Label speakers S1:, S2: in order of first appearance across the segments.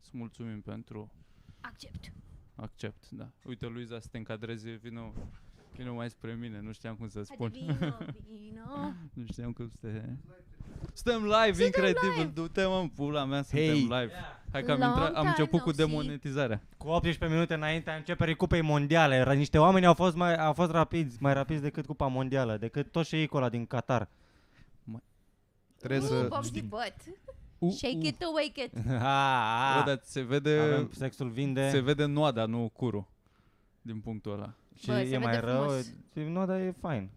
S1: Îți mulțumim pentru
S2: Accept.
S1: accept, da. Uite, Luiza, să te încadrezi, vină, vină mai spre mine, nu știam cum să
S2: Haide,
S1: spun.
S2: vino, vino.
S1: Nu știam cum să te... Suntem live, Suntem incredibil,
S2: live!
S1: du-te mă în pula mea, suntem
S3: Hey!
S1: live. Hai că am,
S2: Long
S1: intrat, am
S2: time
S1: început
S2: no
S1: cu
S2: see.
S1: demonetizarea.
S3: Cu 18 minute înaintea începerii cupei mondiale, ra- niște oameni au fost, mai, au fost rapizi, mai rapizi decât cupa mondială, decât tot șeicul ăla din Qatar.
S1: Trebuie
S2: Nu,
S1: să...
S2: Bobzi Bot.
S1: U,
S2: Shake it to wake it.
S1: Bă,
S3: Ha, ha.
S1: dar uh. se vede,
S3: Ah. Avem sexul vinde
S1: se vede noada, nu curul. Din punctul ăla.
S3: și
S2: Bă, se
S3: e
S2: vede
S3: mai rău.
S2: frumos.
S3: Nu, dar e fain.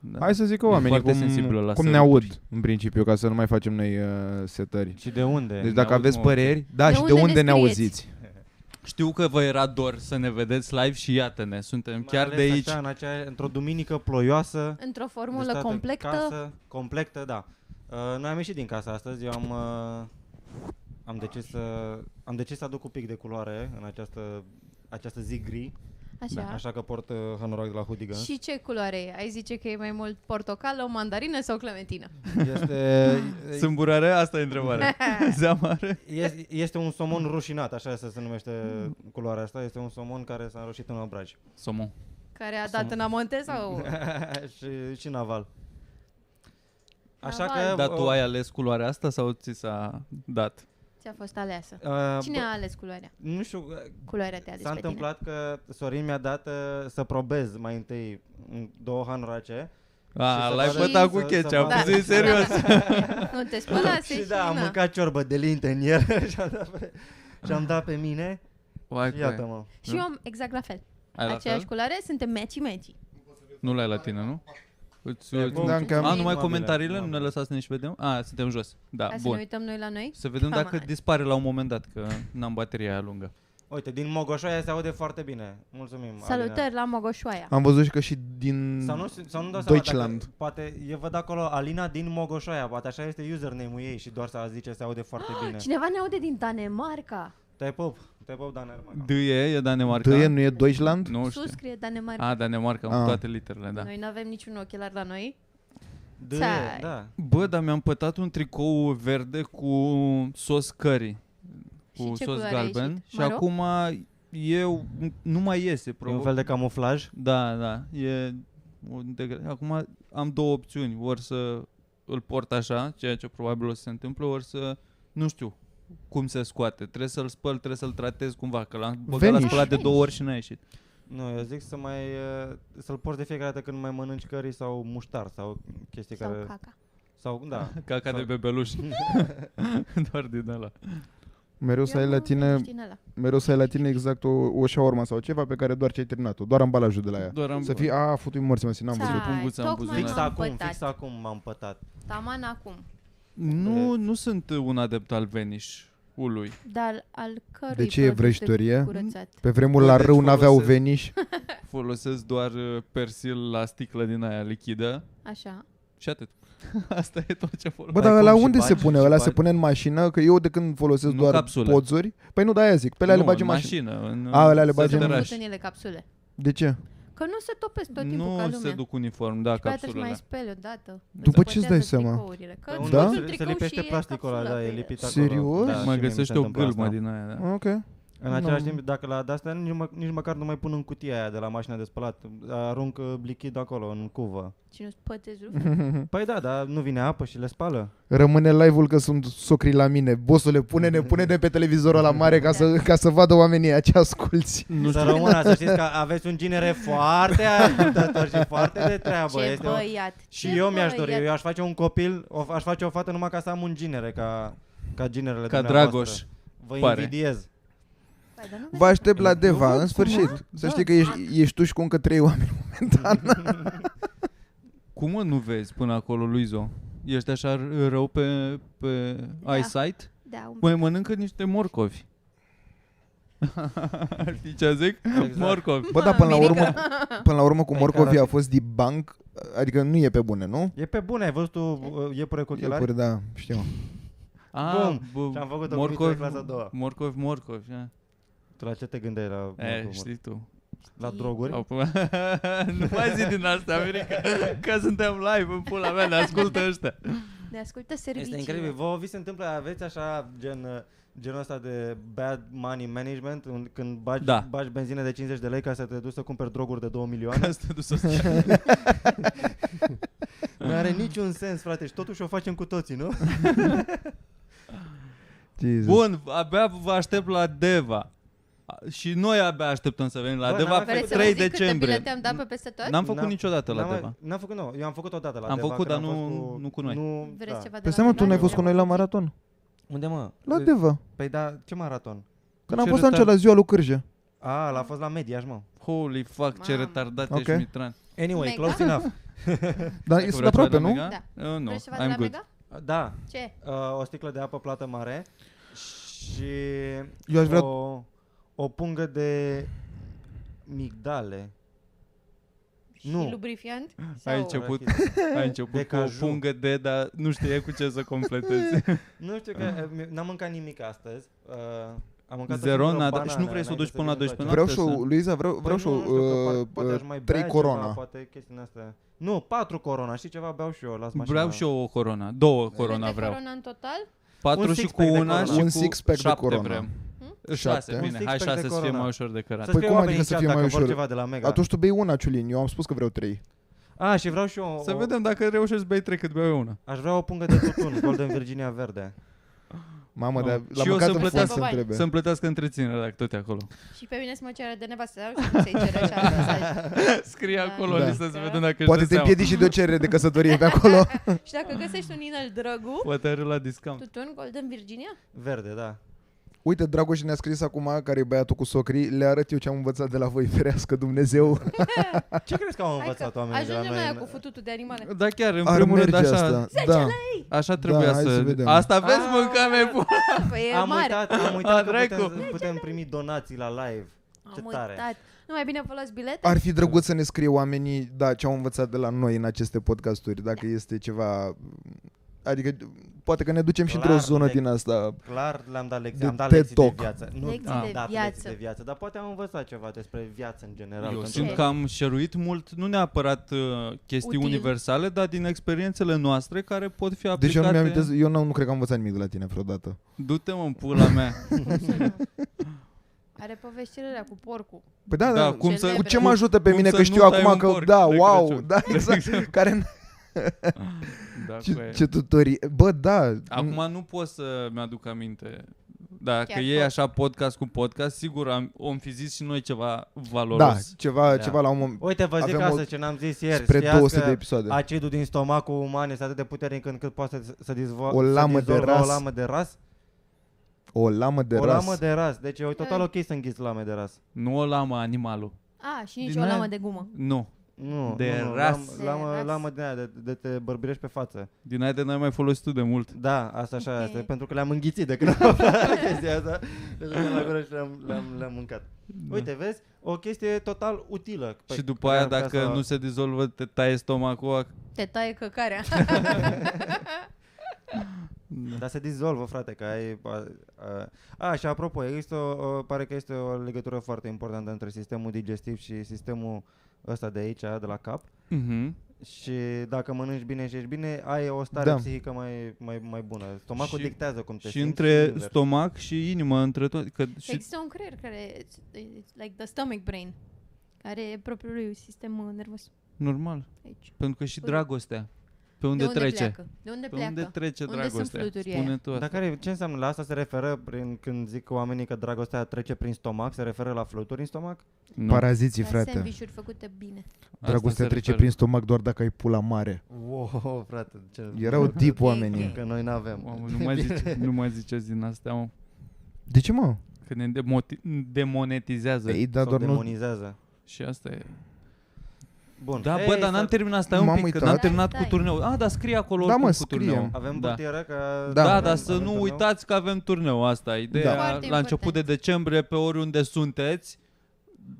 S1: Da.
S4: Hai să zică
S1: E
S4: oamenii
S1: foarte sensibilă
S4: cum,
S1: la
S4: cum ne
S1: săruturi.
S4: aud în principiu, ca să nu mai facem noi uh, setări.
S3: Și de unde?
S4: Deci
S1: ne
S4: dacă
S1: aud,
S4: aveți
S1: mă,
S4: păreri, da,
S2: De
S4: și de
S2: unde ne
S4: unde ne
S2: scrieți?
S4: auziți.
S1: Știu că vă era dor să ne vedeți live și iată-ne, suntem
S3: Mai
S1: chiar
S3: ales
S1: de aici.
S3: Așa, în acea, într-o duminică ploioasă.
S2: Într-o
S3: de
S2: formulă
S3: stat în
S2: completă.
S3: Deci, Casă, completă, da. Uh, noi am ieșit din casa astăzi, eu am, uh, am, decis să, am decis să aduc un pic de culoare în această, această zi gri,
S2: Așa.
S3: așa că port uh, hanorac de la Hoodigans.
S2: Și ce culoare e? Ai zice că e mai mult portocală, o mandarină sau clementină?
S3: Este,
S1: Sâmburare? Asta e întrebarea. Zeamare?
S3: este, este un somon rușinat, așa se, se numește culoarea asta, este un somon care s-a înroșit în obraj.
S1: Somon.
S2: Care a dat
S1: Să-
S2: în amonte sau...
S3: și, și naval. Așa
S2: Naval.
S3: că... uh,
S1: Dar tu ai ales culoarea asta sau ți s-a dat?
S2: Ți-a fost aleasă.
S3: uh,
S2: Cine
S3: bă,
S2: a ales culoarea?
S3: Nu știu,
S2: Culoarea te-a ales
S3: S-a
S2: pe tine.
S3: întâmplat că Sorin mi-a dat uh, să probez mai întâi mm, două hanrace.
S1: A,
S3: să
S1: l-ai
S3: vadă-
S1: fătat
S2: și-
S1: cu
S3: să-
S1: ketchup,
S3: să
S1: da.
S3: vadă-
S1: zi serios.
S2: Nu te spălase
S3: și da, am
S2: na.
S3: mâncat ciorbă de linte în el și am dat pe, și am dat pe mine.
S1: Uai,
S3: Și iată-mă.
S2: Și eu am exact la fel.
S1: Ai la
S2: Aceeași
S1: fel?
S2: culoare, suntem meci meci.
S1: Nu l-ai la tine, nu? Îți,
S3: Bun.
S4: Da, încă
S1: a,
S4: am...
S1: numai
S3: Mamele,
S1: comentariile, nu ne
S3: mamele.
S1: lăsați să ne și vedem? A, suntem jos. Da,
S2: Hai să ne
S1: bun.
S2: uităm noi la noi.
S1: Să vedem
S2: Come
S1: dacă
S2: on.
S1: dispare la un moment dat, că n-am bateria aia lungă.
S3: Uite, din Mogoșoaia se aude foarte bine. Mulțumim, Alina.
S2: Salutări la Mogoșoaia.
S4: Am văzut și că și din
S3: Sau nu, sau nu dau seama
S4: Mm. Deutschland.
S3: Dacă, poate eu văd acolo Alina din Mogoșoaia, poate așa este username-ul ei și doar să zice se aude foarte
S2: Ah,
S3: bine.
S2: Cineva ne aude din Danemarca.
S3: Te pup, te pup, Danerma.
S1: D e, e Danemarca.
S4: Dâie nu e Deutschland?
S1: Nu știu.
S2: Sus scrie Danemarca.
S1: A, Danemarca,
S4: Ah.
S1: cu toate literele, da.
S2: Noi nu avem niciun ochelar la noi.
S3: D,
S2: Țai.
S3: da.
S1: Bă, dar mi-am pătat un tricou verde cu sos curry,
S2: Și
S1: cu
S2: ce
S1: sos
S2: culoare a
S1: galben.
S2: ieșit?
S1: Și
S2: Maro?
S1: acum eu nu mai iese,
S3: E un
S1: probabil.
S3: fel de camuflaj.
S1: Da, da, e un degre- Acum am două opțiuni, ori să îl port așa, ceea ce probabil o să se întâmple, ori să, nu știu, cum se scoate. Trebuie să-l spăl, trebuie să-l tratez cumva, că l-am băgat la
S4: Venice.
S1: spălat de două ori și n-a ieșit.
S3: Nu, eu zic să mai uh, să-l porți de fiecare dată când mai mănânci curry sau muștar sau chestii
S2: Sau
S3: care
S2: caca.
S3: sau da.
S1: Caca de
S3: Sau-
S1: bebeluș. Doar din ăla.
S4: Mereu să ai la tine, mereu să ai la tine exact o, o șaorma sau ceva pe care doar ce ai terminat-o, doar ambalajul de la ea.
S1: Doar am
S4: Să fii, a, futui morți, mă, n-am
S2: Ți-a-
S4: văzut.
S1: pun guța în
S2: tocmai
S1: buzunar.
S3: Fix
S2: m-am
S3: acum,
S2: pătat.
S3: fix acum m-am pătat.
S2: Taman acum.
S1: Nu, nu sunt un adept al venișului.
S2: Dar al cărui
S4: De ce e
S2: produs
S4: vrăjitorie?
S2: curățat?
S4: Pe vremuri
S1: Bă,
S4: la
S1: deci
S4: rău n-aveau
S1: folosesc-
S4: veniș.
S1: Folosesc doar uh, persil la sticlă din aia lichidă
S2: Așa.
S1: și atât. Asta e tot ce folosesc.
S4: Bă,
S3: Mai
S4: dar la
S3: pun și
S4: unde se
S3: bagi
S4: pune?
S3: și
S4: Ăla se
S3: bagi.
S4: pune în mașină? Că eu de când folosesc
S1: Nu
S4: doar
S1: capsule.
S4: poțuri... Păi nu, da, aia zic. Pe alea le
S1: nu,
S4: bagi
S1: în
S4: în mașină.
S1: mașină. În,
S4: A, alea le
S1: în
S4: bagi în-
S2: Să
S1: sătăraș.
S2: put în ele capsule.
S4: De ce?
S2: Că nu se topesc tot timpul ca
S1: Nu
S2: lumea.
S1: se duc uniform, da,
S2: și pe aia trebuie să mai
S1: capsulele.
S2: speli odată.
S4: După
S2: Îți
S4: ce îți dai
S2: pătează
S4: seama?
S2: tricourile, Că
S3: Pe
S2: îți
S4: Da?
S2: pui un
S3: se, se
S2: tricou
S3: lipește
S2: și e
S3: plasticul ăla,
S2: capsula
S3: da,
S2: pe
S3: e
S2: el.
S3: lipit acolo.
S4: Serios?
S3: Da,
S4: Mai
S3: și mie
S1: Mai
S3: mi se
S1: găsești o
S3: întâmplă
S1: gâlmă
S3: asta.
S1: din aia, da.
S4: Ok.
S3: În același
S4: Nu.
S3: timp, dacă la de asta nici, mă, nici măcar nu mai pun în cutia aia de la mașina de spălat, arunc uh, lichid acolo în cuvă.
S2: Și nu-ți pătezi rufele.
S1: Hm.
S3: Păi da, dar nu vine apă și le spală.
S4: Rămâne live-ul că sunt socrii la mine. Bosule, pune-ne, pune-ne pe televizorul la mare ca să, ca să vadă oamenii aia ce asculti.
S1: Nu
S3: Să rămână, să știți că aveți un genere foarte ascultător și foarte de treabă.
S2: Ce
S3: este o-
S2: băiat.
S3: Și
S2: ce
S3: eu mi-aș dori,
S2: băiat.
S3: eu aș face un copil, o, aș face o fată numai ca să am un ginere, ca, ca ginerele
S1: Ca
S3: dumneavoastră.
S1: Dragoș.
S3: Vă
S1: pare.
S3: invidiez.
S2: Păi, dar nu
S4: Vă aștept la Deva,
S1: Nu,
S4: în
S3: Da,
S4: sfârșit. Să știi că ești, ești tu și cu încă trei oameni.
S1: Cum mă, nu vezi până acolo, Luizo? Ești așa r- rău pe, pe
S2: Da.
S1: eyesight?
S2: Da, un
S1: Mai mănâncă niște morcovi. Știi ce zic?
S3: Exact.
S1: Morcovi.
S4: Bă, dar până la urmă,
S2: Mirica.
S4: până la urmă cu
S3: Păi,
S4: Morcovii
S3: care
S4: a
S3: ar
S4: fost de banc, adică nu e pe bune, nu?
S3: E pe bune, ai văzut tu uh, iepure cu ochelari?
S4: Iepuri, da, știu.
S1: A,
S3: Bum!
S1: bă,
S3: Și-am făcut o
S1: Ah, morcovi,
S3: cuviță de clasa a doua.
S1: Morcovi, morcovi. a.
S3: Tu la ce te gândeai la,
S1: E,
S3: la-
S1: știi tu.
S3: la
S2: Păi?
S3: droguri?
S1: Au, nu mai zi din asta, Mirica, că suntem live în pula mea, ne ascultă ăștia.
S2: Ne ascultă serviciile.
S3: Este incredibil. Vă vi se întâmplă, aveți așa gen, uh, genul ăsta de bad money management, un- când bagi,
S1: Da.
S3: da. bagi benzină de 50 de lei ca să te duci să cumperi droguri de 2 milioane?
S1: Ca să te duci să
S3: nu are niciun sens, frate, și totuși o facem cu toții, nu?
S4: Jesus.
S1: Bun, abia vă aștept la Deva. A- Și noi abia așteptăm să venim la
S3: Bă,
S1: Deva
S3: n-am
S1: pe
S3: mai
S2: Vreți
S3: făcut-
S2: să
S1: 3
S2: vă zic câte
S1: decembrie.
S2: bilete am dat pe peste tot?
S1: N-am făcut
S3: N-am-
S1: niciodată la
S3: n-am, mai-
S1: Deva.
S3: N-am făcut, nu, eu am făcut odată la
S1: Am
S3: Deva,
S1: făcut,
S3: când
S1: dar
S3: am
S1: nu-
S3: fost cu,
S1: nu cu noi.
S3: Nu,
S2: Vreți
S3: da.
S2: ceva de
S4: Păi
S2: la
S4: seama, tu
S2: Deva?
S4: n-ai fost cu noi la maraton?
S3: Unde mă?
S4: La Deva.
S3: Păi da, ce maraton?
S4: Când am
S1: Ce
S4: fost atunci
S1: retard-
S4: la ziua lui Cârjă.
S3: A, l-a fost la Mediaș, mă.
S1: Holy fuck, ce
S2: Mamă.
S1: retardat
S4: Ok.
S1: ești, Mitran.
S3: Anyway,
S2: Mega?
S3: close enough.
S4: Dar
S1: Dacă vreau
S4: sunt
S1: ceva
S4: aproape,
S1: de la
S4: nu?
S1: Mega? Uh, nu,
S2: Vreți ceva de
S1: I'm
S2: la
S1: good.
S2: Mega?
S3: Da,
S2: Ce?
S3: uh, o sticlă de apă plată mare și
S4: Eu aș vrea-
S3: o, o pungă de migdale.
S2: Și
S3: Nu.
S2: lubrifiant?
S1: Ai
S2: Sau-
S1: început, ai
S3: De
S1: început cu o
S3: caju.
S1: pungă de, dar nu știe cu ce să completezi.
S3: Nu știu că uh, mi- n-am mâncat nimic astăzi. Uh, am mâncat o
S1: Zero,
S3: singură
S1: nada.
S3: banană
S1: Și nu vrei să o
S3: înainte
S1: duci până la
S3: vină
S1: 12 noapte?
S3: toate.
S4: Vreau și o,
S1: să-
S4: Luiza, vreau, vreau
S3: Păi
S4: și o
S3: nu, nu știu, că par-
S4: uh,
S3: poate aș mai
S4: uh, trei
S3: bea Ceva,
S4: corona.
S3: poate chestia asta. Nu, patru corona. Și ceva beau și eu. Las mașina.
S1: Vreau și eu o corona, două corona
S2: Câte
S1: vreau.
S2: corona în total?
S1: Patru
S3: Un
S1: și cu
S3: six-pack de
S1: una
S3: corona.
S1: și
S4: Un
S1: cu
S4: six-pack de
S1: șapte
S4: corona.
S1: vrem.
S4: Șapte.
S1: Hmm? Șase,
S4: Un
S1: bine, hai
S3: six-pack de
S1: șase să fie
S3: corona.
S1: mai ușor de cărat.
S3: Să
S4: Păi
S3: scrie
S4: cum
S3: oamenii
S4: adică
S3: în
S4: să
S3: chat
S4: fie
S3: dacă
S4: mai
S3: vor
S4: ușor?
S3: ceva de la Mega.
S4: Atunci tu bei una, Ciulin. Eu am spus că vreau trei.
S3: A, și vreau și eu o,
S1: Să vedem dacă reușești să bei trei cât beau eu una.
S3: Aș vrea o pungă de tutun, Golden Virginia Verde.
S4: Mamă, dar
S1: Mamă. Și
S4: la
S1: eu
S4: mâncat
S1: să-mi
S4: în
S1: plătească-
S4: se întrebe.
S1: Să-mi plătească întreținerea dacă tot e acolo.
S2: Și pe mine să mă ceară de nevastă sau și nu să-i cer așa un mesaj.
S1: Scrie acolo
S4: Da.
S1: da. listă să vedem dacă
S4: Poate
S1: își dă
S4: te
S1: seama.
S4: împiedici și de o cerere de căsătorie pe acolo.
S2: Și dacă găsești un inel drăgu,
S1: Poate are la discount.
S2: tutun Golden Virginia?
S3: Verde, da.
S4: Uite, Dragoș ne-a scris acum, care e băiatul cu socrii, le arăt eu ce am învățat de la voi, ferească Dumnezeu.
S3: Ce crezi că au
S2: Hai că
S3: învățat oamenii de la
S2: ajungem
S3: noi?
S2: la aia
S3: în-
S2: cu fututul de animale.
S1: Da, chiar, în
S4: Ar
S1: primul rând,
S4: merge
S1: așa,
S4: asta. Da.
S1: așa trebuia
S4: hai să
S1: să...
S4: vedem.
S1: asta vezi,
S3: Ah.
S1: mâncame pula!
S2: Păi e
S3: am
S2: mare.
S3: uitat, am
S1: A,
S3: uitat că
S1: dracu.
S3: putem, putem primi donații la live. Ce
S2: Am
S3: tare.
S2: uitat. Nu mai bine vă luați bilete?
S4: Ar fi drăguț să ne scrie oamenii, da, ce au învățat de la noi în aceste podcasturi, dacă este ceva... Adică, poate că ne ducem și într-o
S3: Clar,
S4: zonă
S3: de-
S4: din asta.
S3: Clar le-am dat lecții,
S4: De
S3: am dat
S4: TED
S3: lecții de
S4: Talk.
S3: viață. Nu
S2: Lecții
S3: am
S2: de
S3: dat
S2: viață.
S3: lecții de viață, dar poate am învățat ceva despre viață în general.
S1: Eu
S3: pentru
S1: simt
S2: că-
S1: că am șeruit mult, nu neapărat uh, chestii
S2: Util.
S1: universale, dar din experiențele noastre care pot fi
S4: Deci eu nu mi-am
S1: aplicate.
S4: amintesc, eu nu, nu cred că am învățat nimic de la tine vreodată.
S1: Du-te mă în pula mea.
S2: Cum să nu? Are povestirea cu porcul.
S4: Păi da, da,
S1: Da,
S4: da
S1: cum
S2: să-
S4: cu ce mă
S1: cum-
S4: ajută pe
S1: cum
S4: mine
S1: să
S4: că
S1: nu
S4: știu
S1: tai
S4: acum
S1: un
S4: că
S1: porc
S4: da,
S1: de
S4: wow,
S1: Crăciun.
S4: da, exact.
S1: Exact.
S4: Care
S1: Da, cu
S4: ce,
S1: aia.
S4: ce tutorii. Bă, da.
S1: Acum nu pot să mi-aduc aminte. Dacă
S2: Chiar
S1: e
S2: pot.
S1: așa podcast cu podcast, sigur am, om fi zis și noi ceva
S4: da,
S1: valoros.
S4: ceva,
S3: Da.
S4: ceva la un moment.
S3: Uite, vă zic
S4: Avem
S3: asta
S4: o-
S3: ce n-am zis ieri.
S4: spre
S3: Știați
S4: 200
S3: că
S4: de episoade.
S3: Acidul din stomacul uman este atât de puternic încât poate să, să, dizvo-
S4: O lamă
S3: să
S4: de
S3: dizolvă
S4: ras.
S3: o lamă de ras.
S4: O lamă de
S3: o
S4: ras.
S3: lamă de ras. Deci e total ok să înghiți lame de ras.
S1: Nu o lamă animalul.
S2: A, și nici
S1: Din
S2: o
S1: aia-
S2: lamă de gumă.
S1: Nu.
S3: Nu,
S1: De
S3: nu, nu,
S1: ras.
S3: lam-
S2: De
S3: Lamă,
S2: ras.
S3: lamă de aia, de, de te bărbirești pe față.
S1: Din aia de n-ai mai folosit tu de mult.
S3: Da, asta așa este, pentru că le-am înghițit de când am aflat chestia asta. Le duceam la gură și le-am, le-am, le-am mâncat.
S1: Da.
S3: Uite, vezi, o chestie total utilă. Pe
S1: și după
S3: care
S1: aia
S3: am putea
S1: dacă
S3: să-
S1: nu se dizolvă, te taie stomacul.
S2: Te taie căcarea.
S3: Dar se dizolvă, frate, că ai... A, a, a și apropo, există o, o- pare că este o legătură foarte importantă între sistemul digestiv și sistemul ăsta de aici, de la cap.
S1: Mhm.
S3: Și dacă mănânci bine și ești bine, ai o stare
S4: Da.
S3: da. psihică mai, mai, mai bună. Stomacul
S1: Și-
S3: dictează cum te
S1: Și
S3: simți.
S1: între
S3: invers.
S1: stomac și inimă, între tot. Că și
S2: Există un creier care, it's, it's like the stomach brain, care e propriul lui sistem uh, nervos
S1: Normal.
S2: aici.
S1: Pentru că și
S2: Unde-
S1: dragostea. Pe unde,
S2: de unde
S1: trece?
S2: Pleacă? De unde
S1: Pe
S2: pleacă?
S1: unde trece
S2: Unde
S1: dragostea?
S2: sunt fluturii
S1: Spune
S2: aia?
S1: tu asta.
S3: Dar care, ce înseamnă? La asta se referă prin, când zic oamenii că dragostea trece prin stomac, se referă la fluturi în stomac?
S1: Nu.
S4: Paraziții,
S2: La
S4: frate.
S2: sandvișuri făcute bine.
S1: Asta
S4: Dragostea
S1: se
S4: trece
S1: referă.
S4: prin stomac doar dacă ai pula mare.
S3: Wow, frate, ce...
S4: Erau deep oamenii.
S3: Că noi n-avem.
S1: Mamă, nu, mai zice, nu mai ziceți din astea, mă.
S4: De ce, mă?
S1: Că ne demoti- demonetizează.
S4: Ei, da,
S3: Sau
S4: doar nu...
S3: demonizează.
S1: Și asta e.
S3: Bun.
S1: Da, bă,
S3: Ei,
S1: dar n-am
S3: să-
S1: terminat, stai un
S4: M-am
S1: pic, că
S4: uitat.
S1: n-am terminat
S2: Stai,
S1: cu
S2: stai.
S1: turneul. Ah, dar scrie acolo
S4: Da, mă,
S1: oricum cu
S4: scrie.
S1: turneul.
S3: Avem
S1: da.
S3: burtieră că...
S4: Da.
S1: Da,
S3: avem-
S1: dar să
S3: avem
S1: nu
S3: turneu?
S1: uitați că avem turneu, asta e ideea.
S2: Da. Foarte
S1: La
S2: important.
S1: început de decembrie, pe oriunde sunteți,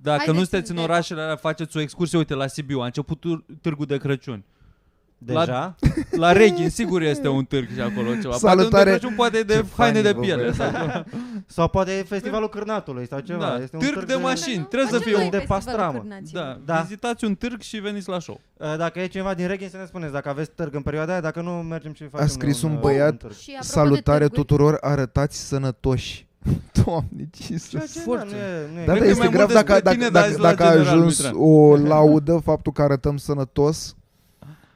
S1: dacă
S2: Haideți
S1: nu sunteți
S2: în
S1: în
S2: Deva.
S1: orașele alea, faceți o excursie, uite, la Sibiu, a început tur- târgul de Crăciun.
S3: Deja?
S1: La, la Reghin, sigur este un târg și acolo ceva. Poate un de
S4: Salutare.
S1: Crăciun, poate e de
S3: Ce
S1: haine
S3: funny,
S1: de
S3: bă,
S1: piele.
S3: băieți.
S1: sau ceva.
S3: Sau poate e festivalul cârnatului sau ceva.
S1: Da,
S3: Este un
S1: târg
S3: târg
S1: de mașini. trebuie să
S2: Acela
S3: fie
S2: e
S3: un de
S2: festivalul
S3: pastramă.
S2: cârnaților.
S1: Da, da,
S3: Da.
S1: vizitați un târg și veniți la show.
S3: Uh, Dacă e cineva din Reghin, să ne spuneți dacă aveți târg în perioada aia, dacă nu mergem și facem
S4: scris
S3: noi
S4: un băiat-
S3: târg.
S2: Și apropo
S4: Salutare
S2: de târguri,
S4: tuturor, arătați sănătoși. Doamne,
S3: Ceea
S4: Jesus.
S3: ce, da,
S1: forță.
S3: nu e, nu e
S4: Da,
S1: Cred
S4: dar
S1: că
S4: este
S1: mai
S4: grav
S1: mult
S4: dacă,
S1: despre
S4: dacă,
S1: tine, dar
S4: dacă,
S1: azi la
S4: dacă a
S1: general,
S4: ajuns
S1: Mitran.
S4: o laudă faptul că arătăm sănătos.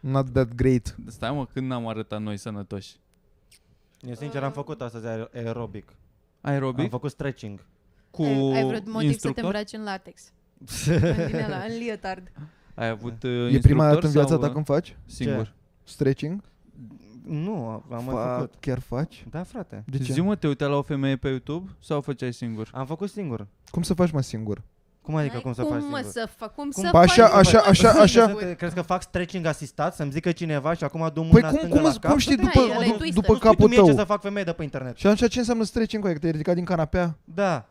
S4: Not that great.
S1: Stai mă, când n-am arătat noi sănătoși?
S3: Eu sincer am făcut astăzi aer- aerobic. Am
S1: Aerobic
S3: făcut stretching.
S1: cu
S2: ai, ai vrut motiv să te
S1: instructor?
S2: îmbraci în latex. în, din ăla, în leotard.
S1: ai avut uh,
S4: E prima dată în viața ta
S1: dacă
S4: când faci
S1: Singur.
S4: stretching?
S3: Nu, am mai
S4: Fa-
S3: făcut.
S4: Chiar faci?
S3: Da, frate.
S4: De
S1: ce?
S4: ce?
S1: Zi mă, Deci te uitai la o femeie pe YouTube sau o făceai singur?
S3: Am făcut singur.
S4: Cum să faci mă singur?
S3: Cum adică
S2: Ai-
S3: cum să faci
S2: Cum mă
S3: singur?
S2: să fac? Cum,
S3: Cum-
S2: să
S4: Ba, așa,
S2: faci?
S4: așa,
S2: Mă,
S4: așa,
S2: mă,
S4: așa.
S2: singur.
S3: Crezi că- Crezi că fac stretching asistat? Să-mi zică cineva și acum dau mâna
S4: Păi cum,
S3: stângă
S4: cum,
S3: la
S4: îți-
S3: cap?
S4: cum știi
S2: Da,
S4: după,
S2: ele
S4: du-
S2: twister.
S4: după
S2: Nu știu
S4: capul
S3: tu mie ce
S4: tău?
S3: să fac femeie de pe internet.
S4: Și atunci ce înseamnă stretching cu aia? Că te-ai ridicat din canapea?
S3: Da.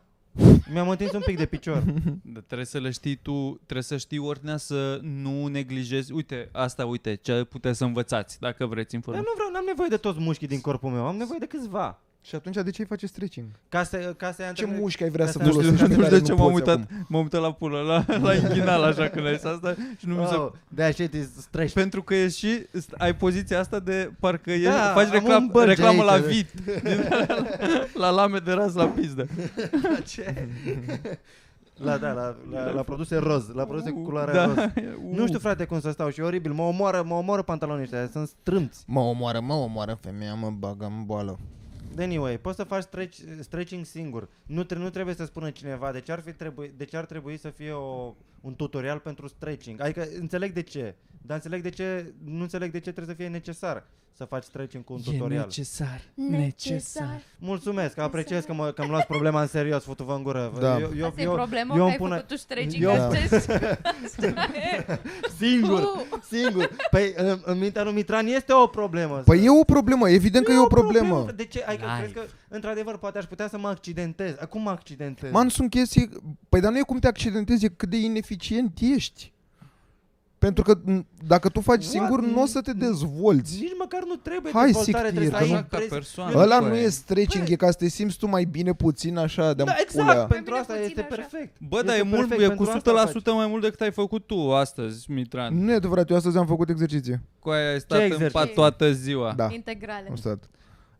S3: Mi-am întins un pic de picior.
S1: Da, trebuie să le știi tu, trebuie să știi ordinea să nu neglijezi. Uite, asta, uite, ce puteți să învățați, dacă vreți
S3: Dar
S1: informații.
S3: nu vreau, n-am nevoie de toți mușchii din corpul meu, am nevoie de câțiva.
S4: Și atunci de ce îi face stretching?
S3: Ca să, ca să
S4: Ce mușchi ai vrea să
S3: Asta nu știu-
S4: folosești?
S1: Păi nu
S4: pe
S1: știu
S4: care
S1: de ce m-am
S4: poți
S1: uitat,
S4: acum?
S1: m-am uitat la pulă, la, la inghinal, așa când ai zis asta și nu mi se...
S3: Oh, that shit is stretch.
S1: Pentru că ești și, st- ai poziția asta de parcă ești,
S3: Da,
S1: faci
S3: am
S1: reclam,
S3: un bărge
S1: reclamă la
S3: aici.
S1: vit, din, la, la lame de ras la pizdă.
S3: ce? la, da, la, la, la produse roz, la produse cu culoare
S1: da,
S3: roz.
S1: uh.
S3: Nu știu, frate, cum să stau și e oribil, mă omoară, mă omoară pantalonii ăștia, sunt strâmți.
S4: Mă omoară, mă omoară femeia, mă bagă în boală.
S3: Anyway, poți să faci stretch, stretching singur. Nu, tre- nu trebuie să spună cineva, deci ar, fi trebui, deci ar trebui să fie o, un tutorial pentru stretching. Adică înțeleg de ce, dar înțeleg de ce, nu înțeleg de ce trebuie să fie necesar să faci stretching cu un tutorial.
S1: necesar,
S2: Necesar.
S3: Mulțumesc, apreciez că, mă, că îmi luați problema în serios, futu-vă în gură.
S4: Da.
S3: Eu, eu,
S2: Asta e
S3: eu,
S2: problema,
S3: eu
S2: că
S3: îmi
S2: ai
S3: pune-
S2: făcut tu stretching
S3: eu-
S2: da.
S3: singur, singur. Păi în, în mintea lui Mitran este o problemă.
S4: Păi e o problemă, evident că e o problemă.
S3: De ce? Adică
S1: Live.
S3: crezi că, într-adevăr, poate aș putea să mă accidentez. Acum mă accidentez.
S4: Man, sunt chestii... Păi dar nu e cum te accidentezi, e cât de ineficient ești. Pentru că m, dacă tu faci
S3: What?
S4: singur, nu o să te dezvolți.
S3: Nici măcar nu trebuie
S4: Hai,
S3: dezvoltare,
S4: sictir,
S3: trebuie să ai
S4: că nu-
S1: Ca
S3: impresi-
S1: persoană.
S4: Ăla
S1: Păi.
S4: nu e stretching,
S3: Păi-
S4: e ca să te simți tu mai bine puțin așa de
S3: Da, exact, pentru
S2: Mai bine
S3: asta
S2: puțin
S3: este
S2: așa.
S3: perfect.
S1: Bă, dar e
S3: Este
S1: mult,
S3: perfect,
S1: e cu 100%
S3: pentru asta faci.
S1: mai mult decât ai făcut tu astăzi, Mitran.
S4: Nu e adevărat, eu astăzi am făcut exerciție.
S1: Cu aia ai stat în
S3: exerciții?
S1: pat toată ziua.
S4: Da,
S2: Integrale.
S4: am stat.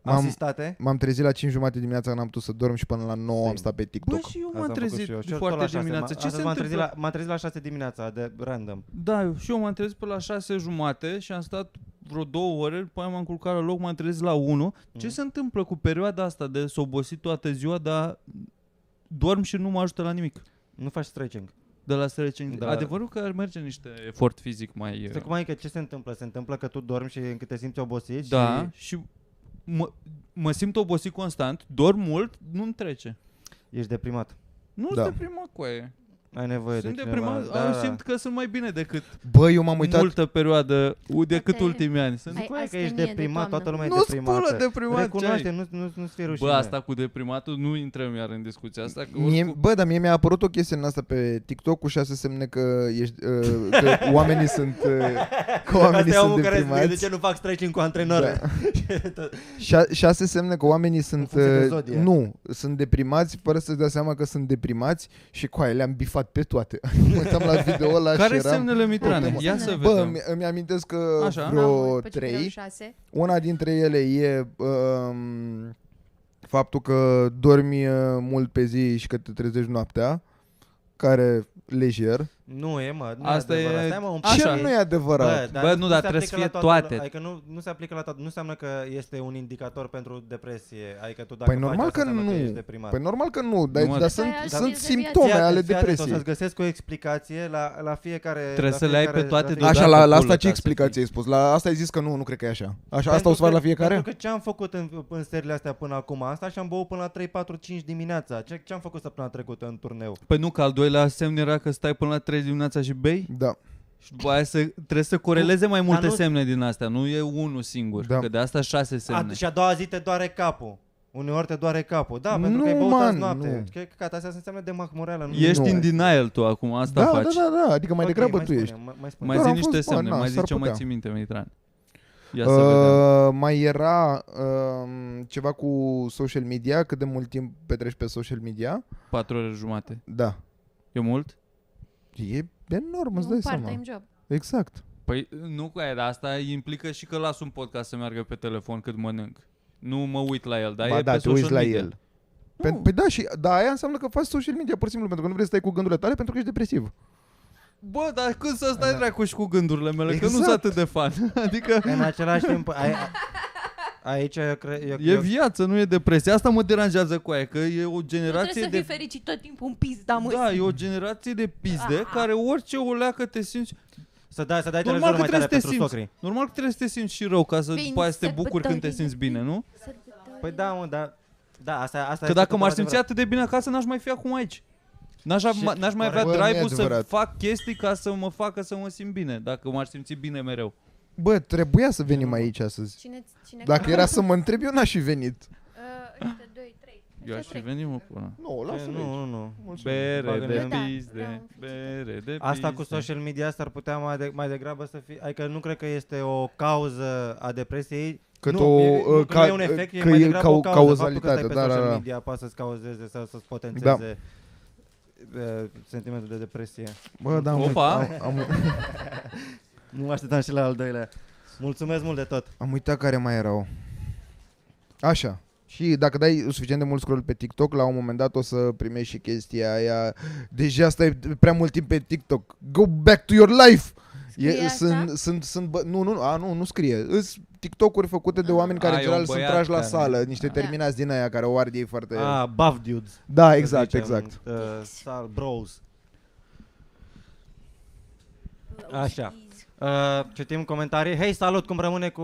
S4: M-am,
S3: Asistate?
S4: m-am trezit la 5 jumate dimineața, n-am putut să dorm și până la 9 am stat pe
S1: Bă,
S4: TikTok.
S1: și eu
S3: Asta
S1: m-am
S3: am făcut și
S1: trezit
S3: eu. Și eu tot la
S1: foarte
S3: șase.
S1: dimineață.
S3: M-
S1: Ce se
S3: astăzi m-am trezit
S1: întâmplă?
S3: la- M-am trezit la 6 dimineața, de random.
S1: Da, eu- și eu m-am trezit pe la 6 jumate și am stat vreo două ore, după aia m-am culcat la loc, m-am trezit la 1. Ce
S3: Mhm.
S1: se întâmplă cu perioada asta de s obosit toată ziua, dar dorm și nu mă ajută la nimic?
S3: Nu faci stretching.
S1: De la stretching.
S3: Da.
S1: Adevărul că ar merge niște efort fizic mai...
S3: Să
S1: uh,
S3: cum adică ce se întâmplă? Se întâmplă că tu dormi și încât te simți obosit
S1: Da,
S3: și
S1: și mă, mă simt obosit constant, dorm mult, nu-mi trece.
S3: ești deprimat.
S1: Nu
S4: Da. Păi, deci
S1: sunt deprimat cu aia.
S3: Ai nevoie
S1: Sunt
S3: de cineva.
S1: deprimat,
S3: da,
S1: da.
S3: da.
S1: simt că sunt mai bine decât
S4: Bă, eu m-am uitat...
S1: multă perioadă, u- decât
S2: Poate-
S1: ultimii ani. Sunt
S2: Ai
S3: Ai că
S2: astenie
S3: ești
S2: de toamnă.
S3: deprimat, toată lumea
S1: Nu
S3: e
S1: spune
S3: deprimată.
S1: deprimat ce
S3: Recunoaște,
S1: ai.
S3: nu, nu, nu-ți fie rușine.
S1: Bă, asta cu deprimatul nu intrăm iar în discuția asta. Că
S4: Mie,
S1: oricum-
S4: bă, dar mie mi-a apărut o chestie în asta pe TikTok cu șase semne că, ești, uh, că oamenii sunt, uh, că oamenii
S3: asta e
S4: sunt
S3: omul care zice,
S4: deprimați.
S3: de ce nu fac stretching cu antrenor?
S4: Da. Șa- șase semne că oamenii sunt
S3: funcție de
S4: uh,
S3: zodie.
S4: Nu, sunt deprimați Fără să-ți dea seama că sunt deprimați Și cu aia le-am bifat pe toate Mă uitam la video ăla
S1: Care
S4: și
S1: sunt
S4: eram
S1: semnele mitrane?
S4: Bă,
S1: Ia să
S4: Bă,
S1: vedem.
S4: îmi, îmi amintesc că
S1: Așa.
S4: vreo trei Una dintre ele e um, Faptul că dormi uh, mult pe zi Și că te trezești noaptea Care lejer
S3: Nu e, mă, nu
S1: Asta
S3: e adevărat.
S1: e-
S3: Stai, mă, un
S1: Așa.
S3: pic.
S4: Ce nu e adevărat?
S3: Bă,
S1: Bă, nu, dar trebuie
S3: se aplică
S1: să fie
S3: la toată-
S1: toate.
S3: Adică nu, nu se aplică la toată, nu înseamnă că este un indicator pentru depresie. Adică tu dacă
S4: Păi
S3: faci
S4: normal
S3: asta,
S4: că
S3: înseamnă
S4: nu.
S3: Că ești deprimat.
S4: Păi normal că nu, dar,
S1: Nu mă-
S2: După
S4: dar sunt,
S2: aia
S4: sunt
S2: știe să viață.
S4: simptome
S3: Păi, Fii atent, fii
S4: ale
S3: atent, O
S4: depresiei.
S3: să-ți găsesc o explicație la, la fiecare...
S1: Trebuie
S3: la
S1: să le ai pe
S3: fiecare-
S1: toate
S3: la
S1: de-
S3: fiecare-
S4: Așa, la, la
S1: acolo,
S4: asta
S1: ca
S4: ce
S1: să
S4: explicație
S1: fii.
S4: ai spus? La asta ai zis că nu, nu cred că e așa. Așa, asta
S3: Pentru
S4: o să faci
S3: că-
S4: la fiecare?
S3: Pentru că ce am făcut în, în serile astea până acum? Asta și-am băut până la 3, 4, 5 dimineața. Ce, ce am făcut săptămâna trecută în turneu?
S1: Păi nu, că al doilea semn era că stai până la 3 dimineața și bei?
S4: Da.
S1: Și după aia să, trebuie să coreleze mai multe
S3: Dar nu-
S1: semne din astea. Nu e unul singur.
S4: Da.
S1: Că de asta șase semne.
S3: A, și a doua zi te doare capul. Uneori te doare capul. Da, pentru
S4: Nu,
S3: că ai băut azi
S4: man,
S3: noapte.
S4: nu.
S3: Cred că astea sunt semne de mahmureală. nu-
S1: Ești
S4: Nu.
S1: in denial tu acum, asta
S4: da,
S1: faci.
S4: da, da, da, adică mai
S3: Ok,
S4: degrabă tu
S3: spune,
S4: ești.
S3: Mai, mai spune.
S1: Mai
S4: Doar
S1: zi
S4: am fost,
S1: niște
S4: bă,
S1: semne,
S4: na,
S1: mai
S4: s-ar
S1: zi ce mai
S4: putea.
S1: ții minte, Mitran. Ia să vedem.
S4: Uh, mai era uh, ceva cu social media, cât de mult timp petreci pe social media.
S1: 4 ore jumate.
S4: Da.
S1: E mult?
S4: E enorm, îți
S2: un
S4: dai seama.
S2: part-time job.
S4: Exact.
S1: Păi nu că era asta, implică și că las un podcast să meargă pe telefon cât mănânc. Nu mă uit la el, dar
S4: ba
S1: e
S4: da,
S1: pe
S4: te uiți
S1: social
S4: la
S1: media.
S4: el. Pe,
S1: Nu.
S4: păi da, și da, aia înseamnă că faci social media pur și simplu, pentru că nu vrei să stai cu gândurile tale pentru că ești depresiv.
S1: Bă, dar când să stai dracu și cu gândurile mele, că nu
S4: Da. Exact.
S1: sunt atât de fan. Adică
S3: În același timp, ai, aici eu cred... Eu,
S1: e
S3: eu,
S1: viață, nu e depresie. Asta mă deranjează cu aia, că e o
S2: Nu
S1: generație
S2: trebuie să
S1: de
S2: fii fericit tot timpul, un pis, da, mă.
S1: Da, e o generație de pizde
S2: Ah.
S1: care orice oleacă te simți...
S3: să dai, să dai
S1: Normal
S3: televizorul
S1: că
S3: mai tare
S1: trebuie să te
S3: pentru
S1: simți.
S3: socrii.
S1: Normal că trebuie să te simți și rău ca să
S2: Vin
S1: după aia să te bucuri când te
S2: sărbătorile.
S1: simți bine, nu?
S2: Sărbătorile.
S3: Păi da, mă, da. Da, asta, asta
S1: Că
S3: este
S1: dacă
S3: total
S1: m-aș
S3: adevărat.
S1: simți atât de bine acasă, n-aș mai fi acum aici. N-aș,
S3: Și-
S1: av- n-aș mai avea
S4: Bă, nu e
S1: drive-ul să
S4: adevărat.
S1: fac chestii ca să mă facă să mă simt bine, dacă m-aș simți bine mereu.
S4: Bă, trebuia să venim aici astăzi.
S2: Cine, cine
S4: Dacă era să mă întreb, eu n-aș fi venit.
S2: Uh, uite, doi, trei.
S1: Eu aș fi venit, mă, până.
S4: Nu,
S3: Ce, Păi, Nu, nu, nu.
S1: Bere
S3: Bagă-ne
S1: de
S3: în-
S2: Da, vreau
S1: pizde,
S2: un
S1: bere de
S3: Asta cu
S1: pizde.
S3: social media asta ar putea mai, de, mai degrabă să fie... Adică nu cred că este o cauză a depresiei.
S4: Că
S3: nu,
S4: o-
S1: uh,
S3: e, nu, că
S4: ca-
S3: nu e un efect, e
S4: că
S3: mai
S4: e
S3: degrabă
S4: cau-
S3: o cauză.
S4: cauzalitate,
S3: Faptul că
S4: da,
S3: stai pe
S4: da,
S3: social
S4: da.
S3: media poate să-ți cauzeze sau să-ți potențeze da. sentimentul de depresie.
S4: Bă, da, am, uit-
S1: Opa.
S4: am, am,
S3: Nu mă așteptam și la al doilea. Mulțumesc mult de tot.
S4: am uitat care mai erau. Așa. Și dacă dai suficient de mult scroll pe TikTok, la un moment dat o să primești și chestia aia. Deja stai prea mult timp pe TikTok. Go back to your life!
S2: Scrie asta?
S4: sunt, sunt, sunt, bă, nu, nu, a, nu, nu scrie. Îs TikTok-uri făcute de oameni care
S1: Ai
S4: în general
S1: un
S4: sunt
S1: băiat
S4: trași la
S1: care-
S4: sală, niște
S1: Da.
S4: terminați din aia care o ard ei foarte...
S3: Ah, buff dudes.
S4: da,
S3: să
S4: exact,
S3: zicem,
S4: exact.
S3: Uh, sal, bros. Așa. Uh, citim comentarii. Hei, salut, cum rămâne cu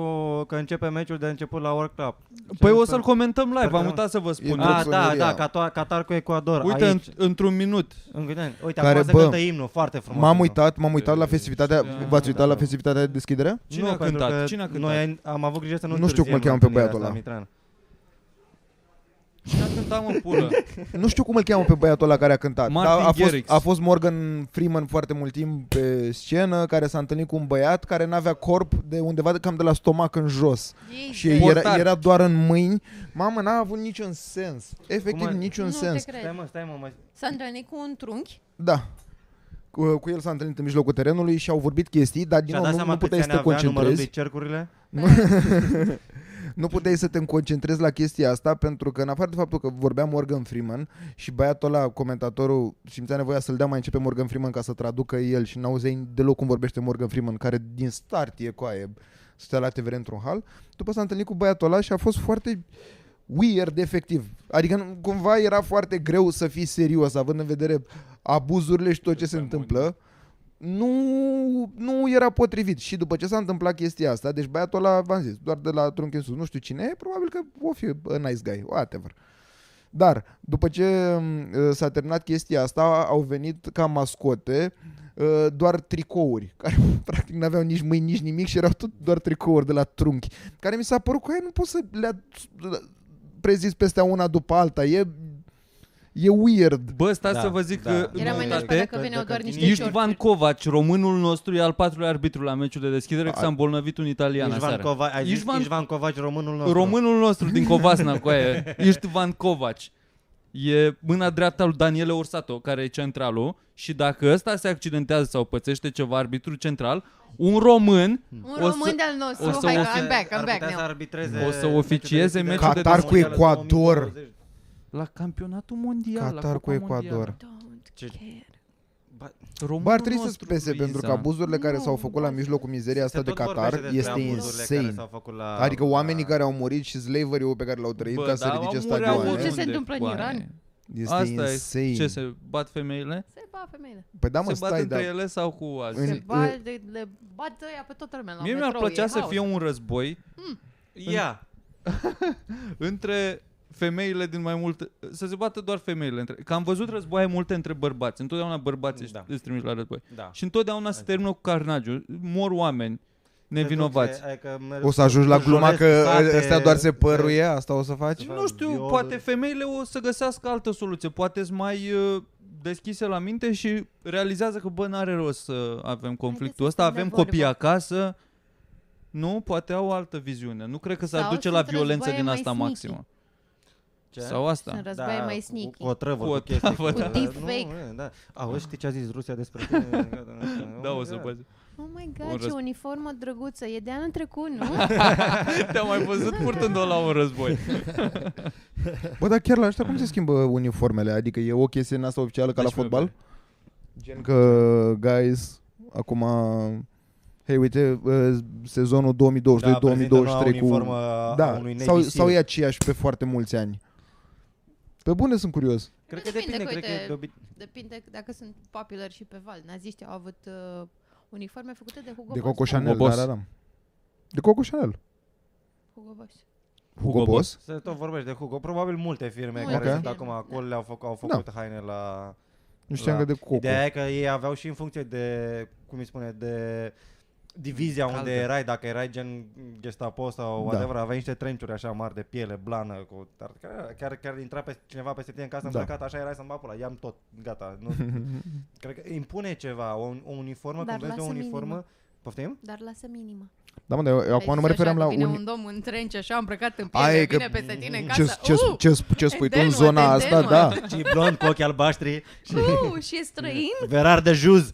S3: că începe meciul de început la World Cup?
S1: Păi
S3: Ce
S1: o
S3: sper-
S1: să-l comentăm live,
S3: Sper că
S1: am
S3: nu-
S1: uitat să vă spun.
S4: În
S3: Ah, da,
S4: Brazilia.
S3: da, Qatar, Qatar cu Ecuador.
S1: Uite, în-
S3: aici.
S1: într-un minut.
S3: În, uite,
S4: Care,
S3: acum se
S4: bă,
S3: cântă imnul, foarte frumos. da.
S4: M-am
S3: imnul.
S4: uitat, m-am uitat la
S1: Deci,
S4: festivitatea,
S1: da,
S4: v-ați
S3: da,
S4: uitat la
S3: da.
S4: festivitatea de deschidere?
S1: Cine a
S3: pentru
S1: cântat?
S3: că
S1: Cine a cântat?
S3: Noi am avut grijă să nu
S4: Nu știu cum îl
S3: întârziem
S4: cheamă pe
S3: la
S4: băiatul ăla.
S3: întâlnirea asta,
S1: Cine a cântat, mă, pulă?
S4: Nu știu cum îl cheamă pe băiatul ăla care a cântat.
S1: Martin
S4: Dar a, fost,
S1: Garrix.
S4: a fost Morgan Freeman foarte mult timp pe scenă, care s-a întâlnit cu un băiat care n-avea corp de undeva de cam de la stomac în jos. Și era,
S1: Portar.
S4: era doar în mâini. Mamă, n-a avut niciun sens. Efectiv,
S3: Cum a-
S4: niciun
S2: nu
S4: sens.
S2: Te
S3: Mitran. Stai
S2: cred.
S3: mă, stai mă, mai...
S2: S-a întâlnit cu un trunchi.
S4: Da. Cu, cu el s-a întâlnit în mijlocul terenului și au vorbit chestii, dar din
S3: Și-a
S4: nou
S3: dat
S4: nu,
S3: seama
S4: nu
S3: câți
S4: puteai să
S3: ani
S4: te
S3: avea numărul
S4: concentrezi.
S3: de cercurile?
S4: nu puteai să te concentrezi la chestia asta pentru că în afară de faptul că vorbea Morgan Freeman și băiatul ăla, comentatorul, simțea nevoia să-l dea mai începe Morgan Freeman ca să traducă el și n-auzeai deloc cum vorbește Morgan Freeman, care din start e coaie, stă la TVR într-un hal, după s-a întâlnit cu băiatul ăla și a fost foarte weird efectiv. Adică nu- cumva era foarte greu să fii serios având în vedere abuzurile și tot ce se întâmplă. Nu, nu era potrivit și după ce s-a întâmplat chestia asta, deci băiatul ăla, v-am zis, doar de la trunchi în sus, nu știu cine e, probabil că o fi a nice guy, whatever. Dar după ce m, uh, s-a terminat chestia asta, au venit ca mascote uh, doar tricouri, care practic n-aveau nici mâini, nici nimic și erau tot doar tricouri de la trunchi, care mi s-a părut că aia nu poți să le prezis peste una după alta, e, e weird.
S1: Bă, stați
S3: Da,
S1: să vă zic
S3: da.
S1: că...
S2: Era mai
S3: Da,
S2: nașpa
S3: da.
S2: dacă
S3: Da,
S2: veneau
S3: da,
S2: doar
S3: da,
S2: niște
S3: din
S1: Istvan
S2: șorțuri.
S1: Kovac, românul nostru, e al patrulea arbitru la meciul de deschidere, că s-a îmbolnăvit un italian
S3: Ișvan
S1: aseară.
S3: Covaci, ai zis
S1: Ișvan-
S3: Ișvan Covaci, românul nostru.
S1: Românul nostru din Covasna, cu aia, Istvan Kovac. E mâna dreaptă a lui Daniele Orsato, care e centralul, și dacă ăsta se accidentează sau pățește ceva arbitru central, un român
S4: Hmm.
S2: Un
S1: O să-
S2: român de-al nostru.
S1: o să
S2: Oh, Hai,
S1: o
S2: I'm back, I'm
S3: Ar
S2: back
S3: putea să
S2: now.
S3: arbitreze
S1: O să oficieze
S3: meciul de
S1: meciul de
S4: Qatar cu
S3: mondială
S4: Ecuador.
S3: 2020.
S1: la campionatul mondial, la
S4: Qatar cu
S1: Cupa
S4: Ecuador.
S1: Mondială.
S2: Don't
S3: Ce-
S2: care.
S3: Ba,
S1: Românul
S4: Bă, ar trebui să
S1: nostru,
S4: spese
S1: Luiza.
S4: pentru că abuzurile care
S2: Nu,
S4: s-au făcut la
S2: bă,
S4: mijlocul mizeriei
S3: se
S4: asta de
S3: tot vorbește
S4: Qatar
S3: despre
S4: este
S3: abuzurile care
S4: insane.
S3: s-au făcut da. la-
S4: Adică
S3: la-
S4: oamenii care au murit și slavery-ul pe care l-au trăit
S1: Bă,
S4: ca să
S1: da,
S4: ridice
S1: mă, mureau
S4: stadioane.
S2: Ce
S1: oriunde,
S2: se întâmplă în
S1: coane.
S2: Iran?
S4: Este
S1: Asta
S4: insane.
S1: e, ce se bat femeile?
S2: Se ba femeile.
S4: Păi da, mă,
S1: se bat
S4: stai,
S1: între
S4: dar...
S1: ele sau cu alții?
S2: Se
S4: În-
S2: ba, de- le bat ăia pe toată lumea la
S1: Mie mi-ar
S2: metrou,
S1: plăcea
S2: e
S1: să
S2: haos.
S1: fie un război
S3: Ia,
S1: între femeile din mai multe... Să se bată doar femeile. Între, că am văzut războaie multe între bărbați. Întotdeauna bărbații da.
S3: Da.
S1: îți trimiși la război.
S3: da.
S1: Și întotdeauna se termină cu carnagiu. Mor oameni nevinovați.
S4: O să ajungi la gluma că ăstea doar se păruie,
S3: păruie.
S4: asta o să faci?
S1: Și
S3: Ceva
S1: nu știu,
S3: viol.
S1: poate femeile o să găsească altă soluție. Poate sunt mai uh, deschise la minte și realizează că, bă, n-are rost să avem conflictul
S2: să
S1: ăsta,
S2: stăm de
S1: avem
S2: vorbă.
S1: copii acasă, Nu, poate au o altă viziune. Nu cred că s-ar
S2: Sau
S1: duce
S2: sunt
S1: la violență
S2: războaie
S1: din
S2: mai
S1: asta
S2: sneaky.
S1: maximă.
S3: Ce? Da,
S1: Sau asta.
S2: Sunt războaie mai sneaky.
S3: Cu, cu o trăvă,
S1: Cu
S3: cu,
S1: o
S3: chestii,
S1: travă,
S2: da.
S3: da,
S2: Un deepfake.
S3: Nu, e, da. Auzi, știi ce a zis Rusia despre tine? Gata, nu,
S1: Da,
S3: oh
S1: o
S3: my
S1: să
S3: God.
S1: poți.
S2: Oh my
S1: Un
S2: god, ce
S1: răz-
S2: uniformă drăguță. E de anul trecut, nu?
S1: Te-am mai văzut purtând-o la un război.
S3: Da.
S4: Bă, dar chiar la ăștia cum se schimbă uniformele? Adică e o chestie în asta oficială ca la
S1: Deci,
S4: fotbal?
S1: bă,
S4: Gen că, guys, acum... Hei, uite, uh, sezonul 2022-2023
S3: Da, prezintă noua
S4: cu...
S3: uniformă a
S4: Da,
S3: unui Navy
S4: sau,
S3: Seal.
S4: sau e aceeași pe foarte mulți ani? Pe bune sunt curios.
S3: Cred că
S2: Depinde,
S3: depinde,
S2: că
S3: cred că
S2: uite-
S3: de obicei.
S2: Depinde dacă sunt popular și pe val. Naziștii au avut uh, uniforme făcute de Hugo
S4: De
S2: Boss.
S4: Coco Chanel,
S1: Boss.
S4: da, da, da. De Coco Chanel.
S2: Hugo Boss.
S1: Hugo Boss?
S3: Să tot vorbești de Hugo. Probabil multe firme
S2: Multe
S3: care sunt
S2: firme,
S3: acum
S2: da.
S3: acolo le-au făcut, au făcut haine la...
S4: Da. Nu știam
S3: la-
S4: că de Coco.
S3: Da. Ideea e că ei aveau și în funcție de, cum îi spune, de divizia
S1: Caldă.
S3: unde erai, dacă erai gen gestapo sau
S4: Da.
S3: whatever, aveai niște trenciuri așa mari de piele, blană, cu, dar chiar- chiar, chiar intra pe cineva peste tine în casă
S4: Da.
S3: da. așa erai să-mi bapula, i-am tot, gata. Nu, cred că impune ceva, o, o uniformă,
S2: Dar
S3: când vezi o
S2: lasă
S3: uniformă,
S2: minimă.
S3: poftim?
S2: Dar lasă minima.
S4: Da, mă, dar eu, eu acum nu mă referam la
S2: un...
S4: un...
S2: Exact, un domn în trenci așa îmbrăcat în
S4: Aia
S2: piele,
S4: e că-
S2: vine peste tine în
S4: Ce,
S2: casă.
S4: ce,
S2: uh,
S4: ce, sp- ce spui tu în
S2: Edenua,
S4: zona asta,
S2: Edenua.
S4: da.
S3: Și blond cu ochii albaștri și
S2: uh, și e străin?
S3: verar de juz.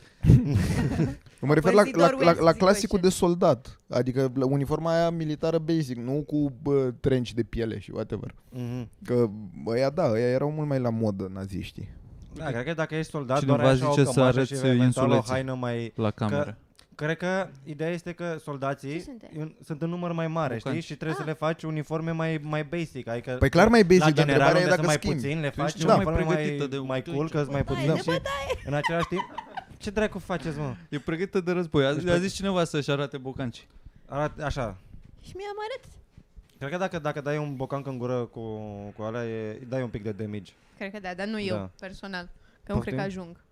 S4: Eu mă refer la, la,
S2: Inquisitor
S4: la,
S2: West,
S4: la
S2: zic
S4: clasicul
S2: orice.
S4: de soldat, adică la uniforma aia militară basic, nu cu bă, trenci de piele și whatever.
S3: Mhm.
S4: Că ăia, da, ăia erau mult mai la modă naziștii.
S3: Da, cred că dacă ești soldat,
S1: Cineva
S3: doar ai așa
S1: zice
S3: o
S1: să
S3: cămașă
S1: arăți
S3: și eventual o
S1: insuleții.
S3: haină mai...
S1: La cameră.
S3: Cred că ideea este că
S2: Ce
S3: soldații
S2: sunt ei?
S3: în- sunt în număr mai mare,
S1: Bucani.
S3: știi? Și trebuie să
S2: Ah.
S3: le faci uniforme mai, mai basic. Adică
S4: Păi clar mai basic,
S3: la
S4: dar
S3: general,
S4: întrebarea e
S3: unde
S4: dacă
S3: sunt mai
S4: schimbi.
S3: puțin, le
S1: Tu
S3: faci
S1: ești cea mai
S3: uniforme
S1: pregătită de-
S3: mai
S1: tu
S3: cool,
S1: ești
S3: că
S1: cea
S3: mai
S2: mai
S3: puțin.
S2: bună.
S3: și în același timp, ce dracu faceți, mă?
S1: E pregătită de război. A, a zis cineva să-și arate bocanci.
S3: Arată așa.
S2: Și mi-am arăt.
S3: Cred că dacă, dacă dai un bocanc în gură cu, cu alea, e, îi dai un pic de damage.
S2: Cred că da, dar nu eu,
S3: Da.
S2: personal. Că nu cred
S3: Poftim?
S2: că ajung.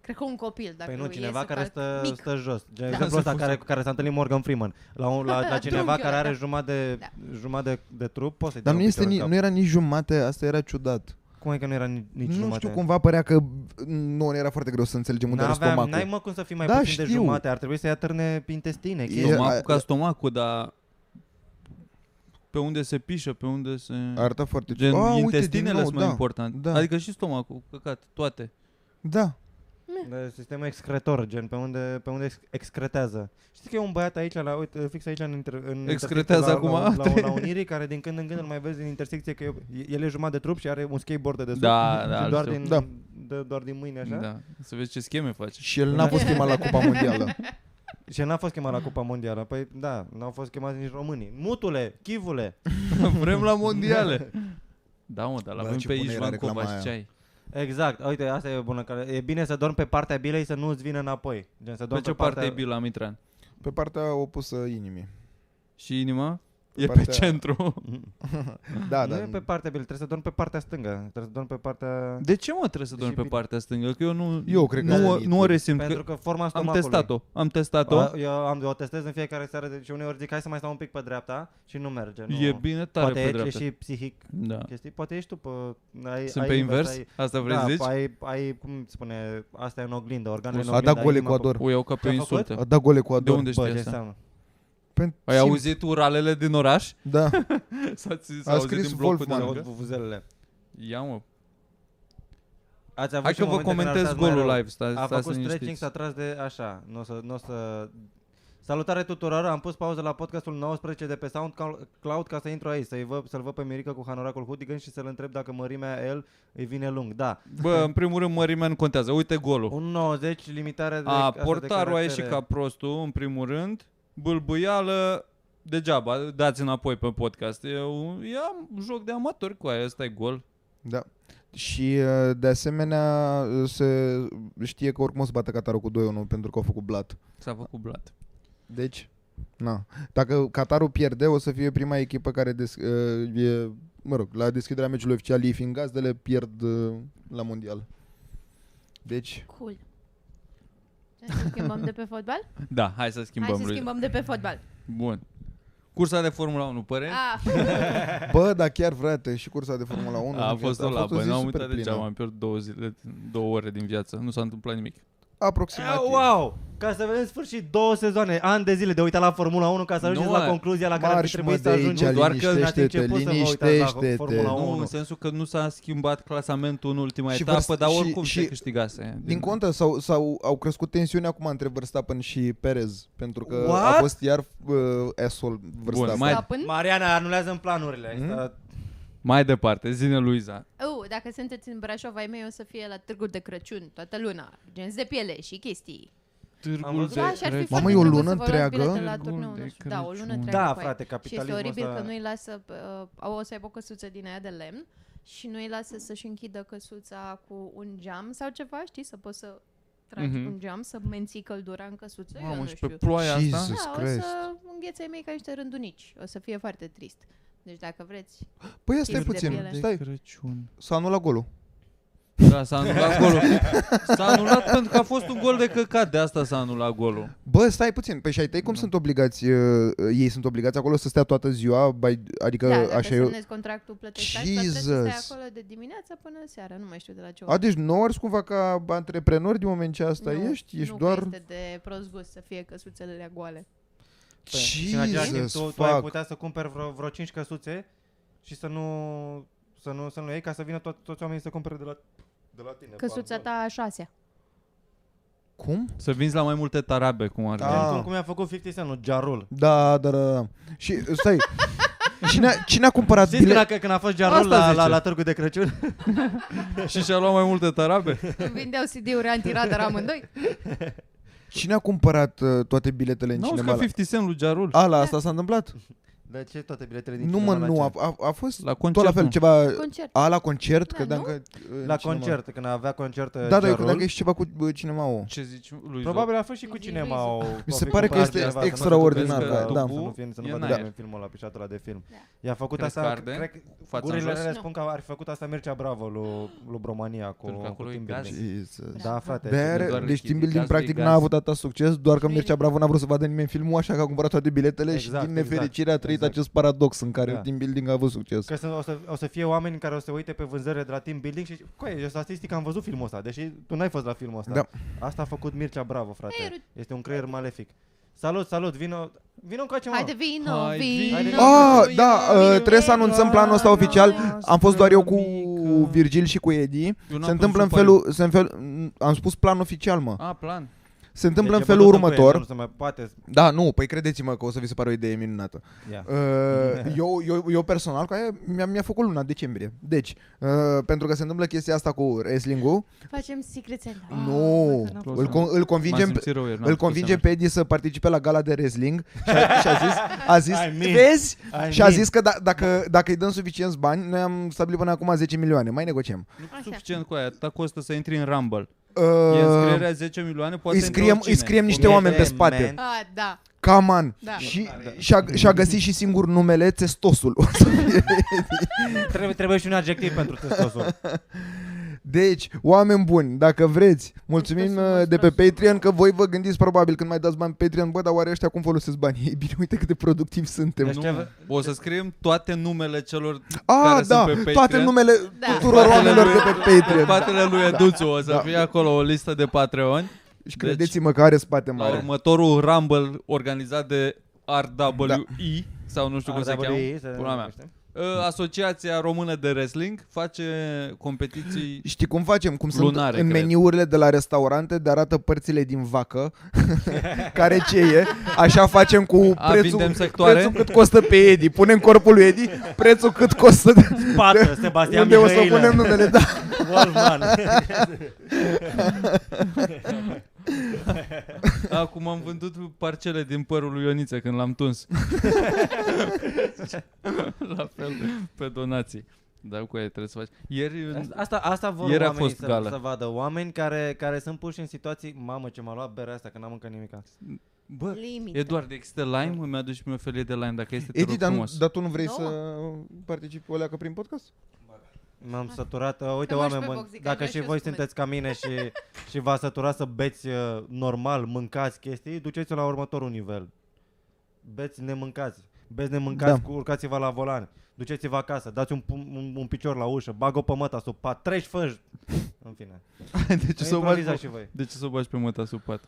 S2: Cred că un copil, dacă
S3: Păi nu,
S2: e
S3: cineva
S2: să
S3: care
S2: calc
S3: stă,
S2: mic.
S3: stă jos.
S2: Da.
S3: Gen exemplul
S1: Se
S3: ăsta care,
S1: fusă.
S3: cu care s-a întâlnit Morgan Freeman. La, un, la, la cineva
S2: Trunchiul
S3: care
S2: ăla,
S3: are
S2: da.
S3: jumătate de,
S2: Da.
S3: jumătate de, de trup, poți să-i
S4: Dar
S3: dai
S4: nu,
S3: un
S4: este
S3: picior
S4: ni,
S3: în cap.
S4: nu era nici jumate, asta era ciudat.
S3: Cum e că nu era ni- nici
S4: nu
S3: jumate?
S4: știu, cumva părea că nu ne era foarte greu să înțelegem unde are
S3: N-aveam, n-ai
S4: stomacul.
S3: mă cum să fii mai
S4: Da,
S3: puțin de
S4: știu.
S3: jumate, ar trebui să-i atârne pe intestine.
S4: E-
S3: chestii.
S1: Stomacul
S4: a-
S1: ca stomacul, dar... Pe unde se pișă, pe unde se...
S4: Arăta foarte
S1: Gen,
S4: ciudat. A, uite, din
S1: intestinele
S4: nou,
S1: sunt mai
S4: da.
S1: important.
S4: da.
S1: Adică și stomacul, căcat, toate.
S4: Da.
S3: De Sistemul excretor, gen, pe unde, pe unde ex- excretează. Știți că e un băiat aici, la, uite, fix aici în, inter, în
S1: Excretează
S3: intersecție,
S1: acum?
S3: la, la, la, la, Unirii, care din când în când îl mai vezi în intersecție că e- el e jumătate de trup și are un skateboard de desubt.
S1: Da,
S3: și
S1: da,
S3: doar
S1: știu.
S3: din,
S4: Da.
S3: de, doar din mâini, așa.
S1: Da. Să vezi ce scheme face.
S4: Și el n-a fost chemat la Cupa Mondială.
S3: Și el n-a fost chemat la Cupa Mondială. Păi da, n-au fost chemați nici românii. Mutule, chivule.
S1: Vrem la mondiale. Da, mă, dar
S4: Bă,
S1: l-avem
S4: ce
S1: pe
S4: bună era
S1: Ișvan
S4: reclama
S1: Covaș,
S4: aia.
S1: ce ai?
S3: Exact, uite, asta e bună. Care, e bine să dormi pe partea bilei să nu-ți vină înapoi. Gen, să
S1: Pe
S3: dormi
S1: ce parte e Bila Mitran?
S4: Pe partea opusă inimii.
S1: Și inima?
S4: Pe
S1: E pe
S4: partea-
S1: centru.
S4: Da,
S3: nu
S4: da.
S3: e pe partea bilei, trebuie să dormi pe partea stângă. Trebuie să dormi pe partea...
S1: De ce mă trebuie să dormi
S3: Și
S1: pe
S3: Deci bine.
S1: partea stângă? Că eu nu,
S4: Eu cred că
S1: nu, o-
S4: e
S1: nu o
S4: tu.
S1: resimt. Că
S3: Pentru că forma
S1: am
S3: stomacului.
S1: testat-o. Am testat-o.
S3: A, eu am, o testez în fiecare seară de- și uneori zic hai să mai stau un pic pe dreapta și nu merge. Nu.
S1: E bine tare
S3: Poate
S1: pe
S3: e
S1: dreapta.
S3: și psihic
S1: Da.
S3: chestii. Poate ești tu pe... Ai,
S1: Sunt
S3: ai
S1: pe invers?
S3: Ai,
S1: Asta vrei
S3: da,
S1: să zici?
S3: ai, ai, cum se spune, asta e în oglindă, organele în
S4: A
S3: oglindă.
S4: dat gol
S3: inima
S4: Ecuador.
S1: O iau ca pe o
S3: Ce-a făcut?
S1: insultă.
S4: A dat gol Ecuador.
S1: De unde
S3: Pe... Bă,
S1: știi
S3: ce
S1: asta?
S3: înseamnă?
S4: Pentru
S1: Ai auzit uralele din oraș?
S4: Da.
S1: S-a, s-a
S4: A
S1: auzit
S4: scris
S1: din blocul de
S4: Wolfman.
S1: lângă?
S3: Vuvuzelele.
S1: Ia mă.
S3: Ați avut
S1: Hai
S3: și
S1: că vă
S3: momente când
S1: comentez
S3: arătați mai rău.
S1: golul live. Sta,
S3: A
S1: sta
S3: făcut
S1: să ne
S3: stretching,
S1: știți.
S3: s-a tras de așa. Nu o să, nu o să... Salutare tuturor, am pus pauză la podcastul 19 de pe SoundCloud ca să intru aici, să-i vă, să-l văd pe Mirica cu hanoracul Hoodigan și să-l întreb dacă mărimea el îi vine lung. Da,
S1: Bă, în primul rând mărimea nu contează. Uite golul.
S3: 1,90 limitare de
S1: A,
S3: asta de
S1: portarul a ieșit
S3: caractere.
S1: ca prostul, în primul rând. Bâlbâială, degeaba, dați înapoi pe podcast. E un, e un joc de amatori cu aia, ăsta e gol.
S4: Da. Și uh, de asemenea uh, se știe că oricum o să bată Qatarul cu 2-1 pentru că au făcut blat.
S1: S-a făcut blat.
S4: Deci, na. Dacă Qatarul pierde, o să fie prima echipă care des, uh, e, mă rog, la deschiderea meciului oficial ei fiind gazdele pierd uh, la mondial. Deci,
S2: Cool. Ce, Să schimbăm de pe fotbal?
S1: Da, hai să schimbăm.
S2: Hai să
S1: Luiza.
S2: schimbăm de pe fotbal.
S1: Bun. Cursa de Formula păi? 1, păreri?
S2: Ah,
S4: bă, dar chiar frate, și cursa de Formula adică 1
S1: A, a fost o labă,
S4: zi
S1: n-am
S4: super
S1: uitat
S4: plină.
S1: degeaba, am pierdut două, zile, două ore din viață, nu s-a întâmplat nimic.
S4: aproximativ.
S3: Wow! Ca să vedem în sfârșit două sezoane, ani de zile de uitat la Formula 1 ca să ajungeți
S1: Nu,
S3: la
S1: a-
S3: concluzia la care ar fi
S4: Marș, mă,
S3: trebuit să
S4: de aici,
S3: ajungeți.
S1: doar că-
S4: liniștește-te,
S3: În timp ce pot să vă uitați la
S4: liniștește-te.
S3: Formula
S4: Nu,
S1: Nu,
S3: unu.
S1: în sensul că nu s-a schimbat clasamentul în ultima
S4: Și
S1: etapă,
S4: vârst-
S1: dar
S4: și-
S1: oricum
S4: și-
S1: se câștigase.
S4: Din contră, sau, sau au crescut tensiunea acum între Verstappen și Perez, pentru că
S3: What?
S4: a fost iar uh, asshole Verstappen.
S1: mai-
S2: Stappen?
S3: Mariana, anulează în planurile.
S1: Mm?
S3: Asta-
S1: Mai departe, zine Luiza.
S2: Oh, dacă sunteți în Brașov, ai mei o să fie la târgul de Crăciun toată luna. Genți de piele și chestii.
S3: Am văzut.
S2: Da, și ar fi
S4: Mamă,
S2: foarte
S4: e o
S2: drăguț
S4: lună
S2: să vă luați
S4: întreagă?
S2: bilete La
S1: Târgul
S2: turneu,
S1: de
S2: nu știu. Da, o lună
S1: Crăciun.
S2: întreagă.
S3: Da,
S4: Păi,
S2: cu aia.
S3: frate,
S2: Și este
S3: capitalismul
S2: oribil că
S3: ăsta-
S2: nu-i lasă, uh, o să aibă o căsuță din aia de lemn și nu-i lasă să-și închidă căsuța cu un geam sau ceva, știi, să poți să tragi
S1: Mhm.
S2: un geam, să menții căldura în căsuță, eu
S1: Mamă,
S2: nu
S1: și
S2: știu.
S1: pe ploaia
S4: Jesus.
S1: asta?
S2: Da, o
S4: Christ.
S2: să înghețe ai mei ca niște rândunici, o să fie foarte trist. Deci dacă vreți,
S4: Păi ia stai
S2: Chestii de
S4: puțin,
S2: piele.
S4: stai,
S1: Crăciun.
S4: s-a anulat golul.
S1: Da, s-a anulat golul. S-a anulat pentru că a fost un gol de căcat, de asta s-a anulat golul.
S4: Bă, stai puțin, pe și ai tăi cum
S1: Nu.
S4: sunt obligați, uh, ei sunt obligați acolo să stea toată ziua, by, adică
S2: da, dacă
S4: așa eu...
S2: semnezi contractul plătești taxe, dar trebuie să
S4: Jesus.
S2: stai acolo de dimineața până seara, nu mai știu de la ce oră.
S4: A, deci nu ars cumva ca antreprenor din moment ce asta
S2: nu,
S4: ești? Ești
S2: nu că
S4: doar...
S2: este de prost gust să fie căsuțelele goale.
S3: Păi, și în același timp tu, tu ai putea să cumperi vreo, vreo 5 căsuțe și să nu, să nu, să nu le iei ca să vină tot, toți oamenii să cumpere de la, de la tine.
S2: Căsuța ta a șasea.
S4: Cum?
S1: Să vinzi la mai multe tarabe, cum ar
S4: Da.
S1: da.
S3: Da.
S4: Ah.
S3: Cum, cum i-a făcut 50 Cent, nu, Jarul.
S4: Da, da, da, da. Și stai, cine, a- cine a cumpărat
S3: Știți
S4: bilet?
S3: când a, când a fost Jarul
S1: Asta
S3: la, la,
S1: zice.
S3: la târgul de Crăciun?
S1: Și și-a luat mai multe tarabe?
S2: Vindeau CD-uri antiradar amândoi.
S4: Cine a cumpărat uh, toate biletele în
S1: Nu,
S4: cinema?
S1: ca
S4: la- Ah,
S1: 50 Cent lui Jarul.
S4: A, la asta s-a întâmplat?
S3: De ce toate biletele din
S4: Nu
S3: cinema
S4: mă,
S3: la
S4: nu, a,
S3: ce?
S4: a, a fost
S1: La
S4: tot
S1: concert,
S4: la fel
S1: nu.
S4: ceva...
S2: Concert.
S4: A, la concert? Că
S2: Da, nu?
S4: dacă, uh, în
S3: La
S4: cinema.
S3: concert, uh, când avea concert
S4: Da, da, eu
S3: Jarul.
S4: credeam că ești ceva cu uh, cinema
S1: Ce zici, Luiza?
S3: Probabil a fost și cu
S2: Zi,
S3: cinema
S2: Luiza.
S3: o,
S4: Mi
S3: o
S4: se
S3: fi
S4: pare că
S3: cumpărat
S4: este
S3: cineva, să nu
S4: extraordinar,
S3: știu
S1: da,
S3: dacă- da,
S1: da.
S3: Să nu, fie, să nu
S1: E
S3: vadă
S1: în
S3: nimeni
S1: aer.
S3: filmul ăla, pișatura de film.
S2: Da.
S3: I-a făcut
S1: Crezi
S3: asta,
S1: că arde?
S3: cred,
S1: Fața în
S3: gurile
S1: jos?
S3: mele
S2: Nu.
S3: spun că ar fi făcut asta Mircea Bravo lui, lui România cu,
S1: Pentru că
S3: cu
S1: acolo e
S3: team
S1: gaz.
S4: o.
S3: building.
S4: Jesus.
S3: Da, frate.
S4: De
S1: Doar lichid,
S4: aia, deci Team
S1: gazul
S4: Building
S1: e
S4: practic
S1: gaz.
S4: n-a avut atât succes, doar că
S2: Nu e
S4: Mircea
S2: nimic.
S4: Bravo n-a vrut să vadă nimeni filmul, așa că a cumpărat toate biletele
S3: Exact,
S4: și din
S3: exact,
S4: nefericire a trăit
S3: exact.
S4: acest paradox în care
S3: Da.
S4: Team Building a avut succes.
S3: Că sunt, o, să, o să fie oameni care o să uite pe vânzările de la team building și coi, eu statistic am văzut filmul ăsta, deși tu n-ai fost la filmul ăsta.
S4: Da.
S3: Asta a făcut Mircea Bravo, frate.
S2: Ei, Ru-
S3: este un creier malefic. Salut, salut, vino, vino încoace, mă.
S2: Haide, vino,
S1: Hai,
S2: vino.
S3: vino.
S4: Ah,
S1: Ia,
S4: da,
S1: vino,
S4: uh, trebuie să anunțăm planul ăsta
S1: doamna
S4: oficial. Am fost doar eu cu
S1: mică.
S4: Virgil și cu Edi.
S1: Eu n-am
S4: Se întâmplă în
S1: prins un
S4: felul, se în fel, am spus plan oficial, mă.
S1: A, Ah, plan.
S4: Se întâmplă
S3: Da. Deci
S4: în
S3: e
S4: felul
S3: bătut cu el,
S4: următor.
S3: Nu se mai poate.
S4: Da, nu, păi credeți-mă că o să vi se pare o idee minunată.
S3: Ia.
S4: Uh, eu, eu, eu personal, că aia mi-a, mi-a făcut luna decembrie. Deci, uh, pentru că se întâmplă chestia asta cu wrestling-ul,
S2: Facem Ah, secret and Love.
S4: nu, îl, con- îl
S1: M-am
S4: convingem,
S1: simțit rău ieri, n-am
S4: îl
S1: putut
S4: convingem
S1: să
S4: pe Eddie să participe la gala de wrestling și a, și a zis, a zis
S3: I mean,
S4: vezi?
S3: I
S4: și a
S3: mean.
S4: zis că da, dacă, dacă îi dăm suficienți bani, noi am stabilit până acum 10 milioane, mai negociem.
S1: merg. Nu
S2: Așa.
S1: suficient cu aia, atâta costă să intri în Rumble. E
S4: Uh,
S1: înscrierea 10 milioane, poate
S4: îi,
S1: intră
S4: scriem, îi
S1: oricine.
S4: scriem niște
S3: Cum e
S4: oameni pe
S3: de
S4: spate.
S3: man.
S2: A, da,
S4: Come on.
S2: da.
S4: Și, și-a, și-a găsit și singur numele Testosul.
S3: Trebuie, trebuie și un adjectiv pentru testosul.
S4: Deci, oameni buni, dacă vreți, mulțumim
S2: Testosul
S4: uh,
S2: nostru
S4: de pe
S2: asupra.
S4: Patreon că voi vă gândiți probabil când mai dați bani pe Patreon, bă, dar oare ăștia cum folosesc banii? Ei bine, uite cât de productivi suntem.
S3: Deci-
S1: Nu, o să scriem toate numele celor
S4: A,
S1: care
S4: da,
S1: sunt pe
S4: toate
S1: Patreon.
S4: numele
S2: Da.
S4: tuturor oamenilor de pe
S1: În
S4: Patreon. Da.
S1: spatele lui Eduțu o să fie acolo o listă de Patreoni.
S4: Și credeți-mă că are spate
S1: La
S4: mare.
S1: următorul Rumble organizat de RWE
S4: Da.
S1: sau nu știu cum se
S3: RWE,
S1: cheamă,
S3: se
S1: pula mea.
S3: numește.
S1: Uh, Asociația Română de Wrestling face competiții
S4: Știi cum facem? Cum
S1: Lunare,
S4: sunt în
S1: cred.
S4: meniurile de la restaurante, de arată părțile din vacă, care ce e. Așa facem cu
S1: A,
S4: prețul,
S1: vindem sectoare?
S4: prețul cât costă pe Edi. Punem corpul lui Edi, prețul cât costă,
S3: Pată, Sebastian
S4: unde o să
S3: Mihailă.
S4: punem numele, da.
S3: Wolfman.
S1: Acum am vândut parcele din părul lui Ioniță când l-am tuns. La fel, pe donații. Da, cu aia trebuie să faci. Ieri,
S3: Asta, asta vor
S1: Ieri a
S3: oamenii
S1: fost
S3: să,
S1: gală.
S3: să vadă. Oameni care, care sunt puși în situații... Mamă, ce m-a luat berea asta, că n-am mâncat nimica.
S1: bă,
S2: Limite.
S1: Eduard, există lime?
S3: Da.
S1: Îmi aduci mie o felie de lime dacă este, te
S4: Edi,
S1: rog
S4: dar, nu,
S1: frumos.
S4: dar tu nu vrei
S2: Două.
S4: să participi o leacă prin podcast?
S3: M-am săturat. Uh, Uite,
S2: Ah. Te muși
S3: oameni
S2: pe
S3: buni,
S2: boxical,
S3: dacă
S2: dă
S3: și
S2: și eu
S3: voi
S2: spumeți.
S3: sunteți ca mine și, și v-ați săturat să beți uh, normal, mâncați chestii, duceți-o la următorul nivel. Beți nemâncați. Beți nemâncați,
S4: Da.
S3: da. urcați-vă la volan. Duceți-vă acasă, dați un, pum- un, un picior la ușă, bag o pămăta sub pat, treci fânj, În fine.
S1: de
S4: deci
S1: ce să o bagi
S3: Improvizați
S1: pe,
S3: și voi.
S1: de ce să o bagi pe măta sub pat?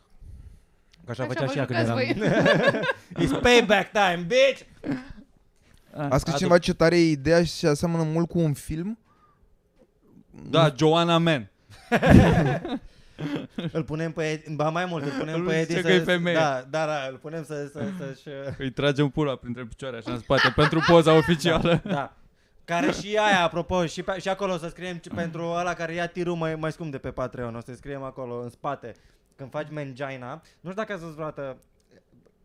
S3: Că așa
S2: Așa
S3: făcea
S2: vă
S3: și ea când
S2: jucați
S3: eram. It's payback time, bitch! Ah,
S4: A scris cineva ce tare e ideea și se aseamănă mult cu un film.
S1: Da, Joanna Man.
S3: Îl punem pe Edi, ba mai mult, îl punem
S1: Îl
S3: pe Edi
S1: zice
S3: să...
S1: că e femeie.
S3: Da, da, da, îl punem să... să, să-și, uh,
S1: Îi tragem pula printre picioare așa în spate pentru poza oficială.
S3: da. Care și aia, apropo, și, pe, și acolo o să scriem ce- pentru ăla care ia tirul mai, mai scump de pe Patreon, o să scriem acolo, în spate. Când faci mangina, nu știu dacă ați văzut vreodată,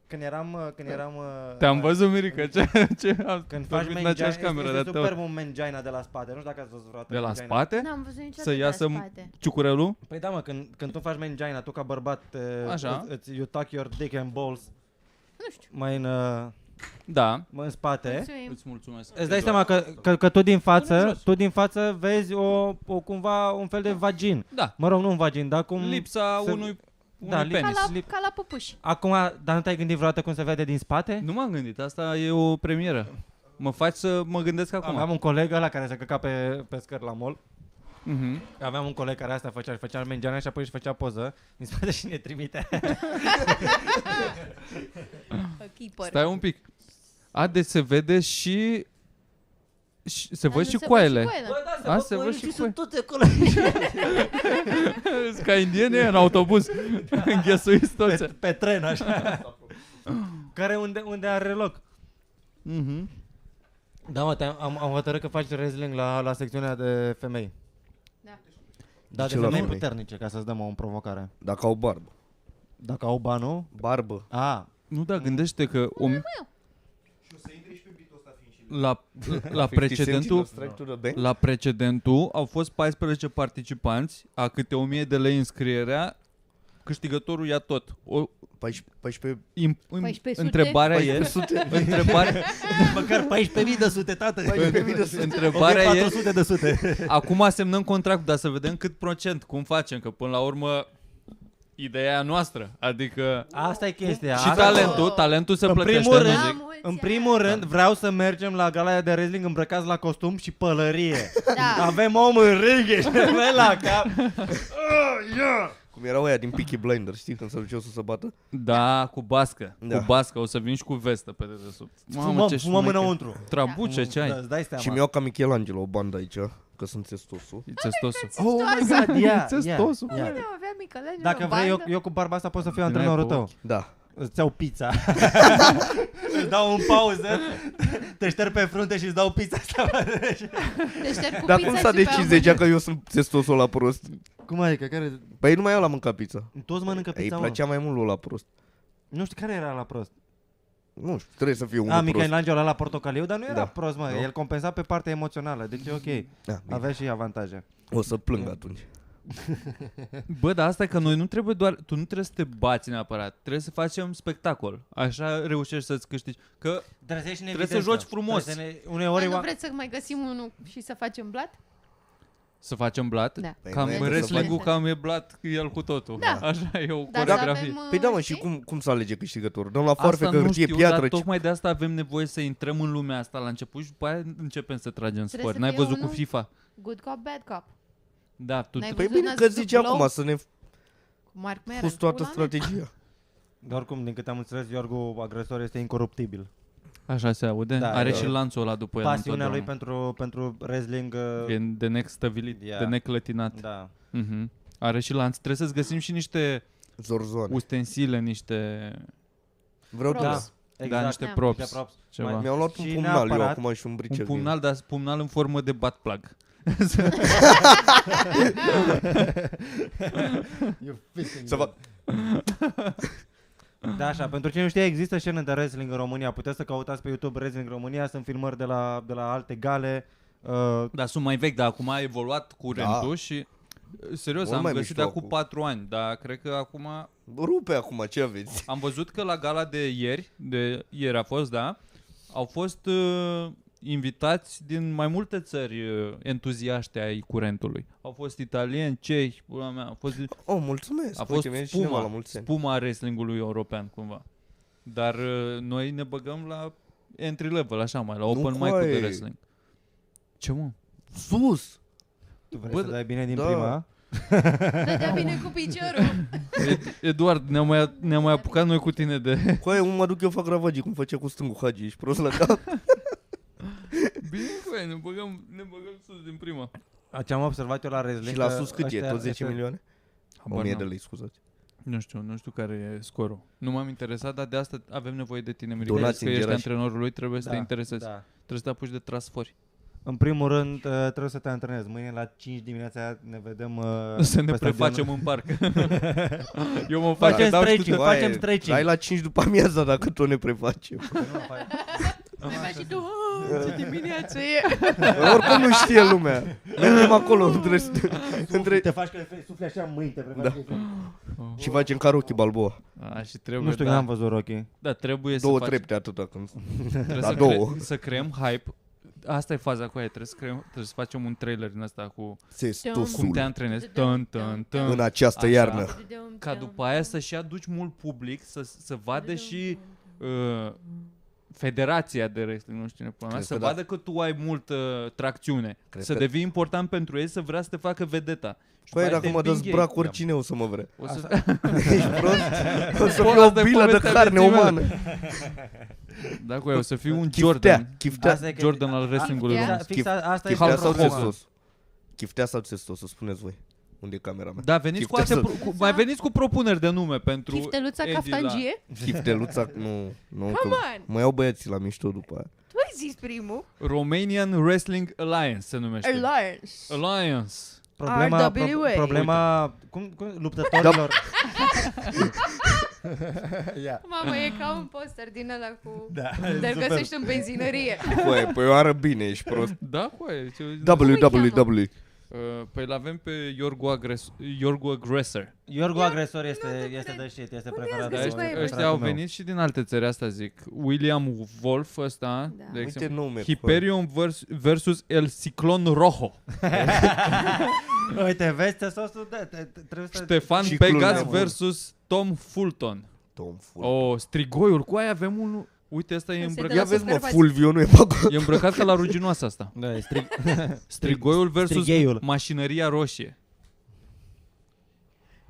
S3: când eram... uh, Când eram uh,
S1: Te-am văzut, Mirica, ce, ce am
S3: Când faci
S1: vorbit în aceeași
S3: mangina,
S1: cameră
S3: este
S1: de
S3: superb
S1: tău.
S3: un mangina de la spate, nu știu dacă ați văzut vreodată
S1: De la
S3: mangina.
S1: spate?
S2: N-am văzut niciodată
S1: Să iasă
S2: de la spate.
S1: Ciucurelul?
S3: Păi da, mă, când, când tu faci mangina, tu ca bărbat, uh,
S1: Așa.
S3: Îți, îți, you tuck your dick and balls
S2: Nu știu.
S3: mai în, uh,
S1: Da.
S3: mai în spate.
S2: Mulțumim.
S1: Îți mulțumesc.
S3: Îți dai seama că, că, că tu din
S1: Pune
S3: față,
S1: jos.
S3: tu din față vezi o, o cumva un fel de vagin.
S1: Da.
S3: Mă rog, nu un vagin, dar cum...
S1: Lipsa
S3: să-
S1: unui,
S3: da,
S1: unui
S3: lip-
S2: Ca
S1: penis.
S2: la,
S3: Slip.
S2: ca la păpuși.
S3: Acum, dar nu te-ai gândit vreodată cum se vede din spate?
S1: Nu m-am gândit, asta e o premieră. Mă faci să mă gândesc acum.
S3: Aveam un coleg ăla care se căca pe, pe scări la mall.
S1: Mhm.
S3: Aveam un coleg care asta făcea, și făcea mengeana și apoi își făcea poză din spate și ne trimitea.
S2: A Keeper.
S1: Stai un pic. A, deci se vede și... și se
S2: Dar nu
S1: văd și
S2: se
S1: coaiele.
S2: văd și coaiele.
S1: se A, văd se văd coaie și și coaie. sunt
S3: toate acolo.
S1: Sunt ca indieni în autobuz. Înghesuiți toți.
S3: pe, pe tren, așa. care unde, unde are loc.
S1: Mhm.
S3: Da, mă, te-am- am, am hotărât că faci wrestling la, la secțiunea de femei.
S2: Da.
S3: Da, de
S5: Ce la
S3: femei
S5: femei?
S3: puternice, ca să-ți dăm o provocare.
S5: Dacă au barbă.
S3: Dacă au bani, nu?
S5: Barbă.
S3: A,
S1: Nu, dar gândește că... O...
S4: Și o să intri și pe bitul ăsta fiind și
S1: La, la precedentul... La precedentul au fost 14 participanți, a câte 1000 de lei înscrierea, câștigătorul ia tot. O,
S5: 14
S1: im, im,
S2: 14 sute?
S1: întrebarea e... Întrebarea,
S3: măcar 14.000 de sute, tată.
S5: 14.000 de sute.
S1: întrebarea e...
S3: 400 de sute.
S1: Acum semnăm contractul, dar să vedem cât procent, cum facem, că până la urmă ideea e noastră, adică
S3: Asta e chestia.
S1: și
S3: asta-
S1: talentul, talentul se
S3: În
S1: plătește,
S3: primul
S1: nu
S3: rând-
S1: zic.
S2: mulți
S3: În
S2: ani.
S3: primul rând, vreau să mergem la gala aia de wrestling îmbrăcați la costum și pălărie.
S2: Da.
S3: Avem om în râghe și ne vei la cap.
S5: Cum erau aia din Peaky Blinder, știi? Când se duceau să se bată.
S1: Da, cu bască,
S5: Da.
S1: cu bască, o să vin și cu vestă pe dedesubt.
S3: Fumăm, fumăm
S1: șmecher.
S3: înăuntru.
S1: Trabuce, ce
S3: Da,
S1: ai?
S3: îți dai seama.
S5: Și mi-au ca Michelangelo o bandă aici, că sunt testosul.
S1: E Țestosul.
S3: Oh my god, ia, ia,
S1: Țestosul.
S3: ia.
S2: Nu, avea Michelangelo
S3: Dacă
S2: în
S3: vrei, eu,
S2: bandă.
S3: eu cu barba asta pot să fiu
S1: Din
S3: antrenorul
S1: Apple
S3: tău.
S5: Da.
S3: Îți iau pizza. îți dau un pauză, te șterg pe frunte și îți dau pizza asta.
S2: Te ștergi cu
S5: Dar
S2: Deci pizza
S5: cum s-a
S2: și pe
S5: decis
S2: amândoi.
S5: deja că eu sunt testosul la prost?
S3: Cum adică? Care...
S5: Păi nu mai eu la mâncat pizza.
S3: Toți mănâncă
S5: Ei,
S3: pizza,
S5: îi
S3: mă.
S5: plăcea mai mult lui la prost.
S3: Nu știu care era la prost.
S5: Nu știu, trebuie să fie
S3: A,
S5: unul prost.
S3: Michelangelo la portocaliu, dar nu era
S5: Da.
S3: prost, mă.
S5: Nu?
S3: El compensa pe partea emoțională, deci e ok.
S5: Da, bine.
S3: Avea și avantaje.
S5: O să plâng atunci.
S1: Bă, dar asta e că noi nu trebuie doar, tu nu trebuie să te bați neapărat, trebuie să facem spectacol. Așa reușești să-ți câștigi. Că
S3: Trezești în
S1: Trebuie să
S3: evidență.
S1: joci frumos.
S3: Trebuie să ne-
S2: Dar
S3: Uneori...
S2: Nu
S3: oa-
S2: vreți să mai găsim unul și să facem blat?
S1: să facem blat,
S2: Da.
S5: Păi
S1: cam
S5: noi
S2: trebuie să
S1: wrestling-ul
S2: facem.
S1: cam e blat el cu totul.
S2: Da.
S1: Așa e o
S2: Dar să
S1: coreografie.
S2: avem, uh,
S5: Păi da, mă, și
S2: știi?
S5: cum, cum să alege câștigătorul? Dăm la
S1: Asta
S5: foarfecă,
S1: nu
S5: hârtie,
S1: știu,
S5: piatră,
S1: dar
S5: ce
S1: tocmai de asta avem nevoie să intrăm în lumea asta la început și după aia începem să tragem
S2: Trebuie
S1: spăr.
S2: să
S1: N-ai
S2: fie
S1: văzut cu
S2: unul-
S1: FIFA?
S2: Good cop, bad cop.
S1: Da, tu...
S2: N-ai
S5: Păi
S2: văzut,
S5: bine
S2: n-ați
S5: că
S2: văzut
S5: zice
S2: Glow?
S5: acum să ne
S2: Cu Mark Maron.
S5: pus toată
S2: pula mea.
S5: strategia.
S3: Dar oricum, din câte am înțeles, Iorgu agresor este incoruptibil.
S5: Păi,
S1: Așa se aude?
S3: Da,
S1: Are
S3: da.
S1: și lanțul ăla după el
S3: Pasiunea lui
S1: întotdeauna.
S3: pentru, pentru wrestling... uh,
S1: E de necstăvilit,
S3: Ia.
S1: de neclătinat.
S3: Da.
S1: Mhm. Are și lanț. Trebuie să-ți găsim și niște
S5: Zorzoane.
S1: ustensile, niște...
S5: Vreau
S2: Props.
S5: da.
S3: Da,
S2: Props.
S1: Da,
S3: exact.
S1: niște
S2: Da.
S1: props.
S3: Niște props.
S1: Ceva.
S3: Mai-
S5: Mi-au luat un
S3: Și
S5: pumnal eu
S3: neapărat-
S5: acum și un bricel.
S1: Un
S5: din-
S1: pumnal, dar pumnal în formă de bat plug.
S5: Să fac...
S3: Da, așa, pentru cine nu știe, există scenă de wrestling în România. Puteți să căutați pe YouTube Wrestling România, sunt filmări de la, de la alte gale. Uh,
S1: Dar Da, sunt mai vechi, dar acum a evoluat curentul
S3: Da.
S1: și... Serios,
S5: Mult
S1: am
S5: mai
S1: găsit
S5: mișto
S1: acum
S5: acum.
S1: 4 ani, dar cred că acum
S5: Rupe acum, ce aveți?
S1: Am văzut că la gala de ieri, de ieri a fost, da, au fost uh, invitați din mai multe țări uh, entuziaște ai curentului. Au fost italieni, cehi, pula mea, au fost,
S5: Oh, mulțumesc.
S1: a fost
S5: Uite, mi-a zis cineva la
S1: spuma,
S5: mulți ani.
S1: spuma wrestlingului european cumva. Dar uh, noi ne băgăm la entry level, așa mai, la open mic de
S5: coaie.
S1: wrestling. Ce mă?
S5: Sus!
S3: Tu vrei
S1: Bă,
S3: să dai bine din
S5: da.
S3: prima?
S2: Dădea bine cu piciorul.
S1: Ed- Eduard, ne-am mai, ne-am mai apucat noi cu tine de...
S5: Cu aia mă duc eu fac ravagii, cum făcea cu stângul Hagi, ești prost la cap.
S1: Bine, cu aia, ne băgăm, ne băgăm sus din prima.
S3: A, Ce am observat eu la Wrestling
S5: și la
S3: că
S5: sus cât e?
S3: ăștia-
S5: Tot 10
S3: ăștia-
S5: milioane?
S1: Habar
S5: 1000
S1: n-am.
S5: de lei, scuzați.
S1: Nu știu, nu știu care e scorul. Nu m-am interesat, dar de asta avem nevoie de tine, Mirica.
S5: Donați
S1: Că
S5: în
S1: ești
S5: geraș.
S1: antrenorul lui, trebuie să
S3: Da,
S1: te interesezi.
S3: Da.
S1: Trebuie să te apuci de trasfori.
S3: În primul rând, uh, trebuie să te antrenezi. Mâine la 5 dimineața ne vedem uh,
S1: Să ne
S3: pe stadion.
S1: prefacem în parc. Eu mă fac,
S5: Da,
S3: Facem
S1: dau și tu
S3: stretching,
S5: Bă, aia
S3: facem
S5: e,
S3: stretching.
S5: Ai la 5 după amiaza dacă tot ne prefacem.
S3: Nu, fac-
S2: Ne faci și tu, "Oh, ce dimineață e.
S5: Bă, Oricum nu știe lumea. Mergem acolo între, între...
S3: Te faci că sufli așa în mâini, te preferi
S5: Da.
S3: că e fric.
S5: Și facem ca Rocky Balboa.
S1: A, și trebuie,
S3: Nu știu,
S1: da,
S3: n-am văzut Rocky.
S1: da, trebuie
S5: Două
S1: să faci,
S5: trepte atâta când...
S1: trebuie
S5: la
S1: să,
S5: două.
S1: Cre- să creăm hype. Asta e faza cu aia, trebuie să, creăm, trebuie să facem un trailer din asta cu cum te
S5: Testosul.
S1: antrenezi. Tân, tân, tân.
S5: În această
S1: Așa.
S5: iarnă.
S1: ca după aia să și aduci mult public, să, să vadă și uh, federația de wrestling, nu știu cine până
S5: Cred
S1: să
S5: că da.
S1: vadă că tu ai multă tracțiune,
S5: Cred
S1: să
S5: că-
S1: devii important pentru ei, să vrea să te facă vedeta. Și după
S5: Păi
S1: aia
S5: dacă
S1: te
S5: mă
S1: împing
S5: dă
S1: ei.
S5: brac oricine o să mă vrea.
S1: O să,
S5: Ești prost? O să
S1: Până
S5: fiu o
S1: asta e
S5: bilă de
S1: povestea de
S5: carne
S1: țimele.
S5: umană.
S1: da, cu aia, o să fiu un
S5: Chiftea,
S1: Jordan.
S5: chiftea.
S3: Asta e că-
S1: Da, Jordan al
S3: a-
S1: wrestlingului
S2: Chiftea?
S1: român.
S3: Fix, fix a- asta e
S5: Chiftea sau
S1: Hulk Hogan.
S5: țesos? Chiftea sau țesos, să spuneți voi. Unde e camera mea?
S1: Da, veniți cu alte
S5: Chiftea
S1: pro- cu, mai veniți cu propuneri de nume pentru
S2: Chifteluța
S1: Andy la-
S2: caftangie?
S5: Chifteluța, nu, nu. că
S2: Come on!
S5: Mă iau băieții la mișto după aia.
S2: Tu ai zis Păi primul.
S1: Romanian Wrestling Alliance se numește.
S2: Alliance.
S1: Alliance.
S3: Problema, pro-
S2: RWA.
S3: problema cum,
S5: Da.
S3: cum, luptătorilor. Ia.
S2: Mamă, e ca un poster din ăla cu...
S3: Da,
S2: Te
S3: super.
S2: găsești în benzinărie.
S5: Păi, păi o ară bine, ești prost.
S1: Da, cu aia. ce-
S5: WWW.
S1: Uh, Păi îl avem pe Iorgu, Agres- Iorgu Aggressor.
S3: Iorgu Agresor este,
S2: nu te
S3: este
S2: cred.
S3: de shit, este
S2: Unde
S3: preferat.
S2: ați
S1: Da,
S3: de
S2: găsit voi,
S1: ăștia,
S2: băi?
S1: ăștia au
S3: meu.
S1: venit și din alte țări, asta zic. William Wolf ăsta,
S2: Da.
S1: da. de
S2: Uite
S5: Uite
S1: exemplu.
S5: nume.
S1: Hyperion vers- versus El Ciclon Rojo.
S3: Uite, vezi, te sosul de, te, te, trebuie să...
S1: Stefan
S5: Ciclon
S1: Pegas
S3: Rojo.
S1: versus Tom Fulton.
S5: Tom Fulvio.
S1: Oh, strigoiul, cu aia avem unul... Uite, ăsta e
S2: Ăsta e de
S1: îmbrăcat,
S5: Ia
S2: la
S5: vezi, mă,
S2: Superfață.
S5: Fulvio nu e pe acolo.
S1: e îmbrăcat ca la ruginoasa asta.
S3: Da, e strict.
S1: Strigoiul versus
S3: Strigheiul.
S1: Mașinăria Roșie.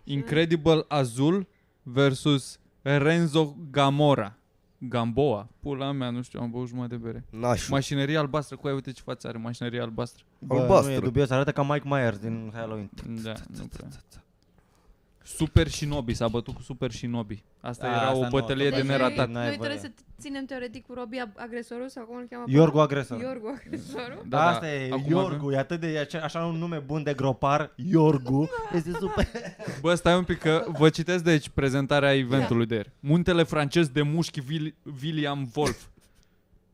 S1: Incredible Azul versus Renzo Gamora. Gamboa. Pula mea, nu știu, am băut jumătate de bere.
S5: Nașu.
S1: Mașinăria albastră, cu aia uite ce față are mașinăria albastră.
S3: Bă, nu
S5: Albastră.
S3: e dubios, arată ca Mike Myers din Halloween.
S1: Da, nu prea. Super Shinobi, s-a bătut cu Super Shinobi. Asta
S3: A,
S1: era
S3: asta
S1: o
S3: nu,
S1: bătălie
S3: asta
S1: de
S2: Deci
S3: nu.
S1: neratat.
S2: Noi, noi
S3: N-ai
S2: trebuie
S3: voie.
S2: să ținem teoretic cu Robi ab- agresorul sau cum îl cheamă? pe
S3: Iorgu
S2: ăla?
S3: Agresor.
S2: Iorgu agresorul.
S1: Da, da,
S3: Asta e,
S1: acum
S3: Iorgu, e atât de, așa, așa un nume bun de gropar, Iorgu, este super.
S1: Bă, stai un pic că vă citesc de aici prezentarea eventului de ieri. Muntele francez de mușchi Vil- William Wolf.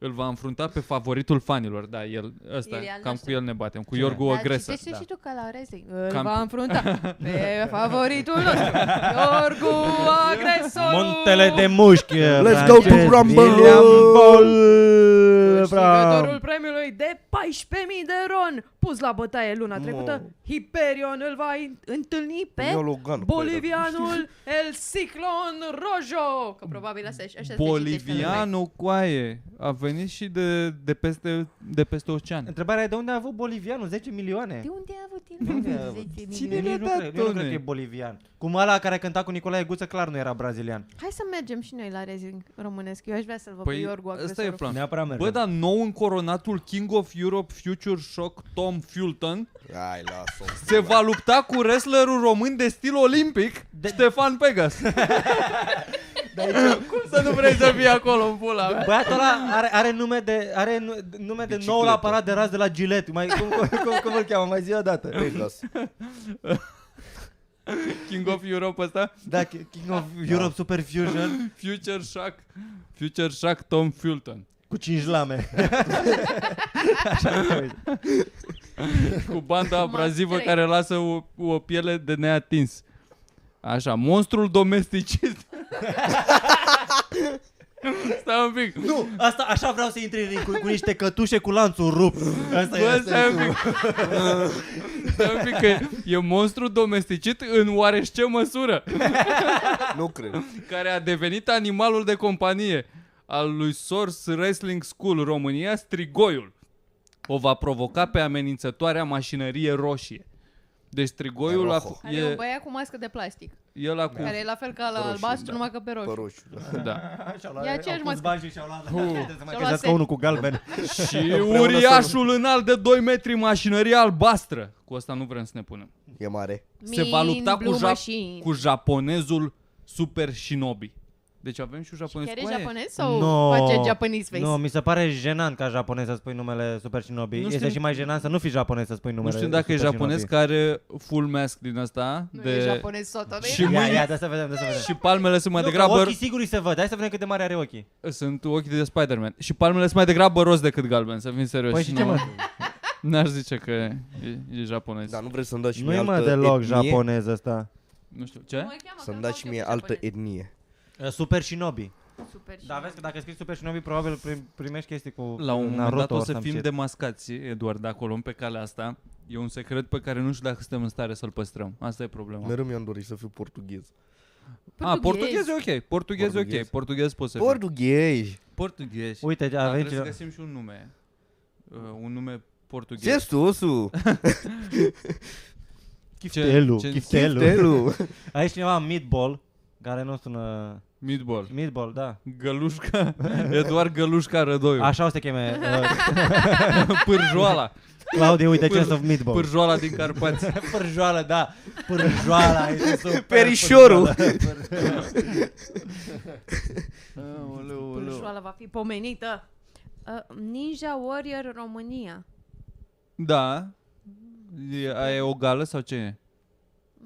S1: Îl va înfrunta pe favoritul fanilor. Da, el, ăsta,
S2: El e al
S1: cam
S2: nostru.
S1: cu el ne batem, cu
S3: Cine?
S1: Iorgu
S2: Dar
S1: Ogresă.
S2: Da,
S1: Da.
S2: citește și tu ca la wrestling. Îl
S1: Camp-
S2: va înfrunta pe favoritul nostru. Iorgu agresorul.
S3: Montele de mușchi.
S5: Let's go to
S3: francez,
S5: Rumble!
S3: William Bol-
S2: Câștigătorul
S3: Bra-
S2: Deci premiului de 14.000 de ron pus la bătaie luna
S5: Mă.
S2: trecută, Hyperion îl va in- întâlni pe
S5: Iau Logan, cu aia, dacă
S2: Bolivianul El Ciclon Rojo. Că probabil asta e așa
S1: Bolivianul Coaie a venit și de, de, peste, de peste ocean.
S3: Întrebarea e de unde a avut bolivianul 10 milioane?
S2: De unde a avut
S3: De unde a
S2: el
S3: avut?
S2: 10
S1: Cine
S3: Eu
S2: milioane?
S1: le-a
S3: nici nu,
S1: dat,
S3: cred, eu nu cred
S1: domne?
S3: că e bolivian. Cum ăla care cânta cu Nicolae Guță, clar nu era brazilian.
S2: Hai să mergem și noi la wrestling românesc. Eu aș vrea să-l văd pe
S1: Păi,
S2: Iorgu
S1: ăsta e
S2: Agresoru.
S1: plan.
S3: Neapărat mergem.
S1: Bă, dar nou încoronatul King of Europe Future Shock Tom Fulton
S5: știi. Hai, las-o.
S1: se va lupta cu wrestlerul român de stil olimpic, de... Stefan Pegas. Cum să nu vrei să fii acolo în pula mea?
S3: Băiatul ăla are, are nume de, are nu- nume de noul
S5: Bicicletă.
S3: aparat de raz de la Gillette. Mai, cum, cum, cum, cum îl cheamă? Mai zi o dată.
S5: Vegas.
S1: King of Europe ăsta,
S3: Da, King of Europe Super Fusion
S1: Future Shock, Future Shock Tom Fulton.
S3: cu 5 lame. Așa se uită.
S1: Cu banda abrazivă
S2: trei.
S1: care lasă o, o piele de neatins. Așa, monstrul domesticist. Stai un pic.
S3: Nu, asta, așa vreau să intri în ring, cu, cu niște cătușe cu lanțul rupt. Asta e,
S1: Bă,
S3: asta
S1: stai
S3: e
S1: un
S3: cu-
S1: pic. Stai un pic că e monstru domesticit în oarește măsură,
S5: Nu cred.
S1: care a devenit animalul de companie al lui Source Wrestling School România, Strigoiul. o va provoca pe amenințătoarea mașinărie roșie. Deci trigoiul a f-
S5: Rojo.
S2: Are e... un
S1: e,
S2: băiat cu mască de plastic,
S1: e la cu...
S2: care e la fel ca la
S5: Roșu,
S2: albastru,
S5: da.
S2: numai că pe roșu.
S5: Pe roșu. da.
S1: Da.
S3: Așa, la,
S2: E aceeași mască.
S3: bajii și-au luat. Da,
S2: luat
S3: Credeți că
S2: sec.
S3: unul cu galben.
S1: Și uriașul înalt de 2 metri mașinărie albastră. Cu asta nu vrem să ne punem.
S5: E mare.
S1: Se va lupta cu,
S2: Blue
S1: jap-
S2: Machine.
S1: cu japonezul Super Shinobi. Deci avem și un japonez.
S2: Chiar e
S1: Bă,
S2: japonez sau no. face Japanese face?
S3: Nu, mi se pare jenant ca japonez să spui numele Super Shinobi.
S1: Nu
S3: este
S1: știu-
S3: și mai jenant să nu fii japonez să spui
S1: Nu
S3: numele
S1: știu dacă e
S3: Super
S1: japonez
S3: Shinobi.
S1: care are full mask din asta.
S2: Nu
S1: de...
S2: e japonez sotone.
S1: Și
S2: da.
S1: mâini-
S3: Ia, ia, da să vedem, da să vedem.
S1: Și palmele sunt mai
S3: Nu, că
S1: degrabă...
S3: Ochii sigur îi se văd. Hai să vedem cât de mare are ochii.
S1: Sunt ochii de Spider-Man. Și palmele sunt mai degrabă roz decât galben, să fim serios.
S3: Păi și
S1: nu,
S3: ce mă?
S1: N-aș zice că e, e japonez.
S3: Da,
S5: Dar nu vrei să-mi dai și mie
S3: Nu-i mă
S5: altă
S3: deloc
S5: etnie?
S3: japonez ăsta.
S1: Nu știu, ce?
S2: Mă cheamă, că
S5: Să-mi
S2: am
S5: dai
S2: auzit
S5: și mie
S2: pe
S5: altă
S2: japonez.
S5: etnie.
S3: Uh, Super Shinobi.
S2: Super
S3: Da, vezi că dacă scrii Super Shinobi, probabil prim- primești chestii cu
S1: La un moment
S3: Naruto
S1: dat o
S3: or
S1: să
S3: some
S1: fim
S3: shit.
S1: demascați, Eduard, acolo, pe calea asta. E un secret pe care nu știu dacă suntem în stare să-l păstrăm. Asta e problema.
S5: Mereu mi-am dorit să fiu portughez.
S2: Păi
S1: A, portughez e ok. Portughez e ok.
S5: Portughez.
S1: Portughez poți să fii.
S5: Portughez!
S1: Portughez.
S3: Uite,
S1: Dar
S3: avem
S1: trebuie să
S3: ceva.
S1: găsim și un nume. Uh, un nume portughez.
S5: Gestosu!
S3: Chiftelu,
S1: ce-
S3: chiftelu.
S5: Telu!
S3: Aici cineva Meatball, care nu sună...
S1: Meatball.
S3: Meatball, da.
S1: Gălușca. Eduard Gălușca Rădoiu.
S3: Așa o să cheme uh,
S1: Pârjoala.
S3: Claudiu, uite,
S1: Pâr-
S3: Chance of Meatball.
S1: Pârjoala din Carpați.
S3: Pârjoală, da. Pârjoala. ai zis super
S5: Perișorul.
S3: pârjoală.
S2: Pârșoala va fi pomenită. Uh, Ninja Warrior România.
S1: Da. E, aia e o gală sau ce e?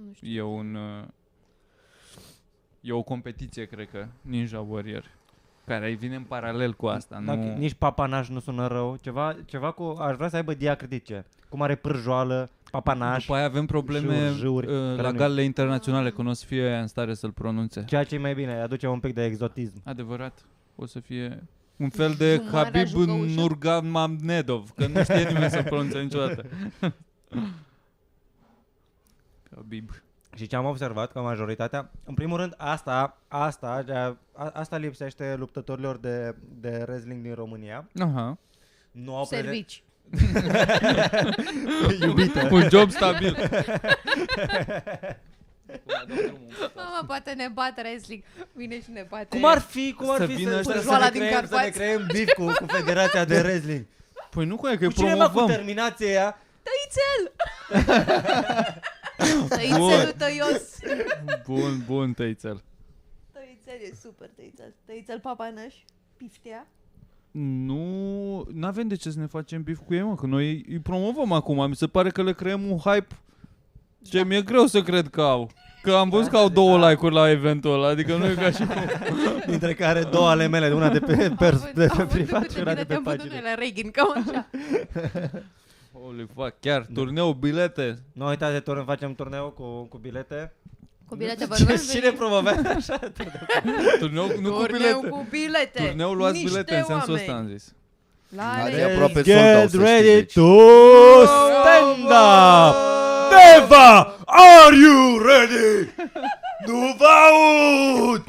S2: Nu știu.
S1: E un... uh, E o competiție, cred că, Ninja Warrior, care ai vine în paralel cu asta.
S3: Dacă
S1: Nu...
S3: nici papanaș nu sună rău, ceva, ceva cu, aș vrea să aibă diacritice. Cum are pârjoală, papanaș,
S1: După aia avem probleme
S3: jâuri, jâuri,
S1: uh,
S3: care
S1: la
S3: nu-
S1: galele internaționale, că nu o să fie aia în stare să-l pronunțe.
S3: ceea ce e mai bine, aduce un pic de exotism.
S1: Adevărat, o să fie un fel de
S2: Jumara
S1: Habib
S2: Jucăușă.
S1: Nurmagomedov, că nu știe nimeni să pronunțe niciodată. Habib.
S3: Și ce am observat, că majoritatea, în primul rând, asta, asta, a, asta lipsește luptătorilor de, de wrestling din România.
S1: Aha.
S3: Nu au prezen-
S2: Servici.
S1: Iubită. Un job stabil.
S2: Mama, poate ne bate wrestling. Vine și ne bate.
S3: Cum ar fi, cum ar
S1: Să
S3: fi
S1: vină ăștia
S3: să,
S2: să ne
S3: ne
S2: din
S3: creăm, să ne
S2: Carpați.
S3: creăm bif cu, cu Federația de Wrestling?
S1: Păi nu cu aia, că
S3: Cu
S1: îi
S3: cine mă cu
S1: promovăm.
S3: terminația aia?
S2: Tăițel! Tăițelul tăios.
S1: Bun, bun, tăițel.
S2: Tăițel e super, tăițel. Tăițel papanaș. Piftea.
S1: Nu, nu avem de ce să ne facem bif cu ei, mă, că noi îi promovăm acum. Mi se pare că le creăm un hype ce mi-e greu să cred că au. Că am văzut că au două like-uri la eventul ăla, adică nu e ca și cum...
S3: Dintre care două ale mele, una de pe, pe, de pe privat și una
S2: de
S3: de pe
S2: pe
S3: pagină.
S2: la Reagan, cam așa.
S1: Holy fuck, chiar, turneu, bilete.
S3: Nu uitați de turn, facem turneu cu, cu bilete.
S2: Cu bilete vorbesc.
S3: Cine promovează așa?
S1: Turneu cu- nu cu
S2: Turneu
S1: bilete.
S2: cu bilete.
S1: Turneu luați
S2: Niște
S1: bilete în sensul
S2: oameni.
S1: ăsta, am zis.
S2: La
S5: Are
S2: Reagan.
S5: aproape sold out,
S3: Get
S5: să
S3: ready
S5: știi, deci.
S3: to stand up!
S5: Deva, are you ready? nu vă aud!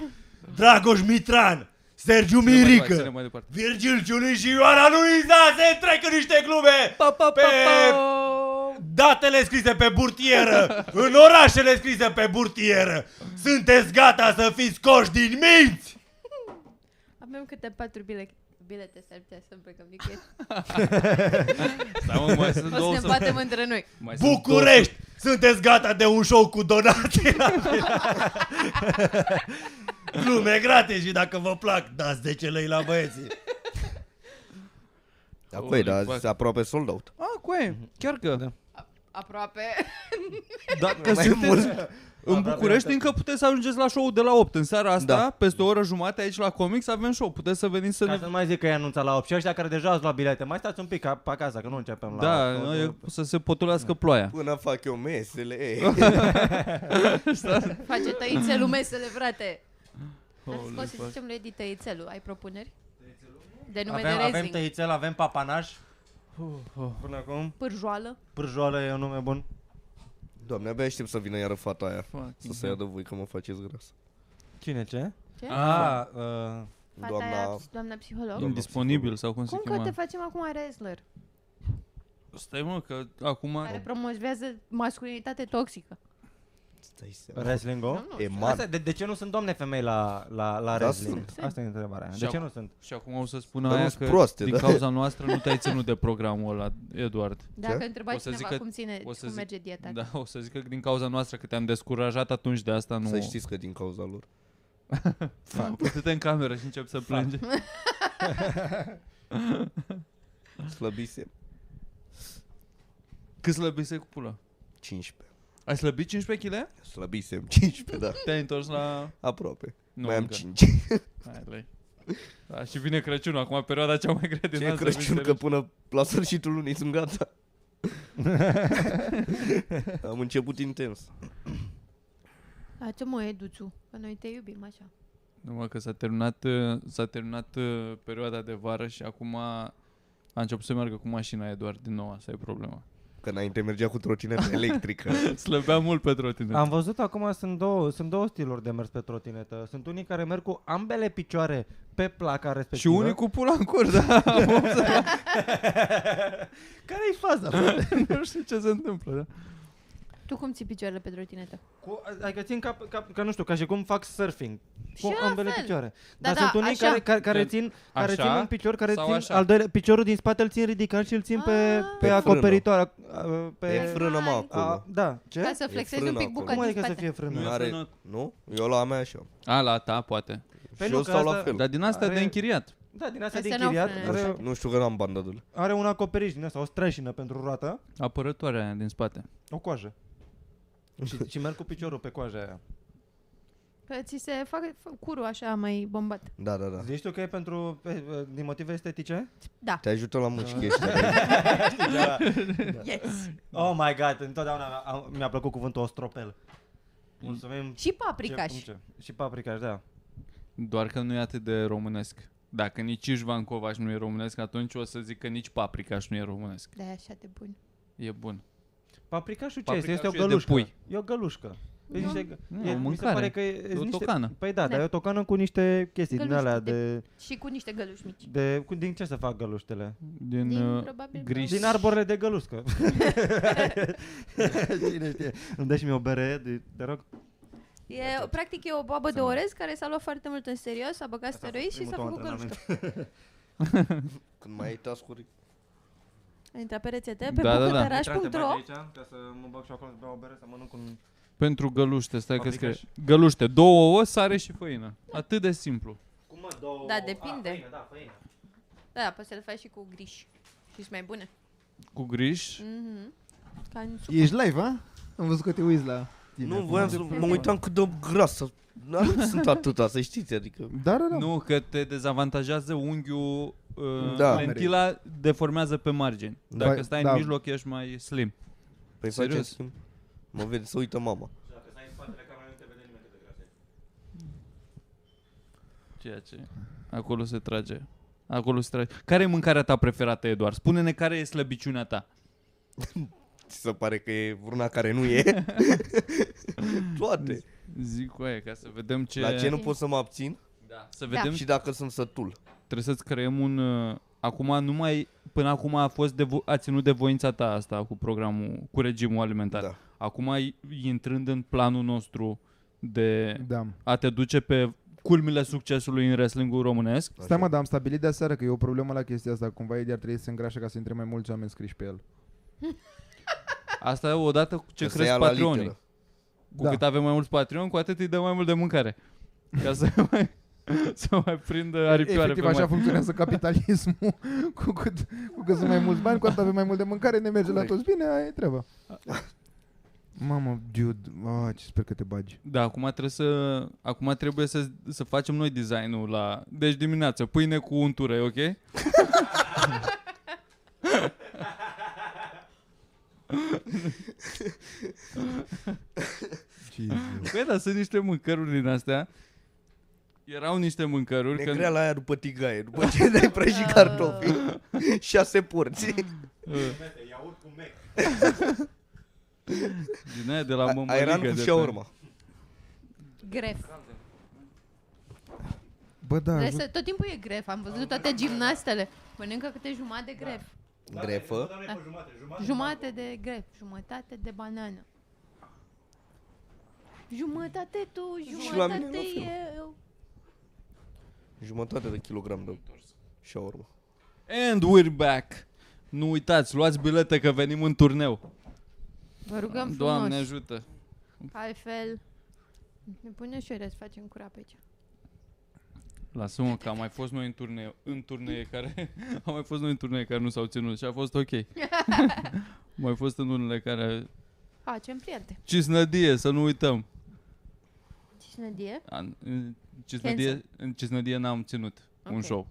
S3: Dragoș Mitran, Sergiu
S1: Ține mai departe, ține mai departe.
S3: Virgil Ciuni și Ioana Luiza se trec în niște glume
S2: Pa, pa, pa,
S3: pe
S2: pa.
S3: datele scrise pe burtieră, în orașele scrise pe burtieră. Sunteți gata să fiți coși din minți?
S2: Avem câte patru bilete. Bilete s-ar putea să plecăm de
S1: Da, mă, mai sunt
S2: O
S1: două
S2: să ne
S1: săptămâni.
S2: batem între noi.
S1: Mai sunt
S3: București, sunteți gata de un show cu donații? Glume gratis și dacă vă plac, dați 10 lei la băieții.
S5: Da,
S1: Holy
S5: păi, da,
S1: fuck.
S5: se aproape sold out.
S1: două- Ah, cu aia, chiar că. Da.
S2: Aproape.
S1: Dacă
S5: Mai
S1: sunteți
S5: mult.
S1: în București, încă puteți să ajungeți la show de la 8 în seara asta,
S5: Da.
S1: peste o oră jumate aici la Comics avem show. Puteți să veniți să
S3: Ca
S1: ne...
S3: să nu mai zic că e anunțat la 8 și ăștia care deja ați luat bilete, mai stați un pic ca- pe acasă, că nu începem la
S1: Da,
S3: opt.
S1: e, să se potolească ploaia.
S5: Până fac eu mesele, ei.
S2: Face tăițelul mesele, frate. Ar
S1: Holy
S2: scos să
S1: fuck.
S2: zicem lui Edi tăițelul. Ai propuneri? De nume
S3: Avem,
S2: de
S3: avem
S2: racing.
S3: tăițel, avem papanaș. Până acum.
S2: Pârjoală.
S3: Pârjoală e un nume bun.
S5: Doamne, abia aștept să vină iară fata aia. Să
S1: Fucking
S5: se ia de voi că mă faceți gras.
S3: Cine ce?
S2: Ce?
S1: Da, Ah,
S3: A,
S2: Fata
S3: uh,
S2: doamna...
S5: Doamna...
S2: aia, doamna psiholog?
S1: Indisponabil sau cum se
S2: Cum că
S1: chema.
S2: te facem acum wrestler?
S1: Stai mă, că acum...
S2: care promovează masculinitate toxică.
S5: Stai seama.
S3: Wrestling go?
S2: Nu, nu
S5: E
S2: știu.
S5: mare.
S3: Asta, de, de ce nu sunt doamne femei la, la, la
S5: Da,
S3: wrestling?
S5: sunt.
S3: Asta e întrebarea. De
S1: Și
S3: ce
S1: acum-
S3: nu sunt?
S1: Și acum o să spună
S5: Dar
S1: aia
S5: nu-s
S1: că
S5: proaste,
S1: din
S5: da.
S1: cauza noastră nu te-ai ținut de programul ăla, Eduard.
S2: Dacă
S5: Ce?
S2: întrebai
S1: O să
S2: cineva
S1: zic că-
S2: cum ține,
S1: o să
S2: cum
S1: zic-
S2: merge dieta.
S1: Da, o să zic că din cauza noastră că te-am descurajat atunci de asta nu...
S5: Să știți că din cauza lor.
S1: Uite-te în cameră și încep să plângi.
S5: Slăbise
S1: Cât slăbise cu pula?
S5: 15.
S1: Ai slăbit 15 kg?
S5: Slăbisem 15, da.
S1: Te-ai întors la...
S5: Aproape.
S1: Nu,
S5: mai am
S1: încă.
S5: 5.
S1: Hai, lei. Da, și vine Crăciunul, acum perioada cea mai grea din
S5: Ce
S1: an,
S5: e
S1: să
S5: Crăciun
S1: fii
S5: că până la sfârșitul lunii sunt gata. Am început intens.
S2: Da. ce mă, Eduțu, că noi te iubim așa.
S1: Numai că s-a terminat, uh, s-a terminat uh, perioada de vară și acum a început să meargă cu mașina Eduard din nou, asta e problema.
S5: Că înainte mergea cu trotineta electrică.
S1: Slăbea mult pe trotinetă.
S3: Am văzut acum sunt două, sunt două stiluri de mers pe trotinetă. Sunt unii care merg cu ambele picioare pe placa
S1: Și
S3: respectivă.
S1: unii cu pula în cur, da, am observat.
S3: Care-i faza? bă?
S1: nu știu ce se întâmplă, da.
S2: Tu cum ții picioarele pe trotinetă?
S3: cu, adică țin ca, ca, ca, nu știu, ca și cum fac surfing.
S2: Și
S3: Cu
S2: la
S3: ambele
S2: fel.
S3: picioare.
S2: Da,
S3: Dar
S2: da,
S3: sunt unii
S2: așa.
S3: care, care, care,
S1: Gen,
S3: țin, care
S1: așa
S3: țin un picior, care
S1: sau
S3: țin
S1: așa?
S3: al doilea, piciorul din spate îl țin ridicat și îl țin pe,
S2: Ah.
S3: pe
S5: Pe
S3: acoperitoare. a-
S5: E
S3: Pe,
S5: frână mă
S2: Hai.
S3: Păi, a,
S5: acolo.
S3: da,
S2: Ca
S3: ce?
S2: să
S5: E
S2: flexezi un
S5: frână
S2: pic
S5: acolo.
S2: bucata
S3: Cum
S2: din
S3: adică să
S2: spate.
S3: fie frână?
S1: Nu e
S5: N-are,
S1: frână.
S5: nu? Eu la a mea e așa.
S1: A, la ta, poate.
S3: Păi
S5: și
S3: nu,
S5: eu
S3: că
S5: stau la
S3: asta- Da.
S5: fel.
S1: Dar din asta
S3: Are-
S1: de închiriat.
S3: Da, din asta de
S2: Astea n-au
S3: închiriat
S2: frâne.
S5: Nu
S3: are,
S5: știu, nu știu că n-am bandadul.
S3: are un acoperiș din asta, o strășină pentru roată,
S1: Apărătoarea aia din spate.
S3: o coajă. și, și merg cu piciorul pe coaja aia.
S2: Că ți se fac f- curul așa mai bombat.
S5: Da, da, da.
S3: Zici tu că e pentru, pe, din motive estetice?
S2: Da.
S5: Te ajută la mușchi chestia.
S2: Yes.
S3: Oh my god, întotdeauna am, mi-a plăcut cuvântul ostropel. Mm. Mulțumim.
S2: Și paprikaș.
S3: Ce- cum ce? Și paprikaș, da.
S1: Doar că nu e atât de românesc. Dacă nici Ișvan Covaș nu e românesc, atunci o să zic că nici Paprikaș nu e românesc.
S2: Da, e așa de bun.
S1: E bun.
S3: Paprikașul ce
S1: Paprikașul
S3: este? Este o
S1: e de
S3: gălușcă.
S1: pui.
S3: E o gălușcă. E
S2: Nu.
S3: niște,
S1: Nu, o
S3: e, mi se
S1: mâncare.
S3: pare că e,
S1: E o
S3: niște,
S1: tocană.
S3: Păi da,
S2: Da.
S3: dar e o tocană cu niște chestii din
S2: Găluște
S3: alea
S2: de-
S3: de...
S2: Și cu niște găluși mici.
S3: de cu, din ce să fac găluștele?
S1: Din,
S2: Din,
S1: uh,
S2: probabil, da.
S1: gris.
S3: Din arborele de găluscă. Cine știe? Îmi dai și mie o bere, de, te rog?
S2: E, practic e o babă de orez care s-a luat foarte mult în serios, a băgat
S3: Asta a fost
S2: steroizi și
S3: primul
S2: s-a
S3: tău
S2: făcut gălușcă.
S3: antrenament.
S5: Când mai ai tascuri,
S2: A intrat pe rețete,
S1: Da,
S2: pe
S1: da, da.
S2: bucătăraș.ro
S3: Intrați-vă de aici, ca să mă bag și acolo să beau o bere, să mănânc un...
S1: Pentru găluște, stai că scrie.
S3: Paprikaș.
S1: Găluște, două ouă, sare și făină. Atât de simplu.
S3: Cum mă, două...
S2: Da, depinde.
S3: A, făină, da, făină.
S2: Da, poți să le faci și cu griș. Și sunt mai bune.
S1: Cu griș.
S2: Mhm. Ca în sup.
S6: Ești live, a? Am văzut că te uiți la tine.
S5: Nu, voiam să mă uitam cât de grasă. Dar nu sunt atâta, să știți, adică...
S6: Da, da, da.
S1: Nu, că te dezavantajează unghiul, uh,
S5: Da.
S1: lentila deformează pe margini. Dacă
S6: Vai,
S1: stai
S6: da.
S1: în mijloc, ești mai slim.
S5: Păi
S1: Serios?
S5: facem schimb. Mă vede, să uită mama.
S3: Dacă stai în spatele camerei, nu te vede nimeni cât de gras ești.
S1: Ceea ce... Acolo se trage. Acolo se trage. Care e mâncarea ta preferată, Eduard? Spune-ne care e slăbiciunea ta.
S5: Ți se pare că e vreuna care nu e? Toate.
S1: Zic cu aia, ca să vedem ce...
S5: La ce nu pot să mă abțin?
S1: Da. Să vedem...
S5: Și dacă sunt sătul.
S1: Trebuie să-ți creăm un... uh, Acum nu mai... Până acum a, fost de vo- a ținut de voința ta asta cu programul, cu regimul alimentar.
S5: Da.
S1: Acum, ai- intrând în planul nostru de
S4: Da.
S1: a te duce pe culmile succesului în wrestlingul românesc,
S4: Stai mă, dar am stabilit de aseară că e o problemă la chestia asta. Cumva ei ar trebui să se îngrașe ca să intre mai mulți oameni scriși pe el.
S1: asta e odată cu ce
S5: Că se ia
S1: cresc
S5: la
S1: patronii.
S5: literă.
S1: Cu
S4: Da.
S1: da. cât avem mai mulți Patreon, cu atât îi dăm mai mult de mâncare. Ca să mai, să mai prindă aripioare
S4: Efectiv,
S1: pe
S4: așa
S1: mai.
S4: funcționează capitalismul. cu, cât, cu cât sunt mai mulți bani, cu atât avem mai mult de mâncare, ne merge la
S5: Corect.
S4: toți bine, aia e treaba. Mamă, dude, oh, ce sper că te bagi.
S1: Da, acum trebuie să acum trebuie să, să facem noi designul la deci dimineață, pâine cu untură, e ok? Păi da, sunt niște mâncăruri din astea. Erau niște mâncăruri
S5: Ne
S1: că
S5: crea la aia după tigaie, după ce dai prăjit cartofi. Șase porți.
S1: uh,
S3: Iaurt cu mec.
S1: din aia de la
S5: A- Airan
S1: mămăligă
S5: cu
S1: de
S5: șaurma.
S2: Gref.
S4: Bă, da,
S2: Trebuie
S4: ajut- da,
S2: să, tot timpul e gref. Am văzut toate gimnastele. Mănâncă câte jumătate de gref.
S5: grefă.
S2: Da. Jumate de gref, jumătate de banană. Jumătate tu,
S5: Și la mine
S2: jumătate
S5: la fel.
S2: eu.
S5: Jumătate de kilogram de shawarma.
S1: And we're back. Nu uitați, luați bilete că venim în turneu.
S2: Vă rugăm
S1: Doamne
S2: frumos.
S1: ajută.
S2: Altfel, ne pune și să facem curat pe aici.
S1: Lasă-mă că am mai fost noi în turneu, în turnee care am mai fost noi în turnee care nu s-au ținut și a fost ok. Am mai fost în unele care
S2: Facem prieteni.
S1: Cisnădie, să nu uităm.
S2: Cine die?
S1: A, În Cisnădie,
S2: Cancel.
S1: în Cisnădie n-am ținut un
S2: Ok.
S1: show.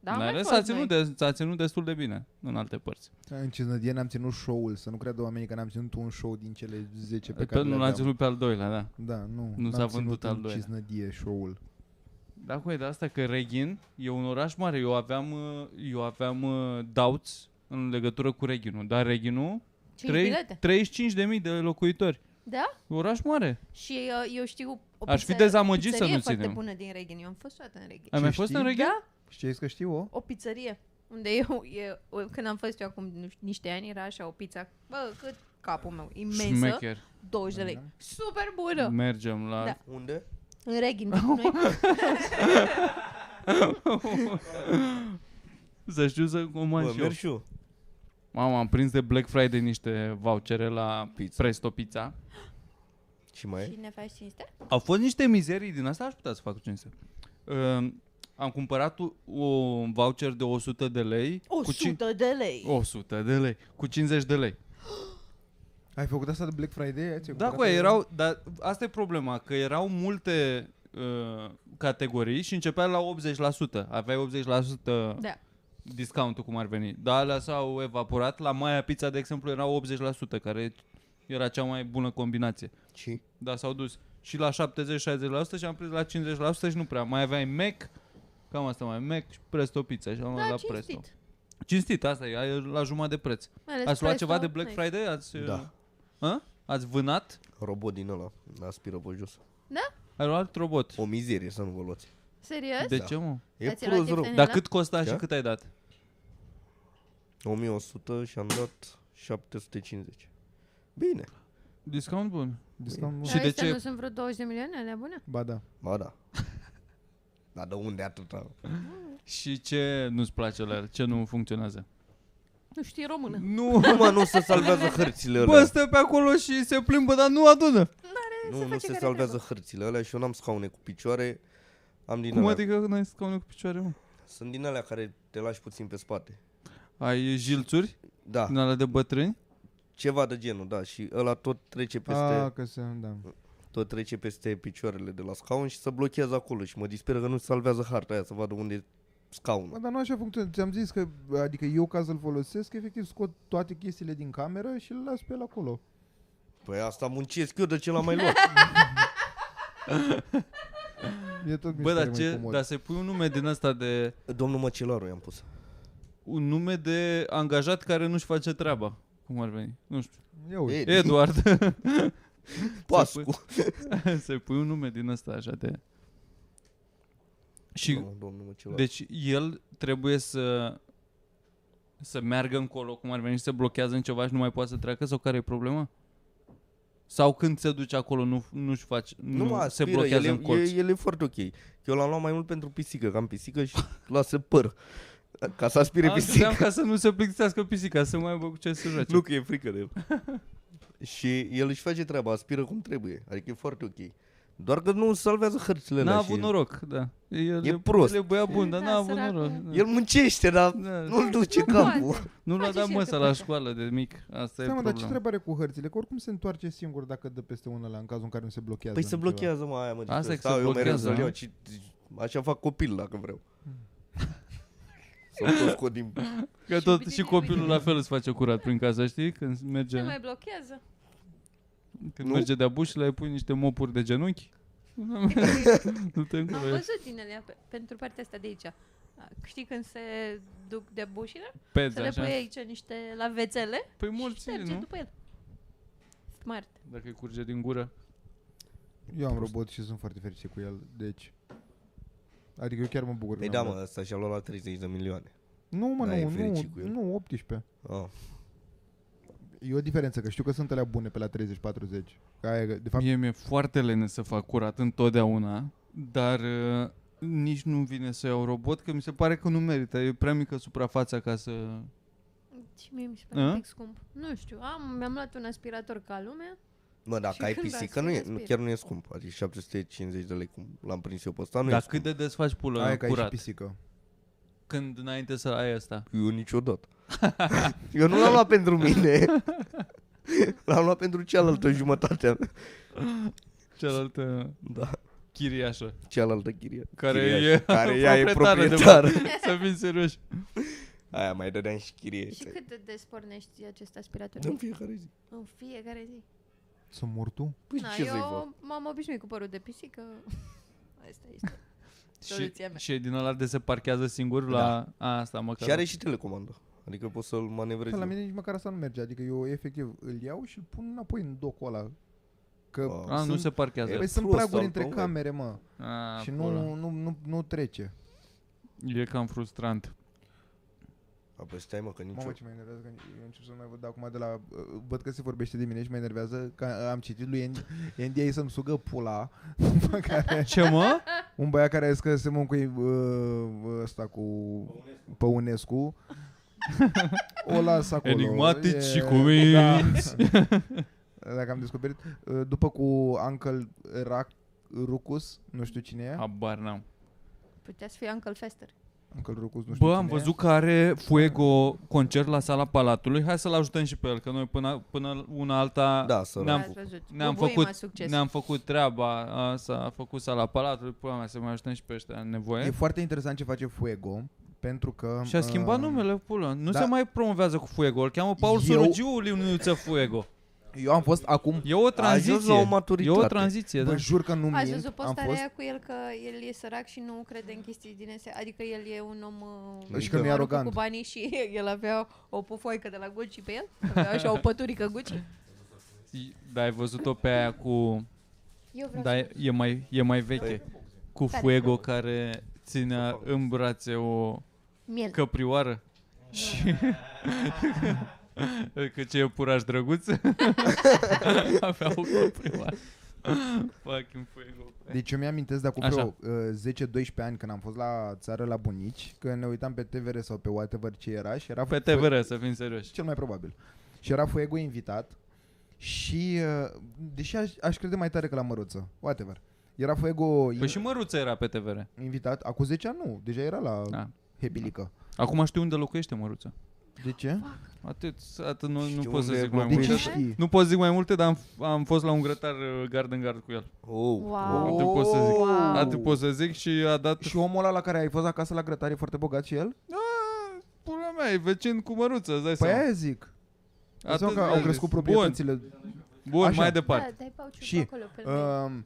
S2: Da, am
S1: Dar
S2: mai
S1: în rest
S2: fost
S1: s-a ținut,
S2: noi.
S1: de, s-a ținut destul de bine în alte părți.
S4: În Cinădie n-am ținut show-ul, să nu creadă oamenii că n-am ținut un show din cele 10
S5: Păi
S4: pe
S1: Pe
S4: care
S1: nu
S4: le
S1: l-am
S4: aveam.
S1: ținut pe al doilea, da.
S4: Da, nu.
S1: Nu s-a
S4: n-am
S1: vândut
S4: ținut
S1: al
S4: în
S1: doilea.
S4: Cisnădie show-ul.
S1: Da, cu de asta că Reghin e un oraș mare. Eu aveam, uh, eu aveam uh, doubts în legătură cu Reghinul, dar Reghinul
S2: Cinci bilete.
S1: 35.000 de locuitori.
S2: Da?
S1: E oraș mare.
S2: Și uh, eu știu o
S1: Aș fi
S2: pizzerie-
S1: dezamăgit să
S2: pizzerie
S1: nu
S2: foarte
S1: ținem.
S2: bună din Reghin. Eu am fost toată în Reghin.
S1: Ai
S4: Ce
S1: mai fost
S4: știi?
S1: în Reghin?
S2: Da,
S4: Știi că știu o?
S2: o pizzerie. Unde eu, eu, când am fost eu acum nu știu, niște ani, era așa o pizza, bă, cât capul meu, imensă,
S1: Șmecher. Da. Mm.
S2: 20 de lei. Super bună!
S1: Mergem la...
S2: Da.
S5: Unde?
S2: În Reghin, cu noi.
S1: Să știu să comand
S5: Bă,
S1: și eu.
S5: merg și eu.
S1: Mama, am prins de Black Friday niște vouchere la
S5: Pizza.
S1: Presto Pizza.
S5: Și mai
S2: Și
S5: e?
S2: ne faci cinste?
S1: Au fost niște mizerii din asta, aș putea să fac cinste. Uh, am cumpărat u- un voucher de 100 de lei. cu cin-
S2: 100 de lei!
S1: 100 de lei. Cu 50 de lei.
S4: Ai făcut asta de Black Friday? Ai
S1: Da, cu erau, dar asta e problema, că erau multe uh, categorii și începea la 80%. Aveai 80%
S2: Da.
S1: discountul cum ar veni. Dar alea s-au evaporat. La Maia Pizza, de exemplu, era 80%, care era cea mai bună combinație.
S5: Și?
S1: Dar s-au dus și la 70-60% și am prins la 50% și nu prea. Mai aveai Mac, cam asta mai, Mac și Presto Pizza și am luat
S2: Da,
S1: la Presto.
S2: cinstit.
S1: Cinstit, asta e, ai la jumătate de preț.
S2: Mai ales
S1: Ați luat
S2: Presto,
S1: ceva de Black
S2: nice.
S1: Friday? Ați,
S5: Da.
S1: A? Ați vânat?
S5: Robot din ăla. Aspiră pe jos.
S1: Ai luat robot.
S5: O mizerie să nu vă luați.
S2: Serios?
S1: De
S5: Da.
S1: ce, mă?
S5: E
S2: Ați luat
S5: prost rău.
S2: ieftin?
S1: Dar
S2: la-
S1: cât costa
S5: Ce?
S1: și cât ai dat?
S5: 1100 și am dat 750. Bine.
S1: Discount bun.
S4: Discount
S1: Și
S2: Și
S1: de
S2: de
S1: ce-
S2: nu sunt vreo 20 de milioane alea bune?
S4: Ba da.
S5: Ba da. Dar de unde atâta?
S1: Și ce nu-ți place la el? Ce nu funcționează?
S2: Nu știi română.
S1: Nu!
S5: Nu, mă, nu se salvează hărțile alea.
S1: Bă, stă pe acolo și se plimbă, dar nu adună.
S2: se
S5: nu, nu
S2: face
S5: se
S2: care
S5: salvează
S2: trebuie.
S5: hărțile alea și eu n-am scaune cu picioare. Am din
S1: Cum
S5: alea.
S1: adică când ai scaune cu picioare, mă?
S5: Sunt din alea care te lași puțin pe spate.
S1: Ai jilțuri
S5: Da,
S1: din alea de bătrâni?
S5: ceva de genul, da. Și ăla tot trece peste,
S4: Ah, că se, da.
S5: tot trece peste picioarele de la scaun și se blochează acolo. Și mă disperă că nu se salvează harta aia să vadă unde e
S4: Mă,
S5: scaunul.
S4: dar nu așa funcționează. Ți-am zis că, adică eu ca să-l folosesc, efectiv scot toate chestiile din cameră și le las pe el acolo.
S5: Păi asta muncesc eu, de ce l-am mai luat?
S4: E tot mi
S1: Bă,
S4: se pare
S1: dar
S4: mai
S1: ce?
S4: comod.
S1: Dar să pui un nume din asta de...
S5: Domnul Măcelaru i-am pus.
S1: Un nume de angajat care nu-și face treaba. Cum ar veni? Nu știu.
S4: Ia uite.
S5: Ei,
S1: Eduard.
S5: Pascu.
S1: să pui un nume din asta așa de... Și
S5: Mamă, domnul Măcelaru.
S1: Deci el trebuie să să meargă încolo, cum ar veni, și se blochează în ceva și nu mai poate să treacă sau care e problema? Sau când se duce acolo nu, nu-și face, nu,
S5: mă,
S1: se
S5: aspiră,
S1: blochează
S5: el,
S1: în colț.
S5: E, el e foarte ok. Eu l-am luat mai mult pentru pisică, că am pisică și lasă păr. Ca să aspire
S1: A,
S5: pisica.
S1: credeam ca să nu se plictisească pisica, să mai aibă cu ce să joace.
S5: Nu că e frică de el. și el își face treaba, aspiră cum trebuie. Adică e foarte ok. Doar că nu salvează hărțile
S1: N-a
S5: alea
S1: avut
S5: și-
S1: noroc, da. El
S5: E prost.
S1: El e băiat bun, dar
S2: Da,
S1: n-a avut
S2: săracul.
S1: noroc.
S5: El muncește, dar
S1: Da.
S5: nu-l duce
S2: Nu
S5: capul.
S2: poate.
S1: Nu l-a
S2: Face
S1: dat
S2: și el
S1: măsa
S2: că
S1: la
S2: poate.
S1: școală de mic, asta e
S4: Stai mă, dar ce
S1: problema.
S4: treabă are cu hărțile? Că oricum se întoarce singur dacă dă peste una la în cazul în care nu se blochează.
S5: Păi
S4: în
S5: se
S4: ceva.
S5: blochează, mă, aia mă.
S1: Asta
S5: zic,
S1: e că
S5: stau
S1: se
S5: eu mereu
S1: blochează,
S5: să-l
S1: da?
S5: iau, ci- Așa fac copil dacă vreau. Sau tot scot din...
S1: Că
S2: Și
S1: tot
S2: bine,
S1: și
S2: bine,
S1: copilul
S2: bine.
S1: la fel îți face curat prin casă, știi? Când merge...
S2: Ce mai blochează?
S1: Când
S5: Nu?
S1: merge de-a bușile, îi pui niște mopuri de genunchi. Nu te
S2: Am
S1: încolo.
S2: văzut din ele pe, pentru partea asta de aici. A, Știi când se duc de bușină? Să
S1: Pezi,
S2: le
S1: așa.
S2: pui aici niște lavețele
S1: Păi
S2: și
S1: morții,
S2: șterge
S1: nu?
S2: după el. Smart.
S1: Dacă îi curge din gură.
S4: Eu am robot și sunt foarte fericit cu el, deci... Adică eu chiar mă bucur. că
S5: Păi
S4: mi-am
S5: da, mă,
S4: luat.
S5: ăsta și-a luat la 30 de milioane.
S4: Nu, mă,
S5: Da, e
S4: nu, nu,
S5: fericit cu el.
S4: nu, 18.
S5: Ah.
S4: E o diferență, că știu că sunt alea bune pe la 30-40. Că aia, e- de fapt,
S1: Mie mi-e foarte lene să fac curat întotdeauna, dar uh, nici nu vine să iau robot, că mi se pare că nu merită. E prea mică suprafața ca să...
S2: Și mie mi se
S1: A?
S2: pare un pic scump. Nu știu, am, mi-am luat un aspirator ca lumea.
S5: Mă,
S2: Și
S5: dacă ai
S2: când
S5: pisică,
S2: astfel
S5: nu e,
S2: respiri.
S5: nu, chiar nu e scump. Adică 750 de lei, cum l-am prins eu pe ăsta, nu
S1: Dar
S5: e
S1: cât
S5: scump.
S1: de des faci pulă
S4: aia e ca e și
S1: curat?
S4: pisică.
S1: Când înainte să ai asta.
S5: Eu niciodată. eu nu l-am luat pentru mine. l-am luat pentru cealaltă jumătate. a-
S1: Cealaltă
S5: Da,
S1: chiriașă.
S5: cealaltă chirie.
S1: Care
S5: chiriașă,
S1: e
S5: care ea e
S1: proprietară de
S5: proprietară.
S1: Să fim serioși.
S5: Aia mai dădeam și chirie.
S2: Și cât de des pornești acest aspirator?
S5: În fiecare zi.
S2: În fiecare zi.
S4: Să mor tu?
S5: Păi
S2: Na,
S5: ce să-i fac?
S2: eu m-am obișnuit cu părul de pisică. Asta este.
S1: Și,
S2: Soluția mea.
S1: și e din ăla de se parchează singur la a, asta măcar.
S5: Da. Și are și telecomandă. Adică poți să-l manevrezi.
S4: Da, la
S5: eu.
S4: mine nici măcar asta nu merge, adică eu efectiv îl iau și îl pun înapoi în docul ăla. Că
S5: Ah.
S1: a, nu
S4: sunt-
S1: se parchează.
S4: Păi
S5: E
S4: sunt
S5: prost,
S4: praguri
S5: am
S4: între
S5: probleme.
S4: camere, mă,
S2: Ah,
S1: A,
S4: și
S1: pula.
S4: nu, nu, nu, nu trece.
S1: E cam frustrant.
S5: A, păi stai mă, că nici
S4: Mamă,
S5: eu.
S4: ce mă enervează că eu încep să nu mai văd acum de la... uh, Văd că se vorbește de mine și mă enervează că am citit lui N- NDA să-mi sugă pula. pe care,
S1: Ce mă?
S4: un băiat care a zis că se mă cu uh, ăsta cu... Pe UNESCO. o las acolo.
S1: Enigmatici
S4: E-
S1: și cuminți.
S4: Da. Dacă am descoperit. uh, După cu Uncle Rac, Rucus, nu știu cine e.
S1: Habar n-am.
S2: Putea să fie Uncle Fester.
S4: Uncle Rucus, nu știu
S1: Bă,
S4: cine
S1: am
S4: e.
S1: văzut că are Fuego concert la sala Palatului. Hai să-l ajutăm și pe el, că noi până, până una alta
S5: Da, să
S1: Ne-am
S2: Ați văzut.
S1: ne-am
S2: Cu voima
S1: făcut,
S2: succes.
S1: ne-am făcut treaba, a, s-a făcut sala Palatului, pula mea, să mai ajutăm și pe ăștia în
S4: E
S1: nevoie.
S4: foarte interesant ce face Fuego. Pentru că...
S1: Și a schimbat
S4: uh,
S1: numele, pula. Nu
S4: da.
S1: se mai promovează cu Fuego, îl cheamă Paul
S4: Eu-
S1: Sorogiu Liniuță Fuego.
S4: Eu am fost acum
S1: E o
S5: A ajuns
S1: tranziție.
S5: la o
S1: e
S5: maturitate.
S1: o tranziție,
S4: Bă,
S1: da.
S4: jur că nu
S2: Ați
S4: mint,
S2: văzut
S4: am
S2: postarea
S4: fost
S2: aia cu el că el e sărac și nu crede în chestii din astea, adică el e un om uh,
S4: Și că nu e
S2: mărucă
S4: arogant.
S2: cu banii și el avea o pufoică de la Gucci pe el, avea așa o păturică Gucci.
S1: Da, ai văzut-o pe aia cu...
S2: Eu vreau
S1: Da,
S2: să...
S1: e e mai, e mai veche. Cu
S2: Care?
S1: Fuego care ținea în brațe o
S2: Miel.
S1: căprioară. Și... că ce e puraș drăguț Avea o căprioară Fucking Fuego
S4: Deci eu mi-amintesc de acum
S1: Așa.
S4: vreo uh, 10-12 ani când am fost la țară la bunici Că ne uitam pe TVR sau pe whatever ce era și era
S1: Pe
S4: Fue-
S1: TVR, să fim serioși
S4: Cel mai probabil Și era Fuego invitat Și uh, deși aș, aș crede mai tare că la măruță Whatever Era Fuego in-
S1: Păi și Măruța era pe TVR
S4: invitat Acum 10 ani nu, deja era la
S1: Da.
S4: Hebilică
S1: Acum știu unde locuiește Măruța
S4: De ce?
S1: Atât, atât nu, nu
S5: Știu
S1: pot să
S5: unde
S1: zic mai multe
S4: De
S5: locuiește.
S4: ce
S2: Măruță?
S4: știi?
S1: Nu pot să zic mai multe, dar am, am fost la un grătar uh, gard în gard cu el
S5: Oh,
S2: Wow.
S1: Atât pot să zic
S2: Wow.
S1: Atât pot să zic și a dat
S4: Și omul ăla la care ai fost acasă la grătare e foarte bogat și el?
S1: Ah, Pula mea, e vecin cu măruță, îți dai
S4: Păi
S1: seama.
S4: aia zic Atât că au
S1: vezi.
S4: crescut
S1: Bun,
S4: proprietățile
S1: bun
S4: Așa.
S1: mai
S2: Da,
S1: departe.
S2: dai pauciul
S4: Și,
S2: și, acolo pe uh,
S4: Um,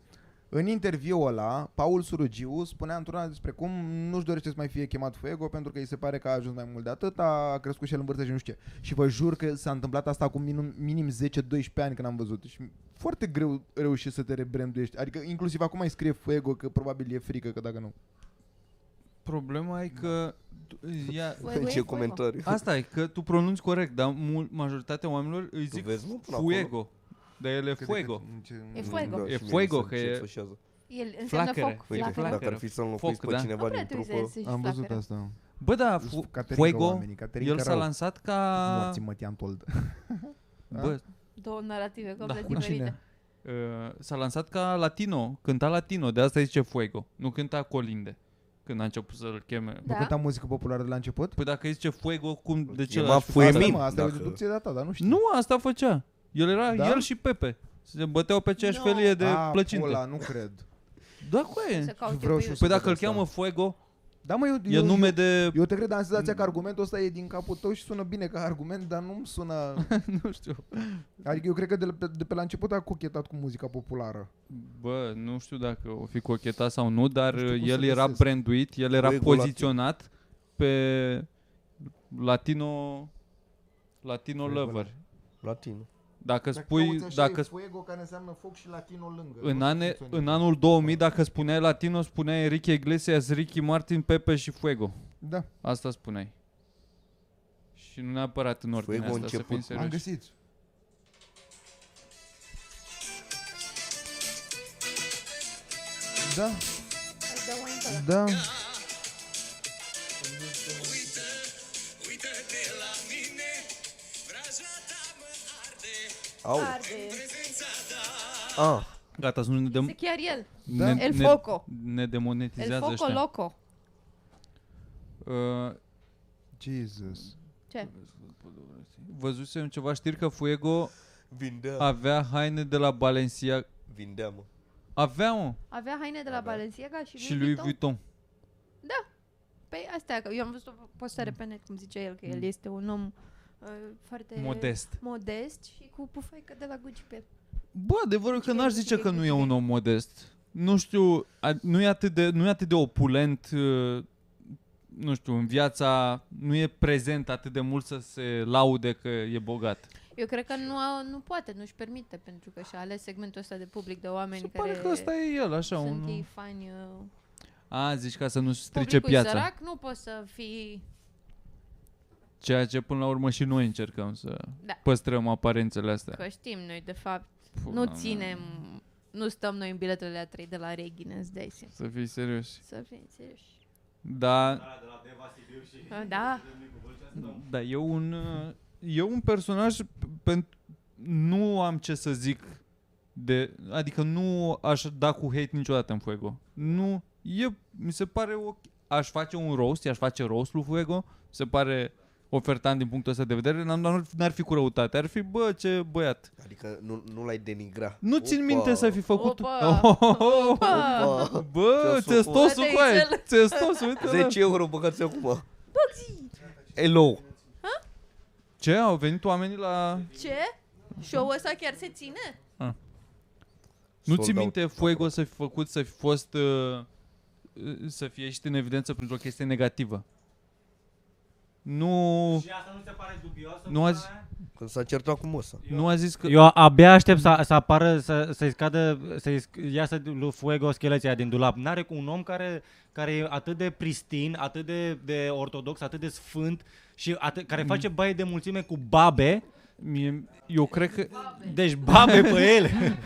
S4: în interviul ăla, Paul Surugiu spunea într-una despre cum nu-și dorește să mai fie chemat Fuego pentru că îi se pare că a ajuns mai mult de atât, a crescut și el în vârstă și nu știu ce. Și vă jur că s-a întâmplat asta acum minim, minim 10-12 ani când am văzut. Și foarte greu reușești să te rebranduiești. Adică inclusiv acum mai scrie Fuego că probabil e frică că dacă nu.
S1: Problema e că... Ea,
S2: Fuego
S5: ce
S2: e
S5: comentariu.
S1: asta e, că tu pronunți corect, dar mul, majoritatea oamenilor îi
S5: Tu
S1: zic
S5: vezi, mă, până acolo?
S1: fuego. Dar el e
S4: Cât de
S1: fuego.
S4: cât- în ce-
S2: E
S4: în-
S2: fuego.
S5: Da,
S1: E
S5: și
S1: fuego,
S5: mie mi se
S1: că e-
S5: încețoșează.
S2: El înseamnă
S1: Flacără.
S2: foc.
S5: Păi,
S1: Flacără.
S2: flacără.
S5: dacă ar fi să înlocuiesc
S1: Foc,
S5: pe
S1: da.
S5: cineva
S2: Nu prea
S5: din
S2: trebuie
S5: trupă...
S2: să zici
S4: Am văzut
S2: flacără.
S4: asta.
S1: Bă, da, fu- fuego, el s-a
S4: lansat.
S1: lansat ca...
S4: Morții mătiam told.
S1: Bă,
S2: Două narrative
S1: Da.
S2: complet
S4: Cu
S2: diferite.
S4: cine?
S1: uh, s-a lansat ca latino, cânta latino, de asta îi zice fuego. Nu cânta colinde, când a început să-l cheme.
S4: Nu
S2: Da.
S4: cântam muzică populară de la început?
S1: Păi dacă îi zice fuego, cum, de
S5: E
S1: ce
S5: ma
S1: l-aș fi-
S5: fuego. Păi
S4: asta,
S5: mim,
S4: mă, asta e o
S5: dacă-
S4: deducție de ta, dar nu știu.
S1: Nu, asta făcea. El era
S4: Da?
S1: el și Pepe. Se băteau pe aceeași
S2: No.
S1: felie de
S4: Ah,
S1: plăcinte.
S4: Pula, nu cred.
S1: Da, cu
S2: Să
S1: e.
S2: caut eu
S4: Vreau
S2: pe
S4: și eu
S2: YouTube.
S1: Păi dacă îl
S4: asta.
S1: cheamă Fuego,
S4: Da, mă, eu,
S1: e
S4: eu,
S1: nume
S4: eu,
S1: de... Mm.
S4: eu te cred, am senzația că argumentul ăsta e din capul tău și sună bine ca argument, dar nu-mi sună...
S1: Nu știu.
S4: Adică eu cred că de, la- de pe la început a cochetat cu muzica populară.
S1: Bă, nu știu dacă o fi cochetat sau nu, dar
S4: Nu știu cum
S1: el
S4: să
S1: era
S4: găsesc.
S1: branduit, el era
S5: Fuego
S1: poziționat pe Latino... Latino
S5: Fuego
S1: lover.
S5: Latin.
S1: Dacă spui... Dacă
S4: fuego, care înseamnă foc și latino lângă.
S1: în, ane, în anul 2000, dacă spuneai Latino, spuneai Enrique Iglesias, Ricky Martin, Pepe și Fuego.
S4: Da.
S1: Asta spuneai. Și nu neapărat în ordine
S5: Fuego
S1: asta, să fim
S5: început.
S4: Am
S1: serioși.
S4: găsit. Da, da.
S5: Au. Ah,
S1: Gata, să nu ne,
S2: Se
S1: dem-
S2: chiar el.
S1: ne,
S2: El
S1: ne,
S2: Foco.
S1: ne
S2: El
S1: demonetizează
S2: foco
S1: ăștia.
S2: loco.
S1: Uh,
S4: Jesus.
S2: Ce?
S1: văzusem ceva știri că Fuego
S5: vindea.
S1: avea haine de la Balenciaga.
S5: Vindea, mă.
S1: Avea, mă,
S2: Avea
S4: Da,
S2: haine de la Balenciaga și,
S1: și lui Vuitton.
S2: Păi astea, că eu am văzut o postare pe net, cum zice el, că el este un om uh, foarte...
S1: Modest.
S2: Modest și cu pufaică de la Gucci pe el.
S1: Bă, adevărul că
S2: Ok,
S1: n-aș zice
S2: ok,
S1: că nu e
S2: ok.
S1: un om modest. Nu știu, a- nu e atât de, nu e atât de opulent, uh, nu știu, în viața, nu e prezent atât de mult să se laude că e bogat.
S2: Eu cred că nu, a, nu poate, nu-și permite, pentru că și-a ales segmentul ăsta de public de oameni
S1: Se
S2: care
S1: pare că ăsta e el, așa,
S2: sunt
S1: un...
S2: ei fani. Uh,
S1: A, zici ca să nu strice
S2: publicul
S1: piața.
S2: sărac, nu poți să fii...
S1: Ceea ce până la urmă și noi încercăm să
S2: Da.
S1: păstrăm aparențele astea.
S2: Că știm noi, de fapt,
S1: Pula
S2: nu
S1: mea.
S2: ținem... Nu stăm noi în biletele la 3 de la Reghine, îți dai seama.
S1: Să fii serios.
S2: Să fim serioși.
S1: Da,
S2: Ah, Da,
S1: da, e un, uh, e un personaj pentru nu am ce să zic de, adică nu aș da cu hate niciodată în Fuego. Nu, e, mi se pare ok. Aș face un roast, aș face roast lui Fuego, mi se pare ofertant din punctul ăsta de vedere, n-am- n-ar, n-ar fi cu răutate, ar fi, bă, ce băiat.
S5: Adică nu, nu l-ai denigra.
S1: Nu
S5: Opa.
S1: țin minte să fi Ah. făcut...
S2: Opa! Opa!
S1: Bă,
S5: Ce-a făcut?
S1: testosul,
S2: Uite,
S1: băi,
S2: Ițel.
S1: testosul, uite
S5: 10 euro băgați acum. Hello.
S1: Ce, au venit oamenii la...
S2: Ce? Show-ul ăsta chiar se ține?
S1: Nu
S5: Sold
S1: ți
S5: out.
S1: minte Fuego să fi făcut, să fi fost... uh, uh, să fie ieșit în evidență printr-o chestie negativă. Nu...
S7: Și asta nu se pare dubios?
S1: Nu azi-
S5: Când s-a certat cu Mosa.
S1: Nu a zis că...
S3: Eu abia aștept să, să apară, să, să-i scadă, să-i sc- iasă lui Fuego scheleția din dulap. N-are cu un om care, care e atât de pristin, atât de, de ortodox, atât de sfânt și atât, care face baie de mulțime cu babe,
S1: Mie, eu cred că...
S3: deci babe pe ele.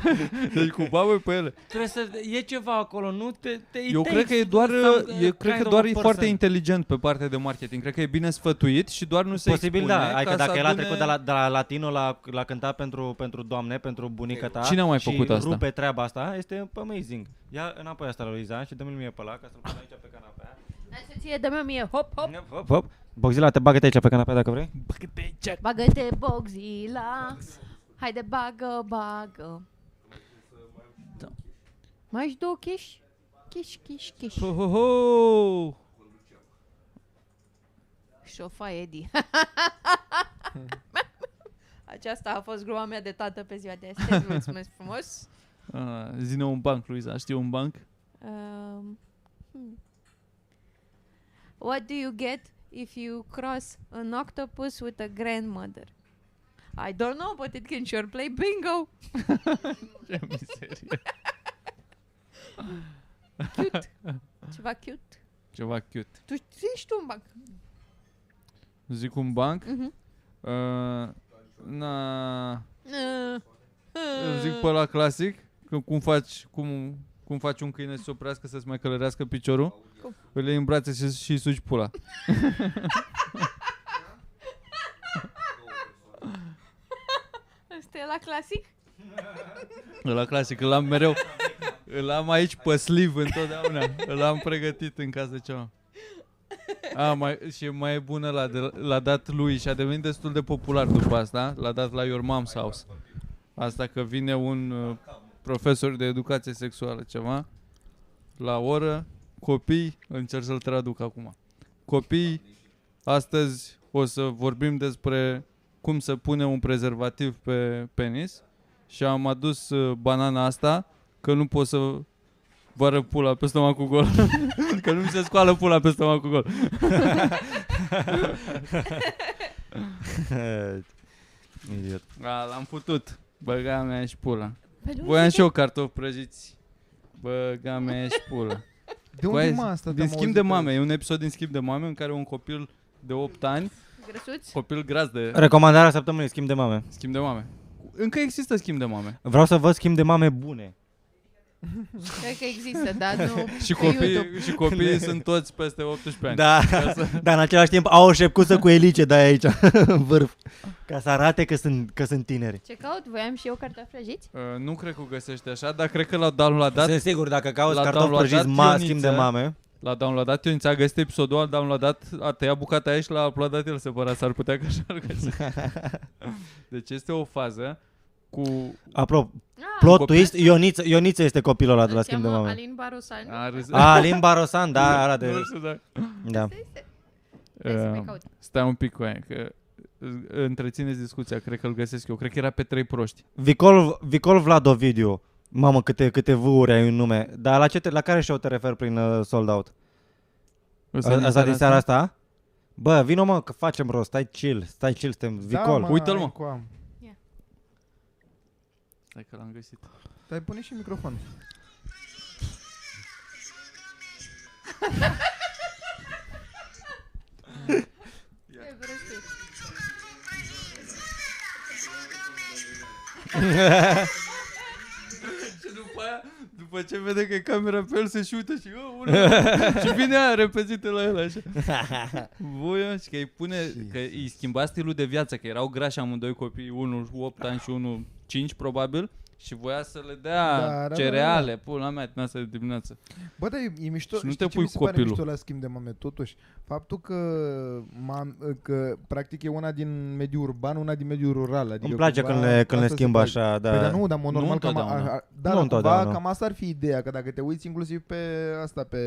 S1: Deci cu babe pe ele.
S3: Trebuie să, e ceva acolo, nu te, te
S1: Eu
S3: te-
S1: cred că e doar,
S3: some
S1: eu cred
S3: kind
S1: că
S3: of
S1: doar
S3: a
S1: e
S3: person.
S1: foarte inteligent pe partea de marketing. Cred că e bine sfătuit și doar nu se
S3: Posibil
S1: expune
S3: da,
S1: ca
S3: adică
S1: să
S3: dacă el a
S1: adune-
S3: trecut de la, de la latino la, la cântat pentru, pentru doamne, pentru bunica ta
S1: Cine a mai
S3: și
S1: făcut asta?
S3: rupe treaba asta, este amazing. Ia înapoi asta la Luiza și dă-mi-l mie pe la ca să-l pun aici pe canapea.
S2: Hai să ție, dă-mi mie, hop, hop.
S3: Hop, hop, hop. Boxila, te bagă-te aici pe canapea dacă vrei.
S2: Bagă-te, Boxila. Haide, bagă, bagă.
S1: Da.
S2: Mai ești două chiși? Chiși, chiși, chiși.
S1: Ho, ho, ho!
S2: Șofa Edi. Aceasta a fost gluma mea de tată pe ziua de astăzi. Mulțumesc frumos.
S1: Ah, Zine un banc, Luiza, știi un banc?
S2: Um, hmm. What do you get if you cross an octopus with a grandmother? I don't know, but it can sure play bingo.
S1: Ce mizerie.
S2: Ceva cute.
S1: Ceva cute.
S2: Tu ești un banc.
S1: Zic un banc.
S2: Mhm.
S1: Uh, na,
S2: Uh,
S1: eu
S2: uh.
S1: zic pe la clasic, că cum faci, cum, cum faci un câine să se oprească să-ți mai călărească piciorul?
S2: Cum?
S1: Îl iei în brațe și, și îi sugi pula.
S2: Asta e la clasic?
S1: La clasic, îl am mereu. Îl am aici pe sleeve întotdeauna. Îl am pregătit în caz de ceva. A, mai, și mai e bună la, l-a dat lui și a devenit destul de popular după asta. L-a dat la Your Mom's House. Asta că vine un uh, profesor de educație sexuală ceva la oră, copii, încerc să-l traduc acum. Copii, astăzi o să vorbim despre cum să pune un prezervativ pe penis și am adus uh, banana asta că nu pot să vară pula pe stomacul gol. că nu mi se scoală pula pe stomacul gol.
S3: Idiot.
S1: A, Da, l-am putut. Băga mea și pula.
S2: Păi nu
S1: Voiam
S2: zic
S1: și eu cartofi prăjiți. Băga mea și pula.
S4: De unde
S1: Băi,
S4: mă asta?
S1: Din
S4: Te-am
S1: schimb
S4: auzit
S1: de
S4: pe-
S1: mame. E un episod din schimb de mame în care un copil de 8 ani
S2: Grăsuți?
S1: Copil gras de
S3: Recomandarea săptămânii, schimb de mame.
S1: schimb de mame. Încă există schimb de mame.
S3: Vreau să văd schimb de mame bune.
S2: Cred că există, dar nu
S1: Și
S2: pe YouTube.
S1: copiii, și copiii sunt toți peste 18 ani.
S3: Da, dar în același timp au o șepcuță cu elice de aici, în vârf, ca să arate că sunt, că sunt tineri.
S2: Ce caut? Voiam și eu cartofi prăjiți?
S1: Uh, nu cred că o găsești așa, dar cred că l-au downloadat.
S3: Da. Sunt sigur, dacă cauți
S1: La
S3: cartofi
S1: downloadat
S3: prăjiți, ma,
S1: Ioniță.
S3: schimb de mame.
S1: L-a downloadat, eu a găsit episodul, a downloadat, a tăiat bucata aia și l-a uploadat el separat, s-ar putea că așa l Deci este o fază cu...
S3: Apropo,
S2: Ah,
S3: plot
S1: copil?
S3: twist, Ioniță, Ioniță este copilul ăla de la
S2: îl
S3: schimb de
S2: cheamă
S3: mame.
S2: Alin Barosan.
S4: Ah,
S1: A râs...
S3: A, Alin Barosan, da, ăla de...
S1: Nu știu dacă...
S3: Da.
S2: Hai să mai
S1: Uh,
S2: caut.
S1: Stai un pic cu aia, că uh, întrețineți discuția, cred că îl găsesc eu. Cred că era pe trei proști.
S3: Vicol, Vicol Vladovidiu. Mamă, câte, câte V-uri ai în nume. Dar la, ce te, la care show te referi prin uh, sold out?
S1: O să ne
S3: A- Asta din
S1: interesează.
S3: seara asta? Bă, vino mă, că facem rost, stai chill, stai chill,
S4: Da,
S3: suntem Vicol.
S1: mă. Uite-l, mă.
S4: Coa.
S1: Stai că l-am găsit.
S4: Dar pune și microfon.
S2: E prostit.
S1: Și după aia, după ce vede că e camera pe el, se și uită și... "Oh, unul." și vine aia repezită la el așa. Voia și că îi pune, că îi schimba stilul de viață, că erau grași amândoi copii, unul 8 ani și unul 5 probabil. Și voia să le dea
S4: Da, da, da,
S1: cereale, pula mea, din asta de dimineață.
S4: Bă, dar e, e mișto,
S1: Și nu
S4: știi
S1: te
S4: ce
S1: pui
S4: mi se pare
S1: copilul.
S4: mișto la schimb de mame, totuși? Faptul că, mam, că practic e una din mediul urban, una din mediul rural. Adică
S3: Îmi place
S4: cumva
S3: când le, când le
S4: asta se
S3: schimbă
S4: pare.
S3: așa, da.
S4: Păi dar nu, dar
S1: Nu
S4: mă, normal că...
S1: întotdeauna.
S4: Da,
S3: Nu
S4: nu cumva,
S3: întotdeauna.
S4: cam asta ar fi ideea, că dacă te uiți inclusiv pe asta, pe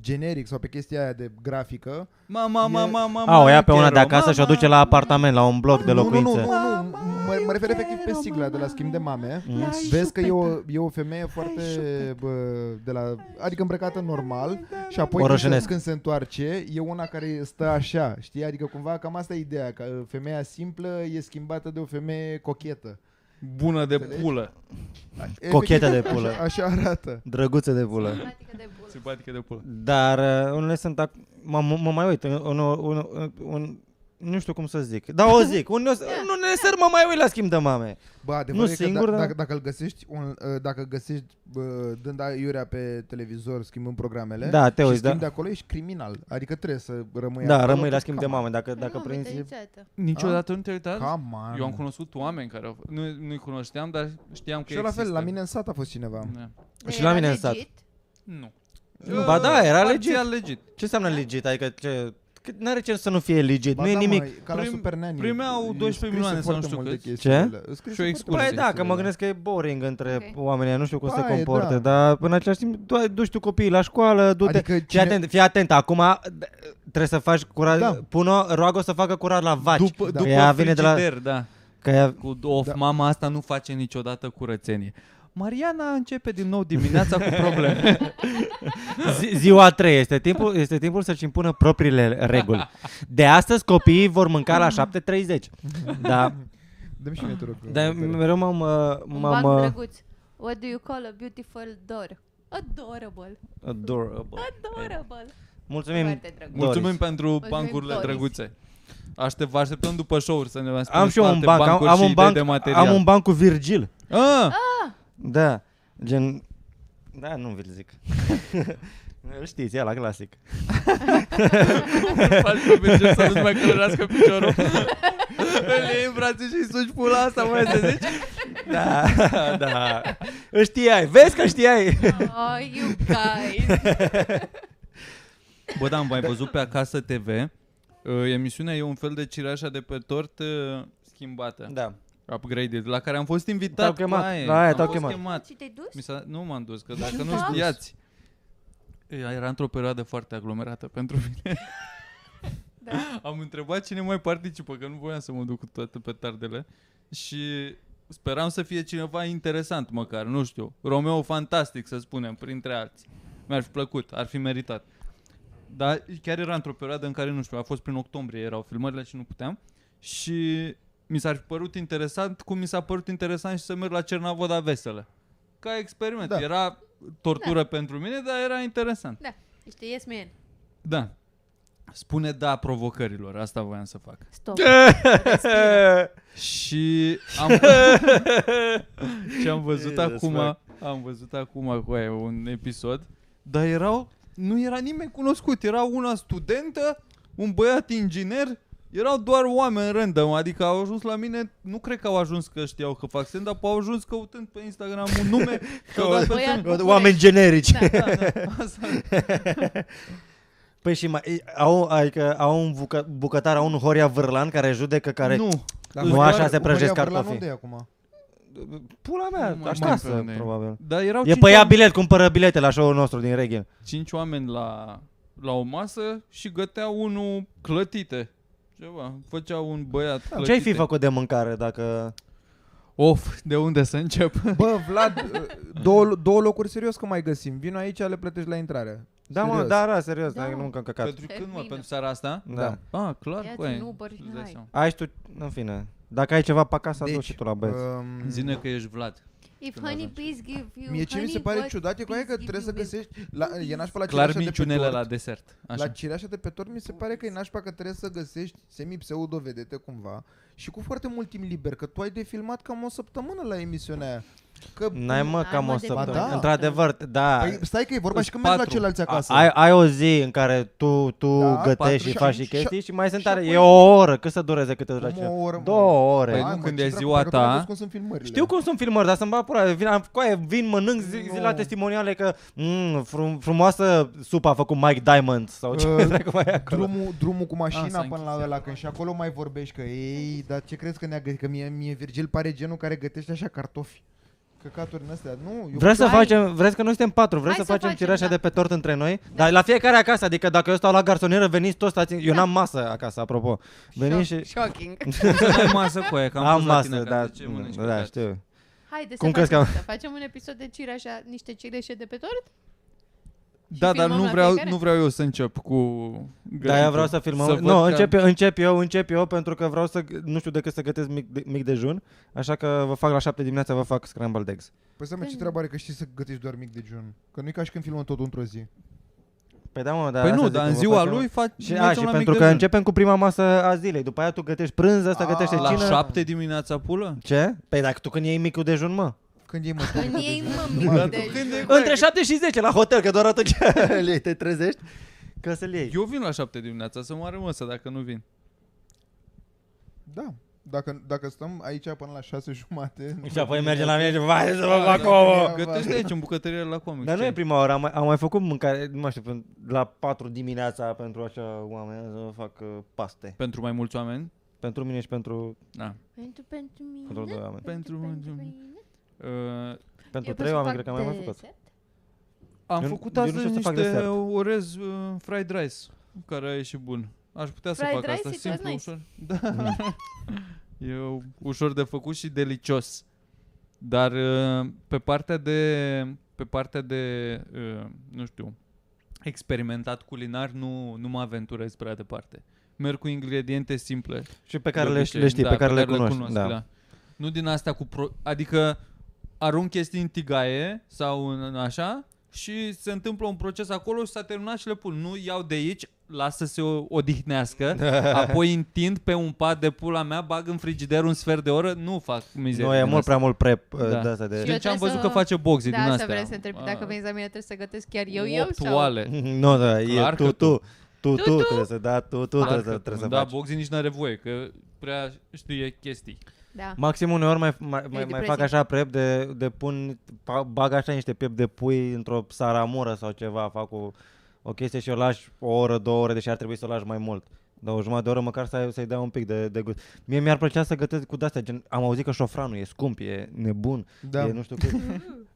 S4: generic sau pe chestia aia de grafică...
S1: Mama,
S4: E-
S1: mama, mama,
S3: A, o ia pe
S1: eu
S3: una de
S1: quiero,
S3: acasă și o
S1: mama.
S3: duce la apartament, la un bloc de
S4: Nu,
S3: locuințe.
S4: nu, nu, nu, mă, mă refer efectiv pe sigla de la schimb de mame.
S3: Mm.
S4: Vezi că e o, e o femeie foarte bă, de la, adică îmbrăcată normal și apoi
S3: O
S4: când se,
S3: rășenesc.
S4: când se întoarce e una care stă așa, știi? Adică cumva cam asta e ideea, că uh, femeia simplă e schimbată de o femeie cochetă.
S1: Bună de
S4: Înțelegi?
S1: pulă.
S3: Cochetă de
S4: Efectiv,
S3: pulă.
S4: Așa, așa arată.
S3: Drăguțe de bulă.
S2: Practică de bulă.
S1: Simpatică de pulă.
S3: Dar uh, unele sunt ac- mă, mă, mă mai uit, un, un, un, un, nu știu cum să zic. Dar o zic, unele, unele seri mă mai uit la schimb de mame.
S4: Bă, adevărul
S3: Nu
S4: e că
S3: singur,
S4: da,
S3: dar-
S4: dacă, dacă îl găsești, un, uh, dacă găsești bă, dând aiurea pe televizor, schimbând programele
S3: Da, te
S4: și
S3: uiți,
S4: schimbi
S3: da.
S4: de acolo, ești criminal. Adică trebuie să rămâi
S3: Da,
S4: acolo,
S3: rămâi la
S4: că
S3: schimb de
S4: come on,
S3: mame, dacă, dacă
S2: Păi Nu,
S3: prinzi...
S2: uite, niciodată.
S1: Niciodată nu te-ai uitat?
S4: Come on.
S1: Eu am cunoscut oameni care au f- nu, nu-i cunoșteam, dar știam că
S4: Și eu la fel,
S1: există.
S4: la mine în sat a fost cineva.
S1: Da.
S3: Și la
S2: Era
S3: mine în sat.
S2: legit?
S1: Nu.
S3: Nu, ba
S4: Uh,
S3: da, era
S1: Parțial
S3: legit.
S1: legit.
S3: Ce
S2: Da.
S3: înseamnă legit? Adică ce... Că n-are ce să nu fie legit,
S4: Ba
S3: nu e
S4: da,
S3: nimic.
S4: Mă, ca la
S1: Prim-
S4: Super Nanny.
S1: primeau
S4: E
S1: 12
S4: scrisă
S1: milioane sau nu
S4: foarte
S1: știu
S4: multe
S1: câți.
S4: chestiile.
S3: Ce?
S1: Și o
S4: E scrisă foarte multe
S1: excursie.
S3: Păi
S1: Pur și
S3: da, că mă
S4: chestiile.
S3: gândesc că e boring între
S2: Ok.
S3: oamenii, nu știu cum
S4: Da,
S3: se
S4: e,
S3: comportă,
S4: da.
S3: dar în același timp du- duci tu copiii la școală, du-te.
S4: Adică
S3: fii,
S4: cine-
S3: atent, fii atent, acum d- trebuie să faci curat,
S4: Da.
S3: da. pun-o, roagă să facă curat la vaci.
S1: După,
S3: Că
S1: după
S3: ea
S1: vine
S3: de la,
S1: frigider, da.
S3: că ea,
S1: Cu of,
S4: Da.
S1: da. mama asta nu face niciodată curățenie. Mariana începe din nou dimineața cu probleme.
S3: zi, ziua a treia este timpul, este timpul să-și impună propriile reguli. De astăzi copiii vor mânca la 7.30. Da,
S4: Dă-mi și mie, te rog.
S3: dar
S4: Robert.
S3: mereu m-am... uh,
S2: Un
S3: m-am
S2: banc
S3: uh,
S2: drăguț. What do you call a beautiful door? Adorable.
S3: adorable.
S2: Adorable.
S3: Mulțumim,
S2: Foarte drăguț.
S1: Mulțumim
S3: Doris.
S1: pentru
S2: Mulțumim,
S1: bancurile
S2: Doris.
S1: drăguțe. Aștept, vă așteptăm după show-uri să ne mai
S3: Am
S1: spuneți
S3: și eu un
S1: alte
S3: banc, am,
S1: bancuri
S3: am,
S1: și
S3: un
S1: idei
S3: banc,
S1: de material.
S3: am un banc cu Virgil.
S1: Ah!
S3: Da, gen... Da, nu vi-l zic. Îl știți, e la clasic.
S1: Faci pe Virgil să nu-ți mai călărească piciorul. Îl iei în brațe și îi sugi pula asta, mai să zici?
S3: Da, da. Îl știai, vezi că știai.
S2: Oh, you guys.
S1: Bă, da, am mai văzut pe Acasă TV. Uh, emisiunea e un fel de cireașa de pe tort uh, schimbată,
S3: Da.
S1: upgraded, la care am fost invitat.
S3: Te-au chemat,
S1: baie.
S3: la aia
S1: Am
S3: te-au
S1: fost
S3: chemat.
S2: Și te-ai dus?
S1: Mi s-a, nu m-am dus, că dacă
S2: te-ai
S1: nu
S2: dus?
S1: știați... E, Era într-o perioadă foarte aglomerată pentru mine.
S2: Da.
S1: Am întrebat cine mai participă, că nu voiam să mă duc cu toate petardele. Și speram să fie cineva interesant măcar, nu știu. Romeo fantastic, să spunem, printre alții. Mi-ar fi plăcut, ar fi meritat. Dar chiar era într-o perioadă în care, nu știu, a fost prin octombrie, erau filmările și nu puteam. Și mi s-ar fi părut interesant cum mi s-a părut interesant și să merg la Cernavoda Vesele. Ca experiment.
S4: Da.
S1: Da. Era tortură da. pentru mine, dar era interesant.
S2: Da. Ești yes man.
S1: Da. Spune da provocărilor, asta voiam să fac.
S2: Stop. Respiră.
S1: Și am Și am văzut
S5: Jesus,
S1: acum,
S5: fuck.
S1: am văzut acum cu aia un episod, dar erau nu era nimeni cunoscut, era una studentă, un băiat inginer, erau doar oameni random, adică au ajuns la mine, nu cred că au ajuns că știau că fac stand up, au ajuns căutând pe Instagram un nume, că dat pe
S2: Băiat
S1: semn.
S2: București.
S5: Oameni generici.
S2: Da.
S1: da, da, asta,
S3: Păi și mai, ei, au, adică, au un bucă, bucătar, au un Horia Vârlan care judecă, care...
S1: nu,
S4: Dar
S3: Nu,
S4: Horia-
S3: așa se prăjesc
S4: Horia Vârlan
S3: cartofii.
S4: unde e acum?
S3: Pula
S1: Nu
S3: mea,
S1: mai știu pe
S3: acasă,
S1: unde e.
S3: probabil.
S1: dar erau
S3: E
S1: cinci
S3: pe ea
S1: oameni-
S3: bilet, cumpără bilete la show-ul nostru din Reghin.
S1: cinci oameni la, la o masă și gătea unul clătite. Ceva, făcea un băiat clătite.
S3: Da, Ce-ai fi făcut de mâncare dacă...
S1: Of, de unde să încep?
S4: Bă, Vlad, două, două locuri serios că mai găsim. Vino aici, le plătești la intrare.
S3: Da, mă,
S4: Serios.
S3: da, da, serios,
S2: Da.
S3: da. nu mâncăm căcat.
S1: Pentru
S2: Pe
S1: când, mă?
S2: mine.
S1: Pentru seara asta?
S4: Da.
S3: Da.
S1: Ah, clar,
S2: Ia-ți
S1: băi.
S2: un Uber și
S1: îți dai
S2: hai.
S1: seama.
S3: Ai și tu, în fine. Dacă ai ceva pe acasă, deci, și tu la băieți.
S4: um,
S1: Zine că ești Vlad.
S2: If
S1: Când
S2: honey
S1: ajungi.
S2: bees give you
S4: Mie ce mi se
S2: honey,
S4: pare
S2: what
S4: ciudat e cu aia că
S2: bees give
S4: trebuie să
S2: you milk?
S4: găsești... La, e nașpa la
S1: Clar
S4: cireașa de pe
S1: minciunele
S4: tort.
S1: la desert.
S4: La
S1: Așa.
S4: cireașa de pe tort mi se pare că e nașpa că trebuie să găsești semi-pseudo-vedete cumva și cu foarte mult timp liber, că tu ai de filmat cam o săptămână la emisiunea aia. Că,
S3: N-ai mă,
S2: N-ai,
S3: cam
S2: mă,
S3: o
S2: de
S3: săptămână.
S4: Da.
S3: Într-adevăr, da.
S4: păi, stai că e vorba
S1: Îs
S4: și că mergi la
S1: patru.
S4: ceilalți acasă.
S3: Ai, ai o zi în care tu, tu
S4: Da,
S3: da, gătești
S4: patru,
S3: și faci și
S4: șapte,
S3: chestii
S4: șap-
S3: și mai sunt tare.
S4: șapte-
S3: E o oră. Cât să dureze câte
S4: Cum
S3: dureze?
S4: o oră, mă?
S3: Două ore.
S1: Păi
S4: Hai,
S1: nu
S4: mă,
S1: când
S4: ce
S1: e
S4: dracu,
S1: ziua
S4: parcă tu ai
S1: ta.
S4: văzut cum sunt filmările.
S1: Da.
S3: Știu cum sunt filmări, dar să-mi bag pula. Vin, am, coaie, vin mănânc zi,
S4: Nu.
S3: zi la testimoniale că mm, frum, frumoasă supă a făcut Mike Diamond sau ce
S4: Uh,
S3: dracu mai e acolo.
S4: Drumul, drumul cu
S1: Ah, s-a
S4: mașina până
S1: închis
S4: la ăla, când și acolo mai vorbești că ei, dar ce crezi că ne-a gătit? Că mie, mie Virgil pare genul care gătește așa cartofi. Căcaturi în astea, nu? Eu
S3: Vreți să
S2: Hai.
S3: facem, vreți că noi suntem patru, vreți
S2: Hai
S3: să
S2: să
S3: facem
S2: facem,
S3: cireașa
S2: da. Da.
S3: de pe tort între noi? Dar la fiecare acasă, adică dacă eu stau la garsonieră, veniți toți, stați, eu n-am masă acasă, apropo. Veniți și...
S2: Shocking.
S1: Ai masă cu aia, că am,
S3: am
S1: fost la
S3: masă,
S1: tine
S3: da,
S1: acasă. Ce mănânci cu
S3: da,
S1: tata?
S3: știu.
S2: Haide
S3: Cum
S2: să
S3: crezi
S2: facem
S3: că-
S2: asta. Facem un episod de cireașa, niște cireșe de pe tort?
S1: Da, dar
S2: filmăm
S1: nu
S2: la
S1: vreau,
S2: fiecare?
S1: nu vreau eu să încep cu...
S3: Da, eu vreau să filmăm. nu,
S1: văd că-
S3: încep, eu, încep eu, încep eu, pentru că vreau să, nu știu decât să gătesc mic, de, mic dejun, așa că vă fac la 7 dimineața, vă fac scrambled eggs.
S4: Păi să ce
S2: Când-
S4: treabă are că știi să gătești doar mic dejun. Că nu-i ca și când filmăm tot într-o zi.
S3: Păi da, mă, dar
S1: Păi
S3: asta
S1: nu,
S3: zic,
S1: dar în
S3: vă
S1: ziua
S3: facem-
S1: lui faci...
S3: Și, a, și pentru că începem cu prima masă a zilei, după aia tu gătești prânz, asta
S4: A,
S3: gătește
S1: La
S3: cină.
S1: șapte dimineața pulă?
S3: Ce? Păi dacă tu când iei micul dejun, mă. Păi-
S4: Când e mă tu
S2: Când
S4: mic
S2: ei
S4: dejun?
S2: Păi, mă deci-
S4: Mă,
S3: Da,
S2: mic
S4: tu-
S2: de
S1: Când e
S3: Între 7 și 10 la hotel, că doar atât îl iei, te trezești că să-l iei.
S1: Eu vin la șapte dimineața să moară măsă dacă nu vin.
S4: Da. Dacă, dacă stăm aici până la șase jumate...
S3: Și apoi merge la mine și vai să vă
S4: Da,
S3: fac
S4: da,
S3: ouă.
S1: Gătește aici în bucătărie la comic.
S3: Dar nu
S1: ce?
S3: e prima oară, am mai, am mai făcut mâncare, nu mai știu, pen- la 4 dimineața pentru așa oameni să fac uh, paste.
S1: Pentru mai mulți oameni?
S3: Pentru mine și pentru,
S1: Da.
S2: Pentru, pentru
S3: pentru
S2: mine.
S3: doi oameni.
S1: Pentru- Uh,
S3: Pentru
S2: Eu
S3: trei
S2: pot să
S3: oameni
S2: fac
S3: cred că am mai mai
S2: de
S3: făcut.
S2: set?
S1: Am
S3: Eu nu-
S1: făcut
S3: eu nu
S1: astăzi
S3: știu să fac
S1: niște
S3: desert.
S1: orez uh, fried rice, care e și bun. Aș putea să
S2: Fried
S1: fac asta,
S2: rice e cel
S1: simplu,
S2: nice.
S1: ușor. Da. e ușor de făcut și delicios. Dar uh, pe partea de, pe partea de uh, nu știu, experimentat culinar, nu, nu mă aventurez prea departe. Merg cu ingrediente simple.
S3: Și pe care
S1: de
S3: le,
S1: obicei,
S3: le știi,
S1: da,
S3: pe care le cunoști.
S1: cunosc,
S3: Da.
S1: Nu din astea cu... Pro- adică arunc chestii în tigaie sau în, în așa și se întâmplă un proces acolo și s-a terminat și le pun. Nu iau de aici, lasă să se o- odihnească, apoi întind pe un pat de pula mea, bag în frigider un sfert de oră, nu fac mizerie.
S3: Nu, e
S1: din
S3: mult
S1: asta.
S3: prea mult prep uh,
S1: Da.
S3: de asta de...
S2: Și eu
S1: Deci am
S2: trebuie
S1: văzut
S2: să-
S1: că face boxe
S2: Da,
S1: din
S2: asta
S1: astea. Ah.
S2: vrei să întreb. Dacă
S1: A,
S2: veniți la mine trebuie să gătesc chiar eu, eu?
S1: opt
S2: sau-
S1: oale.
S3: Nu, da, e
S1: Clar că
S3: tu, tu.
S1: tu.
S3: Tu,
S2: Tu,
S3: tu,
S2: tu.
S3: trebuie să, da, tu, tu,
S1: Clar
S3: trebuie
S1: că
S3: să, trebuie să
S1: Da,
S3: faci.
S1: boxe nici n-are voie, că prea știe chestii.
S2: Da.
S3: Maxim uneori mai, mai, mai, mai
S2: depresiv.
S3: fac așa prep de, de pun, pa- bag așa niște piept de pui într-o saramură sau ceva, fac o, o chestie și o lași o oră, două ore, deși ar trebui să o lași mai mult. Dar o jumătate de oră măcar să, să-i dea un pic de, de gust. Mie mi-ar plăcea să gătesc cu de-astea, gen, am auzit că șofranul e scump, e nebun, da.
S4: Da.
S3: e nu știu cât.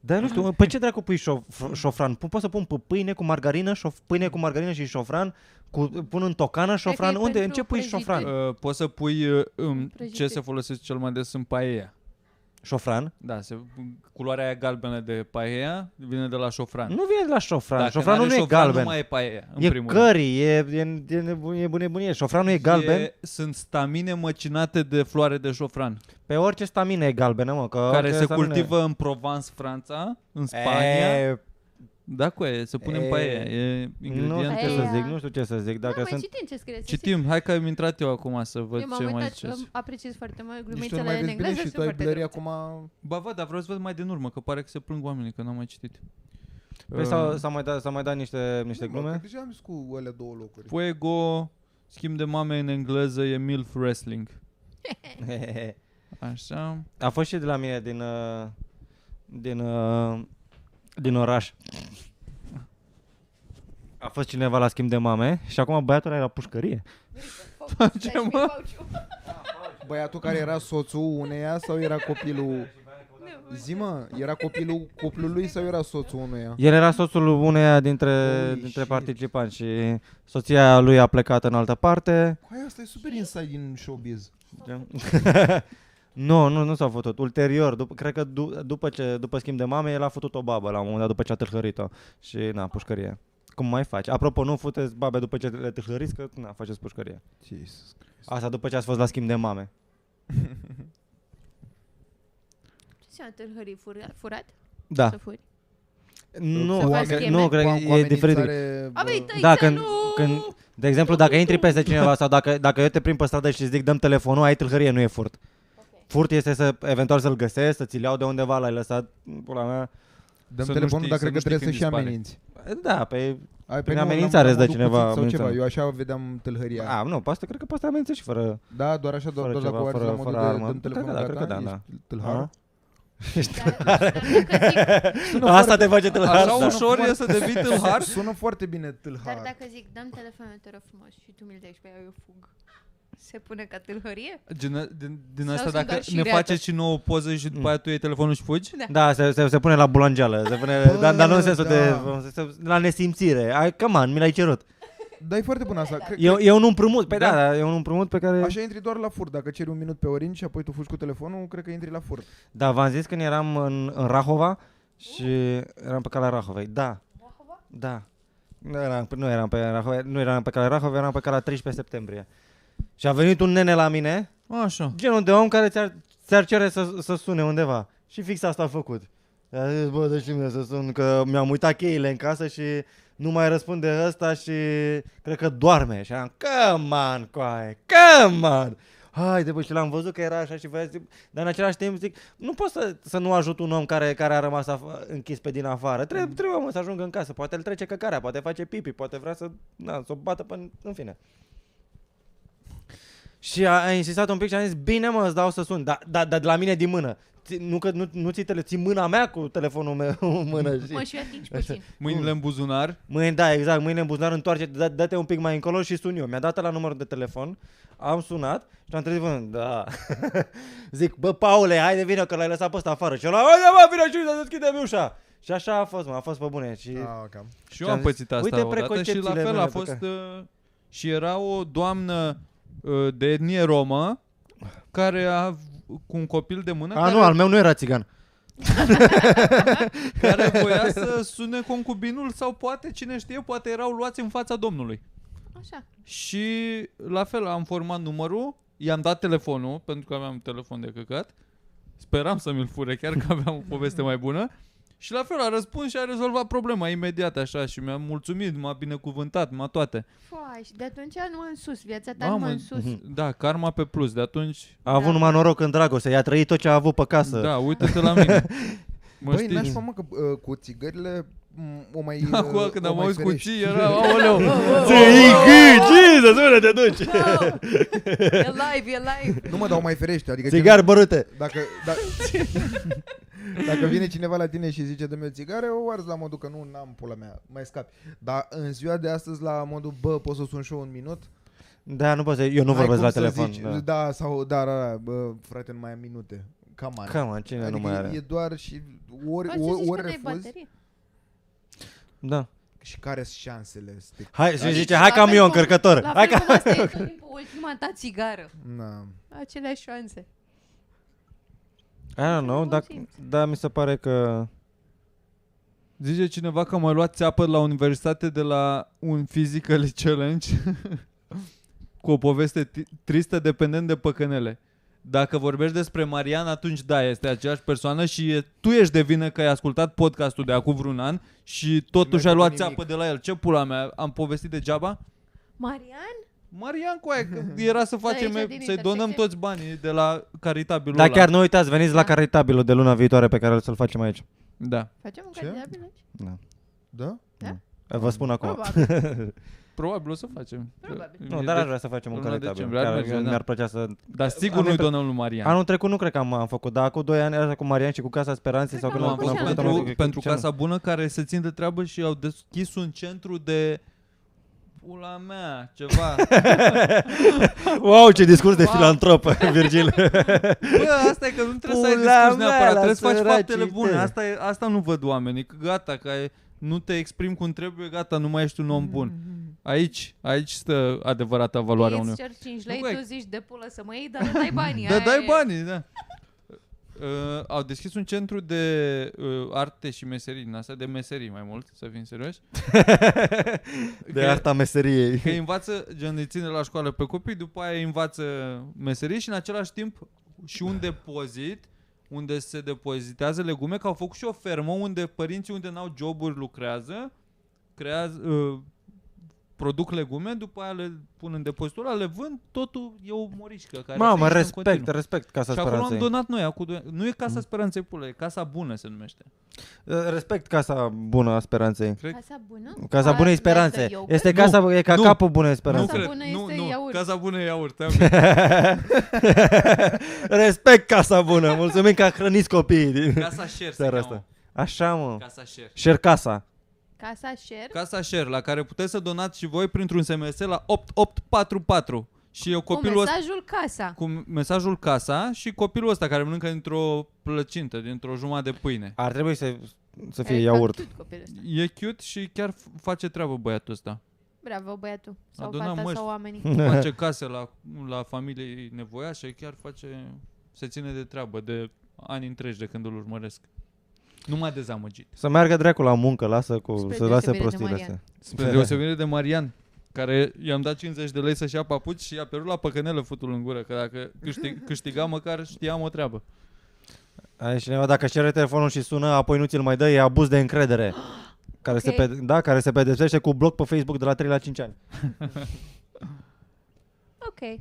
S3: Dar nu știu, pe ce dracu pui șof, șofran? Pu- Pot să pun pe pâine cu margarină, șof, pâine cu margarină și șofran, cu, pun în tocană
S2: că e
S3: șofran, unde, în
S2: pentru
S3: ce pui
S2: prăjitură.
S3: șofran?
S1: Uh, poți să pui uh, um, ce
S2: Prăjitul.
S1: se folosesc cel mai des în paella.
S3: Șofran?
S1: Da, se, culoarea aia galbenă de paella vine de la șofran.
S3: Nu vine de la șofran,
S1: Dacă
S3: șofranul
S1: n-are
S3: nu e
S1: șofran,
S3: galben.
S1: Nu mai e paella, în
S3: e
S1: primul
S3: curry, e, e, e, nebun- e nebunie. Șofranul e
S1: rând.
S3: galben. E...
S1: E, sunt stamine măcinate de floare de șofran,
S3: Pe orice stamină e galbenă, mă. Că
S1: care
S3: orice
S1: se
S3: stamină-
S1: cultivă în Provence, Franța, în Spania.
S3: E,
S1: Da, cu aia, să punem
S7: E,
S1: pe aia. E
S3: Nu știu
S1: ingrediente.
S3: ce
S2: Aia.
S3: să zic, nu știu ce să
S2: Dacă
S3: zic. Dacă
S2: nu, mai
S3: sunt...
S2: citim ce scrieți.
S1: Citim, hai că am intrat eu acum să văd
S2: Eu m-am
S1: ce mai
S2: uitat,
S1: ziceți.
S2: îmi apreciez foarte mult
S4: Nici tu nu
S2: glumițele
S4: mai
S2: în
S4: vezi bine
S2: engleză.
S4: și
S2: sunt
S4: tu ai
S2: foarte
S4: blurry
S2: drăguțe.
S4: acum...
S1: Ba văd, dar vreau să văd mai din urmă, că pare că se plâng oamenii că n-am mai citit. Uh,
S3: Păi
S1: Mm.
S3: s-au, s-au, mai dat, s-au mai dat niște, niște
S4: Nu, mă, că
S3: glume?
S4: Deja am zis cu ele două locuri.
S1: Păi- Fuego, schimb de mame în engleză, e MILF Wrestling. Așa.
S3: A fost și de la mine din... uh, Din... uh, Din oraș. A fost cineva la schimb de mame și acum băiatul ăla e la pușcărie.
S1: Ce,
S2: Dai Deci, și mie
S1: mă?
S2: pauciu.
S4: Băiatul care era soțul uneia sau era copilul...
S2: Nu,
S4: Zi mă, era copilul cuplului sau era soțul unuia?
S3: El era soțul uneia dintre,
S4: Holy
S3: dintre
S4: shit.
S3: participanți și soția lui a plecat în altă parte.
S4: Hai, asta e super inside din showbiz.
S3: nu, nu, nu s-a făcut. Ulterior, dup- cred că du- după, ce, după schimb de mame, el a făcut o babă la un moment dat după ce a tâlhărit-o. Și na, pușcărie. Cum mai faci? Apropo, nu futeți babe după ce le tâlhăriți, că na, faceți pușcărie.
S4: Jesus.
S3: Asta după ce ați fost la schimb de mame.
S2: Ce înseamnă tâlhării? Fura- Furat?
S3: Da.
S2: Să furi?
S3: Nu,
S2: Să faci
S3: cred-
S2: scheme.
S3: nu, cred că e diferit.
S2: Abei tăi,
S3: Da,
S2: da,
S3: când,
S2: nu!
S3: când, de exemplu, dacă intri peste cineva sau dacă, dacă eu te prind pe stradă și îți zic dăm telefonul, ai tâlhărie, nu e furt. Furt este să eventual să-l găsești, să ți-l iau de undeva, l-ai lăsat, pula mea.
S4: Dăm
S1: Să nu
S4: telefonul,
S1: știi-
S4: dar
S1: să
S4: cred
S1: nu
S4: că
S1: știi
S4: trebuie să
S1: când
S4: și
S1: dispare.
S4: ameninți.
S3: Da, pe...
S4: Ai,
S3: Prin
S4: nu, l-am-
S3: amenințare îți dă
S4: l-am văzut
S3: cineva
S4: puțin Sau ceva,
S3: amenințare.
S4: eu așa vedeam tâlhăria.
S3: A, Ah, nu, pe asta cred că pe asta amenință și fără...
S4: Da, doar așa, doar,
S3: Fără
S4: doar dacă
S3: ceva,
S4: o arzi
S3: fără-
S4: la modul de
S3: fără armă.
S4: dăm
S3: Cred că
S4: telefonul
S3: da, cred că da,
S4: gata,
S3: da.
S4: ești tâlhar.
S3: Aha.
S2: Da, Dar dacă zic-
S3: Asta te face tâlhar.
S1: Așa
S4: da.
S1: ușor e să devii tâlhar?
S4: Sună foarte bine
S2: Dar
S4: tâlhar.
S2: dacă zic, dăm telefonul, te rog frumos, și tu mi-l dai și pe aia eu fug. Se pune ca tâlhărie?
S1: Din, din, din
S2: Sau
S1: asta
S2: sunt
S1: dacă
S2: doar
S1: ne
S2: șireată.
S1: faceți și nouă poză și
S3: Mm.
S1: după aia tu iei telefonul și fugi?
S3: Da, se, se, se pune la bulangeală, se pune,
S4: Bă,
S3: dar, dar nu în sensul
S4: da.
S3: de, se, se, la nesimțire. Ai, come on, mi l-ai cerut.
S4: Dar e foarte bun asta. Cred,
S3: Eu,
S4: eu,
S3: eu un împrumut, pe da,
S1: Da.
S3: da, e un împrumut pe care...
S4: Așa intri doar la fur. Dacă ceri un minut pe orin și apoi tu fugi cu telefonul, cred că intri la fur.
S3: Da, v-am zis când eram în, în Rahova și eram pe calea Rahovei. Da. Rahova? Da. Nu eram, nu eram pe Rahova, nu eram pe calea Rahovei, eram pe calea 13 septembrie. Și a venit un nene la mine,
S1: Așa.
S3: genul de om care ți-ar, ți-ar cere să, să sune undeva. Și fix asta a făcut. A zis, bă, dă și mie să sun, că mi-am uitat cheile în casă și nu mai răspunde ăsta și cred că doarme. Și am, come on, coaie, come on! Haide, bă, și l-am văzut că era așa și voia să zic, dar în același timp zic, nu pot să, să nu ajut un om care, care a rămas af- închis pe din afară. Trebuie, trebuie mă, să ajungă în casă, poate îl trece căcarea, poate face pipi, poate vrea să, na, să o bată până, în fine. Și a, a insistat un pic și am zis, bine mă, îți dau să sun, dar da, da, de la mine din mână. Ți, nu că nu, nu ții, tele, ții mâna mea cu telefonul meu în mână.
S2: Mă,
S3: Și...
S2: și atingi puțin.
S1: Mâinile în buzunar.
S3: Mâine, da, exact, mâine în buzunar întoarce, da- dă-te un pic mai încolo și sun eu. Mi-a dat la numărul de telefon, am sunat și am trezit vânând, da. Zic, bă, Paule, haide vină că l-ai lăsat pe ăsta afară. Și ăla, haide mă, vină și să deschidem ușa. Și așa a fost, mă, a fost pe bune. Și
S4: Ah, cam.
S1: Și eu
S3: Și-am
S1: am
S3: zis,
S1: pățit asta
S3: "Uite
S1: odată și la
S3: preconcepțiile
S1: fel a
S3: mele pe
S1: fost...
S3: care-"
S1: uh, Și era o doamnă uh, de etnie romă care a cu un copil de mână
S3: a,
S1: care,
S3: nu, al meu nu era țigan.
S1: care voia să sune concubinul sau poate, cine știe, poate erau luați în fața domnului.
S2: Așa.
S1: Și la fel am format numărul, i-am dat telefonul, pentru că aveam telefon de căcat. Speram să mi-l fure, chiar că aveam o poveste mai bună. Și la fel a răspuns și a rezolvat problema imediat așa și mi-a mulțumit, m-a binecuvântat, m-a toate.
S2: Foai, Păi, și de atunci nu în sus, viața ta
S1: Mamă.
S2: nu în sus.
S3: Mhm.
S1: Da, karma pe plus, de atunci,
S3: A avut
S2: Da.
S3: numai noroc în dragoste, i-a trăit tot ce a avut pe casă.
S1: da, uite-te la mine. Mă
S4: Băi,
S1: știi?
S4: n-aș mă că uh, cu țigările m- o mai...
S1: Da, cu
S4: uh,
S1: când
S4: o
S1: am
S4: mai
S1: auzit cu
S4: ferești.
S1: ții, era, aoleu,
S3: Țigui, Jesus, unde te duci?
S2: Wow! E live, e live.
S4: Nu mă dau mai ferește, adică...
S3: Țigar bărâte.
S4: gen- Dacă, da, dacă vine cineva la tine și zice dă-mi o țigară, o arzi la modul că nu, n-am pula mea, mai scapi. Dar în ziua de astăzi, la modul, bă, poți să sun și eu un minut?
S3: Da, nu pot să, eu nu
S4: N-ai
S3: vorbesc
S4: cum
S3: la
S4: să
S3: telefon.
S4: zici.
S3: Da.
S4: da. sau, da, da, da, bă, frate, nu mai am minute. Cam on.
S3: Come on, cine
S4: adică
S3: nu mai
S4: e
S3: are?
S4: doar și ori,
S2: Poți să
S4: ori,
S2: zici că
S4: ori
S2: n-ai
S4: refuzi
S2: baterie.
S3: Da.
S4: și care sunt șansele să te...
S3: Hai, și
S2: Adică
S3: zice, hai că am
S2: la
S3: eu
S2: fel cum-
S3: încărcător.
S2: La
S3: Hai
S2: fel
S3: că...
S2: cum asta e tot timpul ultima ta țigară.
S4: Na.
S2: Aceleași șanse.
S3: I don't know,
S2: cum
S3: dar,
S2: simți.
S3: dar mi se pare că...
S1: Zice cineva că am mai luat țeapă la universitate de la un physical challenge cu o poveste ti- tristă dependent de păcănele. Dacă vorbești despre Marian, atunci da, este aceeași persoană și e, tu ești de vină că ai ascultat podcastul de acum vreun an și totuși
S4: n-ai
S1: ai luat
S4: făcut nimic.
S1: țeapă de la el. Ce pula mea, am povestit degeaba?
S2: Marian?
S1: Marian cu aia, că era să facem,
S2: Aici, din
S1: să-i
S2: intersecție.
S1: donăm toți banii de la caritabilul
S3: Dar
S1: ăla.
S3: chiar nu uitați, veniți la caritabilul de luna viitoare pe care o să-l facem aici.
S1: Da,
S2: Facem un
S4: Ce?
S2: candidabil aici?
S4: Da?
S3: Vă spun acum.
S2: Probabil.
S1: probabil o să facem.
S2: Probabil.
S1: E
S3: Nu, dar
S1: de-
S3: aș vrea să facem un
S1: luna
S3: caritabil.
S1: decembrie, ar
S3: Chiar
S1: merge, da.
S3: Mi-ar plăcea să...
S1: Dar sigur
S3: Anul
S1: nu-i
S3: pe-
S1: donăm lui Marian.
S3: Anul trecut nu cred că am, am făcut, dar cu 2 ani era cu Marian și cu Casa Speranței
S2: Cred
S3: sau
S2: că
S3: când
S1: Nu,
S2: am
S1: am
S2: făcut
S1: făcut
S2: și anul
S1: pentru, pentru Casa Bună care se țin de treabă și au deschis un centru de pula mea, ceva.
S3: Wow, ce discurs de
S1: Wow.
S3: filantrop, Virgil.
S1: Bă, asta e că nu trebuie să ai
S3: Pula
S1: discurs
S3: mea,
S1: neapărat,
S3: la
S1: trebuie să faci
S3: săracii
S1: faptele bune.
S3: tăi.
S1: Asta, e, asta nu văd oamenii, că gata, că ai, nu te exprimi cum trebuie, gata, nu mai ești un om bun. Aici, aici stă adevărata valoare a
S2: Îți
S1: unui
S2: cer 5 lei,
S1: Nu, bă,
S2: tu zici de pulă să mă iei, dar îmi dai banii.
S1: Da,
S2: aia
S1: dai
S2: e.
S1: banii, da. Uh, au deschis un centru de uh, arte și meserii, din asta de meserii mai mult, să fim serioși.
S3: De arta meseriei.
S1: Că îi învață, gen îi ține la școală pe copii, după aia îi învață meserii și în același timp și un depozit unde se depozitează legume, că au făcut și o fermă unde părinții unde n-au joburi lucrează, creează, uh, produc legume, după aia le pun în depozitul ăla, le vând, totul e o morișcă. Care
S3: Mamă,
S1: crește în
S3: respect,
S1: continuu.
S3: respect Casa
S1: Și acolo am
S3: Speranței. Mm.
S1: donat noi. Acum, doi- nu e Casa Speranței Pule, e Casa Bună se numește.
S3: Respect Casa Bună a Speranței.
S2: Casa bună?
S3: Casa
S2: A,
S3: Bunei
S2: este
S3: Speranțe.
S2: yogurt?
S3: Este
S1: Nu,
S3: casa, e ca
S1: nu.
S3: capul Bunei Speranțe.
S1: nu cred.
S2: Bună
S1: nu,
S2: este
S1: nu.
S2: iaurt.
S1: Casa Bună e iaurt. am-
S3: Respect Casa Bună. Mulțumim că hrăniți copiii din
S1: Casa Share se
S3: seara
S1: cheamă.
S3: asta. Așa, mă.
S1: Casa Share.
S3: Share casa.
S2: Casa Share?
S1: Casa Share, la care puteți să donați și voi printr-un SMS la 8844. Și eu
S2: Cu
S1: copilul ăsta
S2: mesajul Casa.
S1: cu mesajul casa și copilul ăsta care mănâncă dintr-o plăcintă, dintr-o jumătate de pâine.
S3: Ar trebui să, să fie
S2: E
S3: iaurt.
S2: cactus copilul ăsta.
S1: E cute și chiar f- face treabă băiatul ăsta.
S2: Bravo, băiatul. Sau
S1: Adunăm
S2: fata
S1: măști.
S2: sau oamenii.
S1: Face case la, la familii nevoiașe, chiar face, se ține de treabă de ani întregi de când îl urmăresc. Nu m-a dezamăgit.
S3: Să meargă dracu la muncă, lasă cu,
S2: Spre
S3: să lase
S2: deosebire de
S3: prostiile
S2: Marian.
S3: astea.
S1: Spre deosebire de Marian, care i-am dat 50 de lei să-și ia papuci și i-a pierdut la păcănele futul în gură, că dacă câștig, câștiga măcar știam o treabă.
S3: Ai cineva, dacă își cere telefonul și sună, apoi nu ți-l mai dă, e abuz de încredere. Care,
S2: Ok.
S3: se ped- da, care se pedepsește cu bloc pe Facebook de la 3 la 5 ani.
S2: Ok.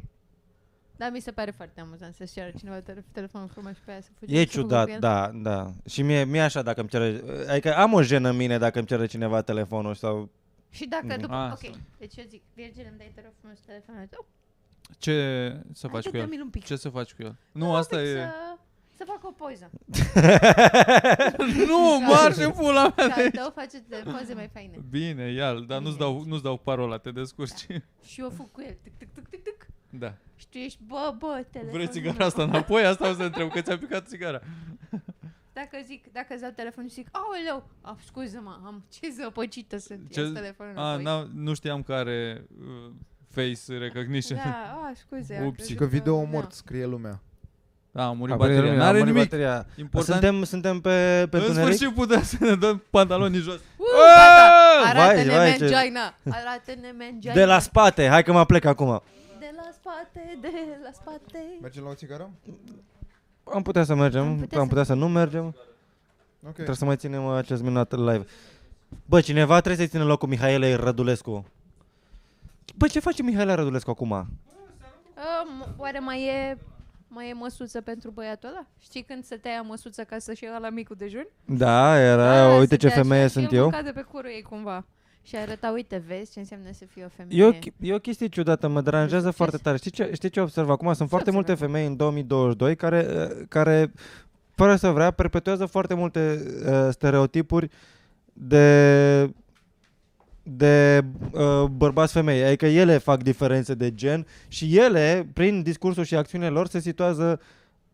S2: Dar mi se pare foarte amuzant să-și ceară cineva tele- telefonul frumos și pe aia să fugi.
S3: E ciudat, da, da. Și mie, mie așa dacă îmi cere... Adică am o jenă în mine dacă îmi cere cineva telefonul sau...
S2: Și dacă după...
S1: Ah,
S2: ok,
S1: asta.
S2: deci eu zic, Virgil, îmi dai te rog frumos telefonul tău?
S1: Ce să faci cu
S2: Adică
S1: el?
S2: dă-mi-l un pic.
S1: Ce să faci cu el?
S2: Dă-mi
S1: Nu,
S2: un
S1: asta
S2: pic
S1: e...
S2: Să, să fac o poză.
S1: Nu, marșe pula mea!
S2: Ca al tău faceți de poze mai faine.
S1: Bine, ia dar nu-ți dau, nu-ți dau parola, te descurci.
S2: Și eu fug cu el. Tic, tic, tic, tic, tic.
S1: Da.
S2: Și tu ești, bă, bă, telefonul
S1: Vrei țigara
S2: meu.
S1: asta înapoi? Asta o să întreb, că ți-a picat țigara.
S2: Dacă zic, dacă îți dau telefonul și zic, aoleu, a, scuză-mă, am, ce zăpăcită sunt,
S1: Ce-
S2: ce? telefonul
S1: A,
S2: înapoi.
S1: n-au- nu știam că are uh, face recognition. Da,
S2: Da, a, scuze. am
S1: Upsi.
S2: crezut
S4: Că video
S2: da.
S4: mort,
S1: Ah!
S4: scrie lumea.
S1: a Da, murit
S3: A,
S1: bateria.
S3: bine,
S1: N-are
S3: am murit
S1: nimic.
S3: Bateria.
S1: Important.
S3: Suntem, suntem pe, pe
S1: în
S3: tuneric?
S1: sfârșit putem să ne dăm pantalonii jos.
S2: Uh, gata!
S3: Vai,
S2: Arată-ne
S3: vai, ce-
S2: mangina! Arată-ne mangina!
S3: De la spate, hai că mă plec acum.
S2: de la spate, de la spate!
S4: Mergem la o țigară?
S3: Am putea să mergem, am
S2: Am putea
S3: putea,
S2: să-
S3: să nu mergem.
S4: Ok.
S3: Trebuie să mai ținem uh, acest minut live. Bă, cineva trebuie să-i țină locul Mihaelei Rădulescu. Bă, ce face Mihaela Rădulescu acum?
S2: Um, oare mai e mai e măsuță pentru băiatul ăla? Știi când se tăia măsuță ca să-și ia la micul dejun?
S3: Da, era,
S2: Ah,
S3: uite
S2: se
S3: ce
S2: tăia
S3: femeie
S2: și el
S3: sunt eu.
S2: mânca de pe curul ei cumva. Și arăta, uite, vezi ce înseamnă să fii o femeie.
S3: E o, chi- e o chestie ciudată, mă deranjează
S2: Deci,
S3: foarte
S2: ce-
S3: tare. Știi ce, știi ce observ acum? Sunt foarte multe
S2: observi?
S3: femei în 2022 care, uh, care fără să vrea, perpetuează foarte multe uh, stereotipuri de de uh, bărbați femei, adică ele fac diferențe de gen și ele, prin discursul și acțiunile lor, se situează,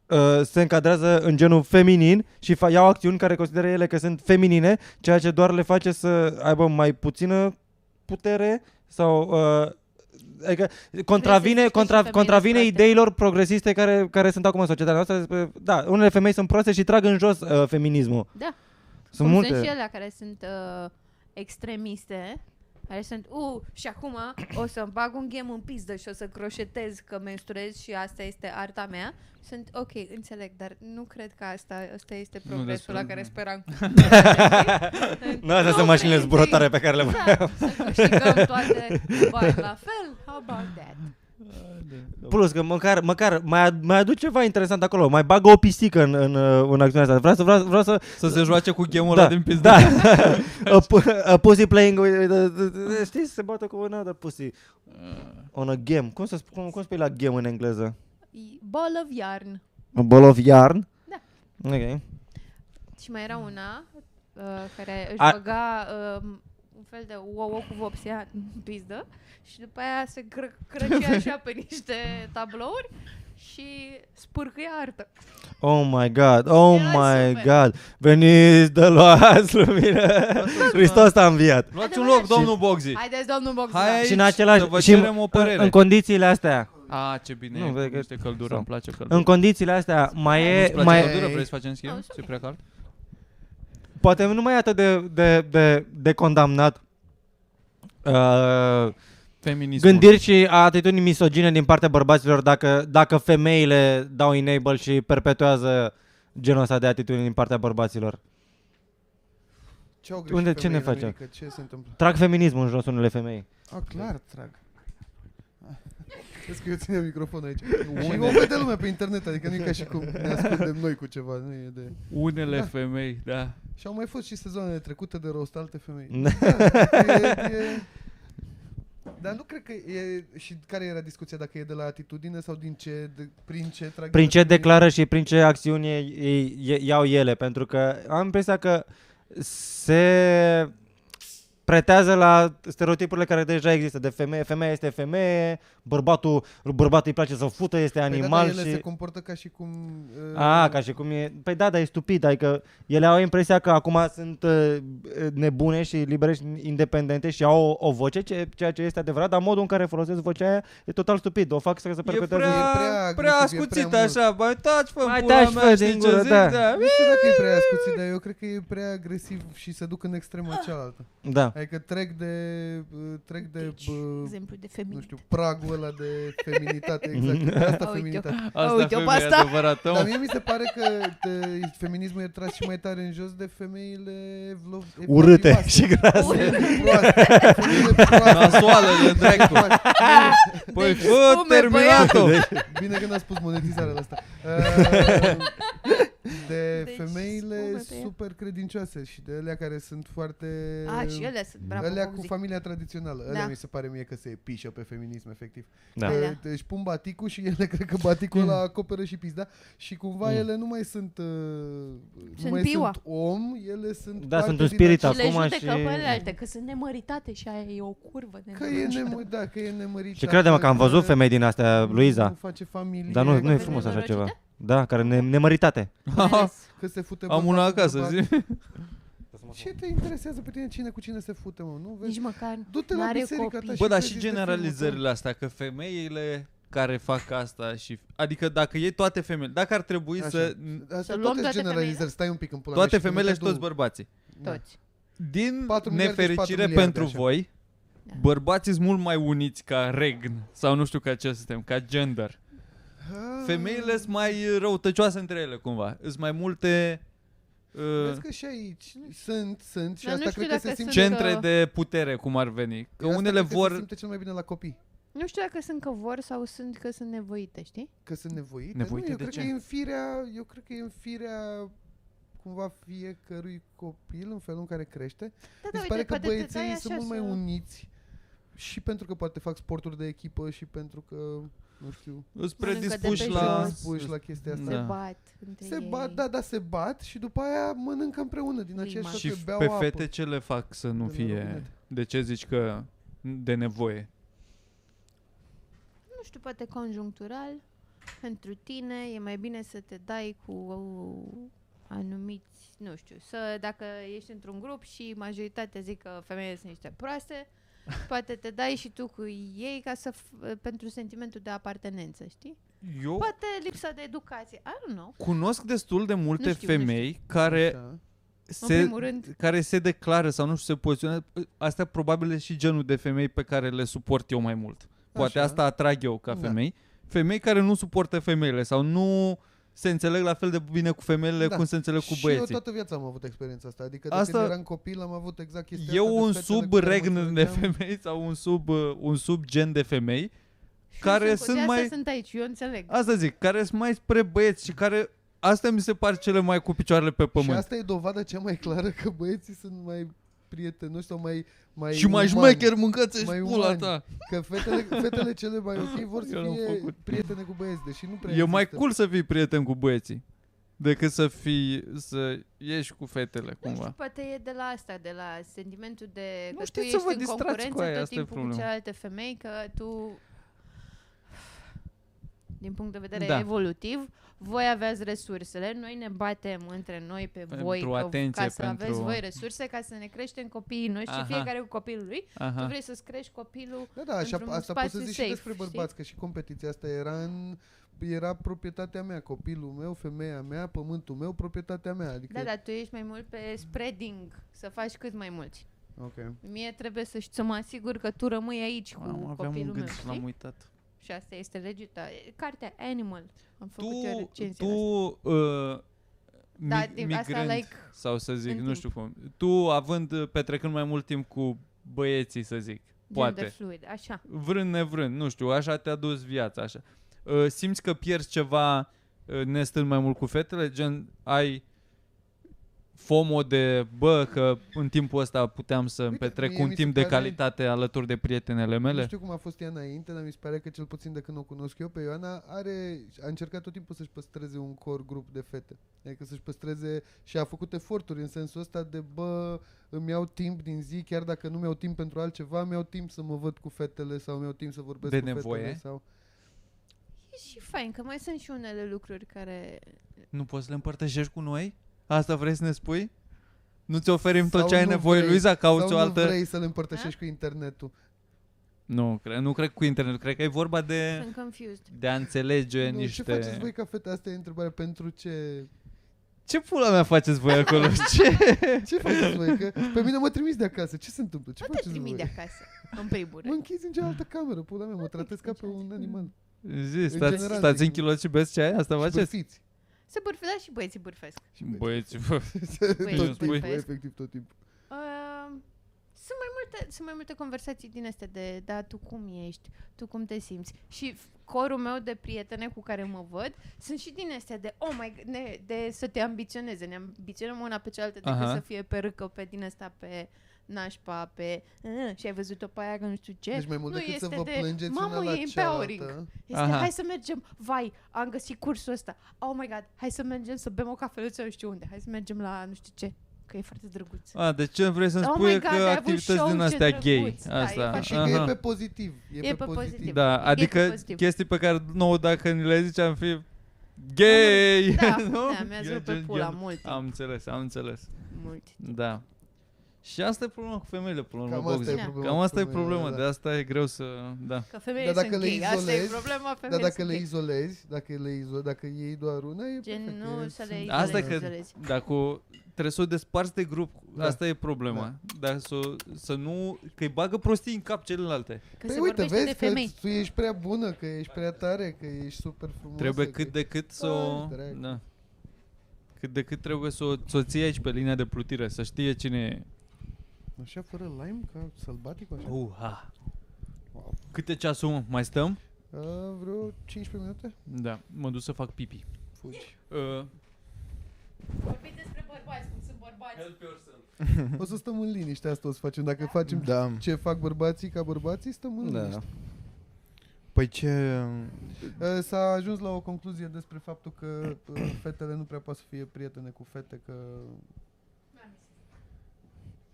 S3: uh, se încadrează în genul feminin și fa- iau acțiuni care consideră ele că sunt feminine, ceea ce doar le face să aibă mai puțină putere sau uh, adică
S2: Vrei să
S3: contravine,
S2: zici că și
S3: contra,
S2: femeile
S3: contravine
S2: sunt proaste?
S3: ideilor progresiste care, care sunt acum în societatea noastră. Despre, da, unele femei sunt proaste și trag în jos uh, feminismul.
S2: Da.
S3: Sunt
S2: Cum
S3: multe.
S2: sunt și alea care sunt uh, extremiste, Care sunt, u, și acum o să-mi bag un ghem în pizdă și o să croșetez că menstruez și asta este arta mea. Sunt, ok, înțeleg, dar nu cred că asta, asta este
S1: Nu
S2: progresul
S1: despre-
S2: la care
S1: nu.
S2: speram.
S3: Nu, astea sunt mașinile
S2: cred că-
S3: zburătoare pe care le
S2: Da, să câștigăm toate bani la fel. How about that?
S3: Plus că măcar, măcar mai, ad- mai aduc ceva interesant acolo, mai bagă o pisică în, în, uh, în acțiunea asta. Vreau să, vreau, vreau să...
S1: Să se joace cu gemul
S3: da,
S1: ăla din pizdă.
S3: da. a, pu- a pussy playing with, with, with, with, știi, se bată cu un altă pussy. On a game. Cum, să, sp- cum, cum spui la game în engleză?
S2: E Ball of yarn.
S3: A ball of yarn?
S2: Da.
S3: Ok.
S2: Și mai era
S3: Mm.
S2: una uh, care își
S3: Ar-
S2: băga um, un fel de ouă cu vopsea în pizdă și după aia se cr- crăcea așa pe niște tablouri și spârcâia artă.
S3: Oh my god, oh
S2: Era
S3: my
S2: super.
S3: god. Veniți de luați lumină. Hristos a înviat.
S1: Luați un loc, domnul Bogzi.
S2: Haideți, domnul da. Boxer!
S1: Hai
S3: Și
S1: aici
S3: în același
S1: să vă
S3: și în-
S1: cerem o
S3: în,
S1: părere.
S3: în condițiile astea,
S1: A, ce bine
S3: Nu,
S1: nu,
S3: vezi
S1: e,
S3: că-
S1: că este căldură,
S3: sau-
S1: îmi place căldura.
S3: în condițiile astea mai
S1: Nu-ți
S3: e
S1: place
S3: mai
S1: căldură? Vrei să facem schimb?
S2: Ah,
S1: Ți-e prea cald?
S3: poate nu mai e atât de de de, de condamnat uh,
S1: Feminismul.
S3: gândiri și atitudini misogine din partea bărbaților dacă dacă femeile dau enable și perpetuează genul ăsta de atitudini din partea bărbaților.
S8: Ce au
S3: Unde- ce ne facem?
S8: Mirica? Ce se întâmplă?
S3: Trag feminismul în jos unele femei.
S8: Ah, clar, trag. Crezi că eu ținem microfonul aici. Și o vede lumea pe internet, adică nu e ca și cum ne ascundem noi cu ceva. Nu e de...
S1: Unele
S8: Da.
S1: femei, da.
S8: Și au mai fost și sezoanele trecute de rost alte femei.
S3: Da.
S8: Da, e, e... Dar nu cred că e... Și care era discuția? Dacă e de la atitudine sau din ce, de, păi, prin ce trag?
S3: Prin ce
S8: de-
S3: declară și prin ce acțiuni ei- ei- ei- iau ele, pentru că am impresia că se pretează la stereotipurile care deja există de femeie, femeia este femeie, bărbatul, bărbatul îi place să fută, este
S8: Păi da,
S3: animal
S8: dar ele
S3: și...
S8: se comportă ca și cum... uh,
S3: A, ca și cum e... Păi da, dar e stupid, adică ele au impresia că acum sunt uh, nebune și libere și independente și au o, o voce, ce, ceea ce este adevărat, dar modul în care folosesc vocea aia e total stupid, o fac să se
S1: E
S3: perpetueze.
S1: prea,
S8: E prea
S1: prea,
S8: agresiv, e
S1: ascuțit
S8: prea mult.
S1: așa, mai taci fă
S3: Mai
S1: pula
S3: taci,
S1: mea,
S3: fă,
S1: știi
S3: din
S1: ce
S3: gură,
S1: zic?
S3: da.
S1: da.
S8: Nu știu dacă e prea ascuțit, dar eu cred că e prea agresiv și se duc în
S2: Ah.
S8: extrema cealaltă.
S3: Da.
S8: Adică trec de... uh, Trec de...
S2: Deci,
S8: uh,
S2: exemplu de feminin.
S8: nu știu, pragul ăla de feminitate, exact, de asta
S2: Uite-o.
S8: feminitate.
S1: Asta
S2: Uite-o pe
S1: femeie
S2: asta.
S1: adevărată,
S8: Dar
S1: mă.
S8: mie mi se pare că te, feminismul e tras și mai tare în jos de femeile vlo-
S3: Urâte
S8: evlavioase.
S3: și grase.
S8: Femeile proaste. Femeile proaste.
S1: Nasoală de dracu.
S8: Bine,
S1: Păi
S2: Deci
S1: fă, Deci,
S2: spume,
S1: terminat-o!
S8: Bine că n-a spus monetizarea la asta. Uh, De
S2: Deci,
S8: femeile
S2: spune pe ea.
S8: super credincioase și de alea care sunt foarte...
S2: A, și ele sunt, bravo,
S8: Alea
S2: cum
S8: cu
S2: zic.
S8: familia tradițională. Alea
S2: Da.
S8: mi se pare mie că se pișă pe feminism, efectiv.
S3: Da.
S8: Că
S2: Alea.
S8: te- Își pun baticul și ele cred că baticul ăla acoperă și pizda și cumva ele nu mai sunt uh, nu
S2: Mm. Sunt
S8: mai
S2: piua.
S8: sunt om, ele sunt
S3: Da,
S8: parte
S3: sunt un
S8: din
S3: spirit
S8: acel-
S2: Și le
S3: Acum
S2: judecă
S3: și-
S2: pe alte, că sunt nemăritate și aia e o curvă.
S8: Că e, nemă, da, că e nemărit.
S3: Și crede-mă că am văzut
S8: că
S3: femei din astea,
S8: nu- Nu
S3: Luiza,
S8: face familie.
S3: dar nu,
S8: că
S3: nu e
S8: se-
S3: frumos așa ceva.
S2: Nemărăcită?
S3: Da, care ne, nemăritate.
S8: Că se fute
S1: Am
S8: bărbatul
S1: una
S8: cu
S1: acasă,
S8: bărbatul.
S1: zi.
S8: Ce te interesează pe tine cine cu cine se fute, mă? Nu vezi?
S2: Nici măcar
S8: Du-te la
S2: n-are
S8: biserica ta
S2: copii.
S8: și
S1: Bă, dar
S8: vezi
S1: și
S8: de filmul
S1: generalizările astea, că femeile care fac asta și... Adică dacă e toate femeile, dacă ar trebui
S8: Așa.
S1: să...
S8: Astea
S2: luăm toate
S8: toate
S2: femeile?
S8: generalizări, stai un pic în pula mea
S1: Toate
S8: și
S1: femeile și
S8: tu nu te
S1: toți
S8: du-
S1: bărbații.
S2: toți.
S1: Din
S8: 4 miliarde și 4
S1: nefericire
S8: miliarde,
S1: pentru
S8: așa.
S1: voi,
S2: Da.
S1: bărbații sunt mult mai uniți ca regn sau nu știu ca ce suntem, ca gender.
S8: Ah,
S1: Femeile sunt mai răutăcioase între ele cumva. Sunt mai multe uh,
S8: Vezi că și aici sunt, sunt și
S2: Dar nu
S8: asta
S2: știu
S8: cred că
S2: dacă
S8: se simte
S2: sunt-
S1: centre de putere, cum ar veni. Că
S8: Păi Asta
S1: unele
S8: cred că
S1: vor...
S8: se simte cel mai bine la copii,
S2: Nu știu dacă sunt că vor sau sunt că sunt nevoite, știi?
S8: că sunt nevoite.
S1: Nevoite
S8: nu, eu
S1: de
S8: cred
S1: ce?
S8: că e în firea, eu cred că e în firea cumva fiecărui copil în felul în care crește.
S2: Da,
S8: Mi se pare că băieții sunt mult mai uniți și pentru că poate fac sporturi de echipă și pentru că, nu știu,
S2: Păi
S1: Îți
S2: Mănâncă de
S1: predispuși
S2: pe
S1: la...
S2: jos.
S8: spui la chestia asta.
S2: Se
S1: Da.
S2: bat între
S8: Se
S2: ei.
S8: bat, da, da, se bat și după aia mănâncă împreună din
S2: Lui
S8: aceeași
S2: Max.
S8: șoapă,
S1: Și
S8: beau
S1: pe
S8: apă.
S1: fete ce le fac să nu
S8: De la robinet.
S1: fie... De ce zici că de nevoie?
S2: Nu știu, poate conjunctural. Pentru tine e mai bine să te dai cu uh, anumiți, nu știu, să dacă ești într-un grup și majoritatea zic că femeile sunt niște proaste, poate te dai și tu cu ei ca să f- pentru sentimentul de apartenență, știi?
S1: Eu
S2: Poate lipsa de educație. I don't know.
S1: cunosc destul de multe
S2: știu, nu
S1: femei care
S8: Așa.
S2: în
S1: se,
S2: primul rând.
S1: care se declară sau nu știu, se poziționează, astea probabil e și genul de femei pe care le suport eu mai mult. Poate
S8: Așa.
S1: asta atrag eu ca
S8: Da.
S1: femei. Femei care nu suportă femeile sau nu se înțeleg la fel de bine cu femeile
S8: Da.
S1: cum se înțeleg cu
S8: Și eu
S1: băieții.
S8: toată viața am avut experiența asta. Adică de
S1: Asta-
S8: asta... când eram copil am avut exact chestia
S1: E
S8: asta. de
S1: un
S8: fetele cu
S1: sub
S8: care mă
S1: regn de
S8: înțelegeam.
S1: femei sau un sub, uh, un sub gen de femei
S2: Și
S1: care
S2: de
S1: sunt
S2: astea
S1: mai-
S2: sunt aici, eu înțeleg.
S1: Asta zic, care sunt mai spre băieți și care... Astea mi se par cele mai cu picioarele pe
S8: Și
S1: pământ.
S8: asta e dovada cea mai clară că băieții sunt mai prietenoși sau mai mai
S1: și mai
S8: umani.
S1: șmecher mâncați și
S8: Mai
S1: pula
S8: umani.
S1: ta.
S8: Că fetele, fetele cele mai ok vor să
S1: Eu l-am
S8: fie
S1: făcut.
S8: prietene cu băieți, deși nu prea
S1: E mai
S8: există.
S1: cool să fii prieten cu băieții decât să fii să ieși cu fetele cumva.
S2: Poate e de la asta, de la sentimentul de
S1: Nu
S2: că tu
S1: știți să
S2: ești
S1: vă
S2: în
S1: distrați cu
S2: concurență
S1: aia,
S2: tot
S1: asta e
S2: timpul cu
S1: problema.
S2: celelalte femei, că tu, din punct de vedere
S1: Da.
S2: evolutiv, voi aveți resursele, noi ne batem între noi pe
S1: Pentru
S2: voi că-
S1: atenție,
S2: ca să aveți
S1: pentru-
S2: voi resurse, ca să ne creștem copiii noștri
S1: Aha.
S2: și fiecare cu copilul lui. Tu
S1: Aha.
S2: vrei să-ți crești copilul
S8: Da, da, așa,
S2: într-un
S8: asta poți să
S2: spațiu
S8: zici și
S2: safe,
S8: despre bărbați, că și competiția asta era în era proprietatea mea, copilul meu, femeia mea, pământul meu, proprietatea mea. Adică,
S2: Da, dar tu ești mai mult pe spreading, să faci cât mai mulți.
S8: Ok.
S2: Mie trebuie să, ș- să mă asigur că tu rămâi aici cu
S1: Am aveam un
S2: copilul meu,
S1: gând și
S2: știi?
S1: l-am uitat.
S2: Și asta este legita. Cartea Animal. Am făcut eu
S1: Tu,
S2: recenzie
S1: tu
S2: la asta.
S1: uh, mi-
S2: Da, din asta,
S1: migrând,
S2: like,
S1: sau să zic,
S2: în
S1: nu știu cum. Tu având uh, petrecând mai mult timp cu băieții, să zic,
S2: poate.
S1: poate.
S2: Gender fluid, așa.
S1: Vrând nevrând, nu știu, așa te-a dus viața, așa. Uh, Simți că pierzi ceva uh, nestând mai mult cu fetele, gen ai FOMO de, bă, că în timpul ăsta puteam să-mi
S8: Uite,
S1: petrec
S8: mie
S1: un
S8: mi se
S1: timp de
S8: pare-
S1: calitate alături de prietenele
S8: Nu
S1: mele.
S8: știu cum a fost ea înainte, dar mi se pare că cel puțin de când o cunosc eu pe Ioana, are, a încercat tot timpul să-și păstreze un cor grup de fete. Adică să-și păstreze și a făcut eforturi în sensul ăsta de, bă, îmi iau timp din zi, chiar dacă nu mi-au timp pentru altceva, mi-au timp să mă văd cu fetele sau mi-au timp să vorbesc
S1: De
S8: cu
S1: nevoie?
S8: fetele. Sau...
S2: E și fain, că mai sunt și unele lucruri care...
S1: Nu poți să le împărtășești cu noi? Asta vrei să ne spui? Nu ți oferim tot
S8: Sau
S1: ce ai
S8: nu
S1: nevoie,
S8: vrei,
S1: Luiza? Cauți
S8: sau
S1: o altă...
S8: nu vrei să le împărtășești cu internetul.
S1: Nu, cred, nu cred cu internet. Cred că e vorba de,
S2: Sunt confused.
S1: de a înțelege
S8: Păi, Nu,
S1: niște...
S8: Ce faceți voi ca fete? Asta e întrebarea. Pentru ce?
S1: Ce pula mea faceți voi acolo? ce?
S8: Ce faceți voi? Că pe mine mă trimis de acasă. Ce se întâmplă? Ce
S2: Nu te
S8: faceți
S2: trimit de
S8: voi?
S2: acasă, în primul
S8: Mă
S2: rând.
S8: închizi în cealaltă cameră, pula mea, mă tratez ca pe un animal.
S1: Zi, stați,
S8: general,
S1: stați
S8: zic.
S1: în kilot și beți ceai? Asta
S8: Și
S1: faceți?
S8: bârfiți.
S2: Se bârfă, da, și băieții bârfesc.
S1: Băieți, bă.
S2: Băieții
S8: tot timpul,
S2: bârfesc.
S8: efectiv tot timpul.
S2: Uh, sunt mai multe, sunt mai multe conversații din astea de, da, tu cum ești, tu cum te simți. Și f- corul meu de prietene cu care mă văd sunt și din astea de, oh my, God, ne, de să te ambiționeze. Ne ambiționăm una pe cealaltă decât
S1: Aha.
S2: Aha. să fie pe râcă, pe din asta, pe nașpa, pe "Ah, și ai văzut-o pe aia că nu știu ce.
S8: Deci mai mult
S2: Da, nu
S8: decât să
S2: este
S8: vă
S2: de,
S8: plângeți
S2: mamă,
S8: una la
S2: e empowering.
S8: cealaltă.
S2: Este,
S1: Aha.
S2: hai să mergem, vai, am găsit cursul ăsta, oh my god, hai să mergem să bem o cafeluță nu știu unde, hai să mergem la nu știu ce, că e foarte drăguț.
S1: A, deci ce vrei să-mi
S2: Oh
S1: spui
S2: my
S1: că
S2: God, ai avut
S1: activități
S2: show,
S1: din
S2: ce
S1: astea
S2: drăguț.
S1: gay.
S2: Da, e
S1: Asta.
S2: fain.
S8: Și că e
S1: aha.
S8: pe pozitiv. E,
S2: E pe pozitiv.
S1: Da,
S2: E pe
S1: adică
S2: pozitiv.
S1: chestii pe care nouă dacă ni le zici am fi gay.
S2: Da,
S1: nu?
S2: da, mi-a zis
S1: Gen-
S2: pe
S1: gen-
S2: pula
S1: gen-
S2: mult,
S1: Am înțeles, am înțeles.
S2: mult.
S1: Da. Și asta e problema cu femeile, până la
S8: Cam
S1: urmă,
S8: asta e
S1: Bogdan.
S2: Da.
S8: problema.
S1: Cam asta e
S8: cu femeile,
S1: problema,
S8: da.
S1: de asta e greu să... Da.
S2: Că femeile
S8: Dar
S2: sunt
S8: dacă le
S2: gay, asta e
S8: izolezi-
S2: problema femeile
S8: Dar dacă
S2: sunt
S8: le
S2: gay.
S8: izolezi, dacă le izolezi, dacă iei doar una, e
S2: Gen,
S8: perfect,
S2: nu
S8: e-
S2: să le
S8: sunt-
S2: izolezi.
S1: Asta e
S2: le
S1: că
S2: izolezi.
S1: dacă o- trebuie să o desparți de grup,
S8: Da.
S1: asta e problema. Dar să, să nu... că îi bagă prostii în cap celelalte.
S2: Că
S8: Păi
S2: se
S8: uite,
S2: vorbește de
S8: vezi că
S2: femei.
S8: tu ești prea bună, că ești prea tare, că ești super frumoasă.
S1: Trebuie
S8: că-
S1: cât de cât să
S8: Ai,
S1: o...
S8: dracu.
S1: Da. Cât de cât trebuie să o, să o ții aici pe linia de plutire, să știe cine e.
S8: Așa fără lime, ca sălbatic, așa?
S1: Uha.
S8: Wow.
S1: Câte ceasul mă? mai stăm?
S8: A, vreo 15 minute?
S1: Da, mă duc să fac pipi.
S8: Fugi.
S1: Uh,
S2: Vorbiți despre bărbați, cum sunt bărbați.
S8: O să stăm în liniște, asta o să facem. Dacă facem
S4: Da.
S8: ce fac bărbații ca bărbații, stăm în
S4: Da.
S8: liniște.
S4: Păi ce...
S8: Uh, S-a ajuns la o concluzie despre faptul că uh, fetele nu prea pot să fie prietene cu fete, că...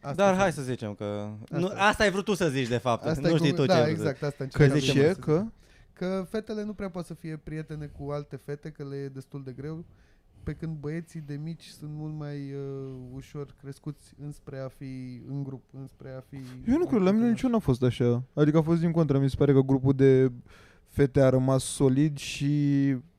S8: Asta
S3: Dar
S8: e.
S3: hai să zicem că... Asta, nu,
S8: Asta e.
S3: asta ai vrut tu să zici, de fapt.
S8: Asta
S3: nu
S8: e
S3: știi
S8: cum-
S3: tu
S8: da,
S3: ce ai vrut.
S8: exact, asta
S4: Că
S8: încercam
S4: de
S8: să
S4: ce?
S8: spun.
S4: Că?
S8: Că fetele nu prea pot să fie prietene cu alte fete, că le e destul de greu, pe când băieții de mici sunt mult mai uh, ușor crescuți înspre a fi în grup, înspre a fi...
S4: Eu nu cred, la mine niciun n-a fost așa. Adică a fost din contră. Mi se pare că grupul de fete a rămas solid și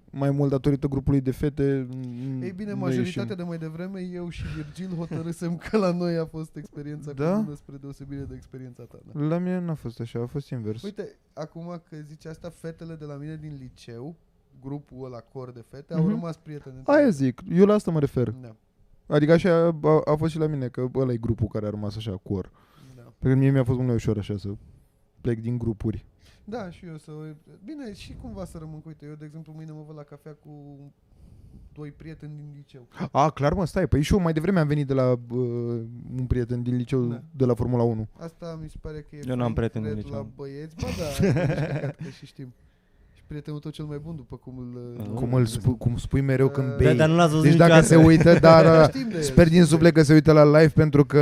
S4: mai mult datorită grupului de fete. m-
S8: Ei bine,
S4: ne
S8: majoritatea
S4: ieșim.
S8: de mai devreme, eu și Virgil hotărâsem că la noi a fost experiența
S4: Da?
S8: comună spre deosebire de experiența ta. Da.
S4: La mine n-a fost așa, a fost invers.
S8: Uite, acum că zici asta, fetele de la mine din liceu, grupul ăla cor de fete, au
S4: Mhm.
S8: rămas prietene. între
S4: Aia
S8: ele.
S4: zic, eu la asta mă refer.
S8: Da,
S4: Adică așa a, a fost și la mine, că ăla e grupul care a rămas așa, cor.
S8: da.
S4: Pe când mie mi-a fost mult mai ușor așa să plec din grupuri.
S8: Da, și eu să... Bine, și cumva să rămân cu... Uite, eu, de exemplu, mâine mă văd la cafea cu doi prieteni din liceu.
S4: A, clar mă, stai, păi și eu mai devreme am venit de la uh, un prieten din liceu
S8: Da.
S4: da. de la Formula 1.
S8: Asta mi se pare că e
S3: Eu n-am
S8: fain
S3: prieten din
S8: cred
S3: liceu.
S8: la băieți. Ba da, ești căcat, că și știm. Și prietenul tău cel mai bun, după cum îl...
S3: Ah.
S4: Cum, îl spu- cum spui mereu când
S8: Da,
S3: Da,
S4: bei.
S3: dar nu l-ați văzut
S4: Deci
S3: în
S4: dacă
S3: casă.
S4: se uită, dar uh,
S8: Știm de el,
S4: sper din
S8: știm de
S4: suflet că se uită la live pentru că,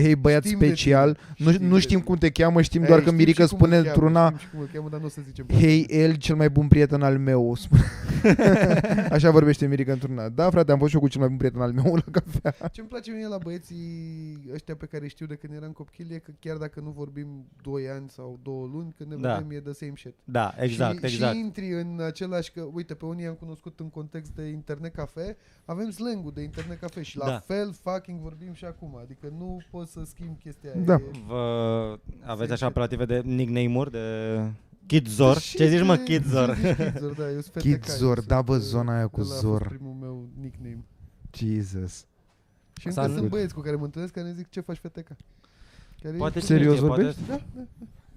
S4: hei băiat
S8: Știm de
S4: special, nu,
S8: Știm
S4: nu
S8: de
S4: știm
S8: tine.
S4: cum te cheamă, știm
S8: el.
S4: doar
S8: Ei,
S4: că
S8: știm
S4: Mirica
S8: și cum îl
S4: spune
S8: cheamă,
S4: într-una,
S8: Știm și cum îl cheamă, dar nu o să zicem.
S4: Hei, el cel mai bun prieten al meu. spune. Așa vorbește Mirica într-una. Da, frate, am fost și eu cu cel mai bun prieten al meu la cafea.
S8: Ce îmi place mie la băieții ăștia pe care îi știu de când eram copil e că chiar dacă nu vorbim 2 ani sau 2 luni, când ne
S3: Da.
S8: vedem e the same shit.
S3: Da, exact,
S8: și,
S3: exact.
S8: Și intri în același că, uite, pe unii am cunoscut în context de internet cafe, avem slang de internet cafe și la
S3: Da.
S8: fel fucking vorbim și acum, adică nu poți să schimbi chestia
S4: Da.
S8: aia. E-
S3: Vă aveți
S8: Sincer.
S3: așa apelative de nickname-uri de Kidzor?
S8: Și
S3: Ce zici mă
S8: de-
S3: Kidzor?
S8: zici Kidzor, da, eu sunt fete
S4: Kid
S8: cai,
S4: Zor,
S8: sunt,
S4: da, bă,
S8: uh,
S4: zona aia cu
S8: ăla a fost
S4: Zor.
S8: primul meu nickname.
S4: Jesus.
S8: Și încă
S3: Salut.
S8: sunt băieți cu care mă întâlnesc care ne zic ce faci feteca. Care e-
S3: Poate cine
S4: Serios
S3: știe, poate,
S4: vorbești?
S8: Da.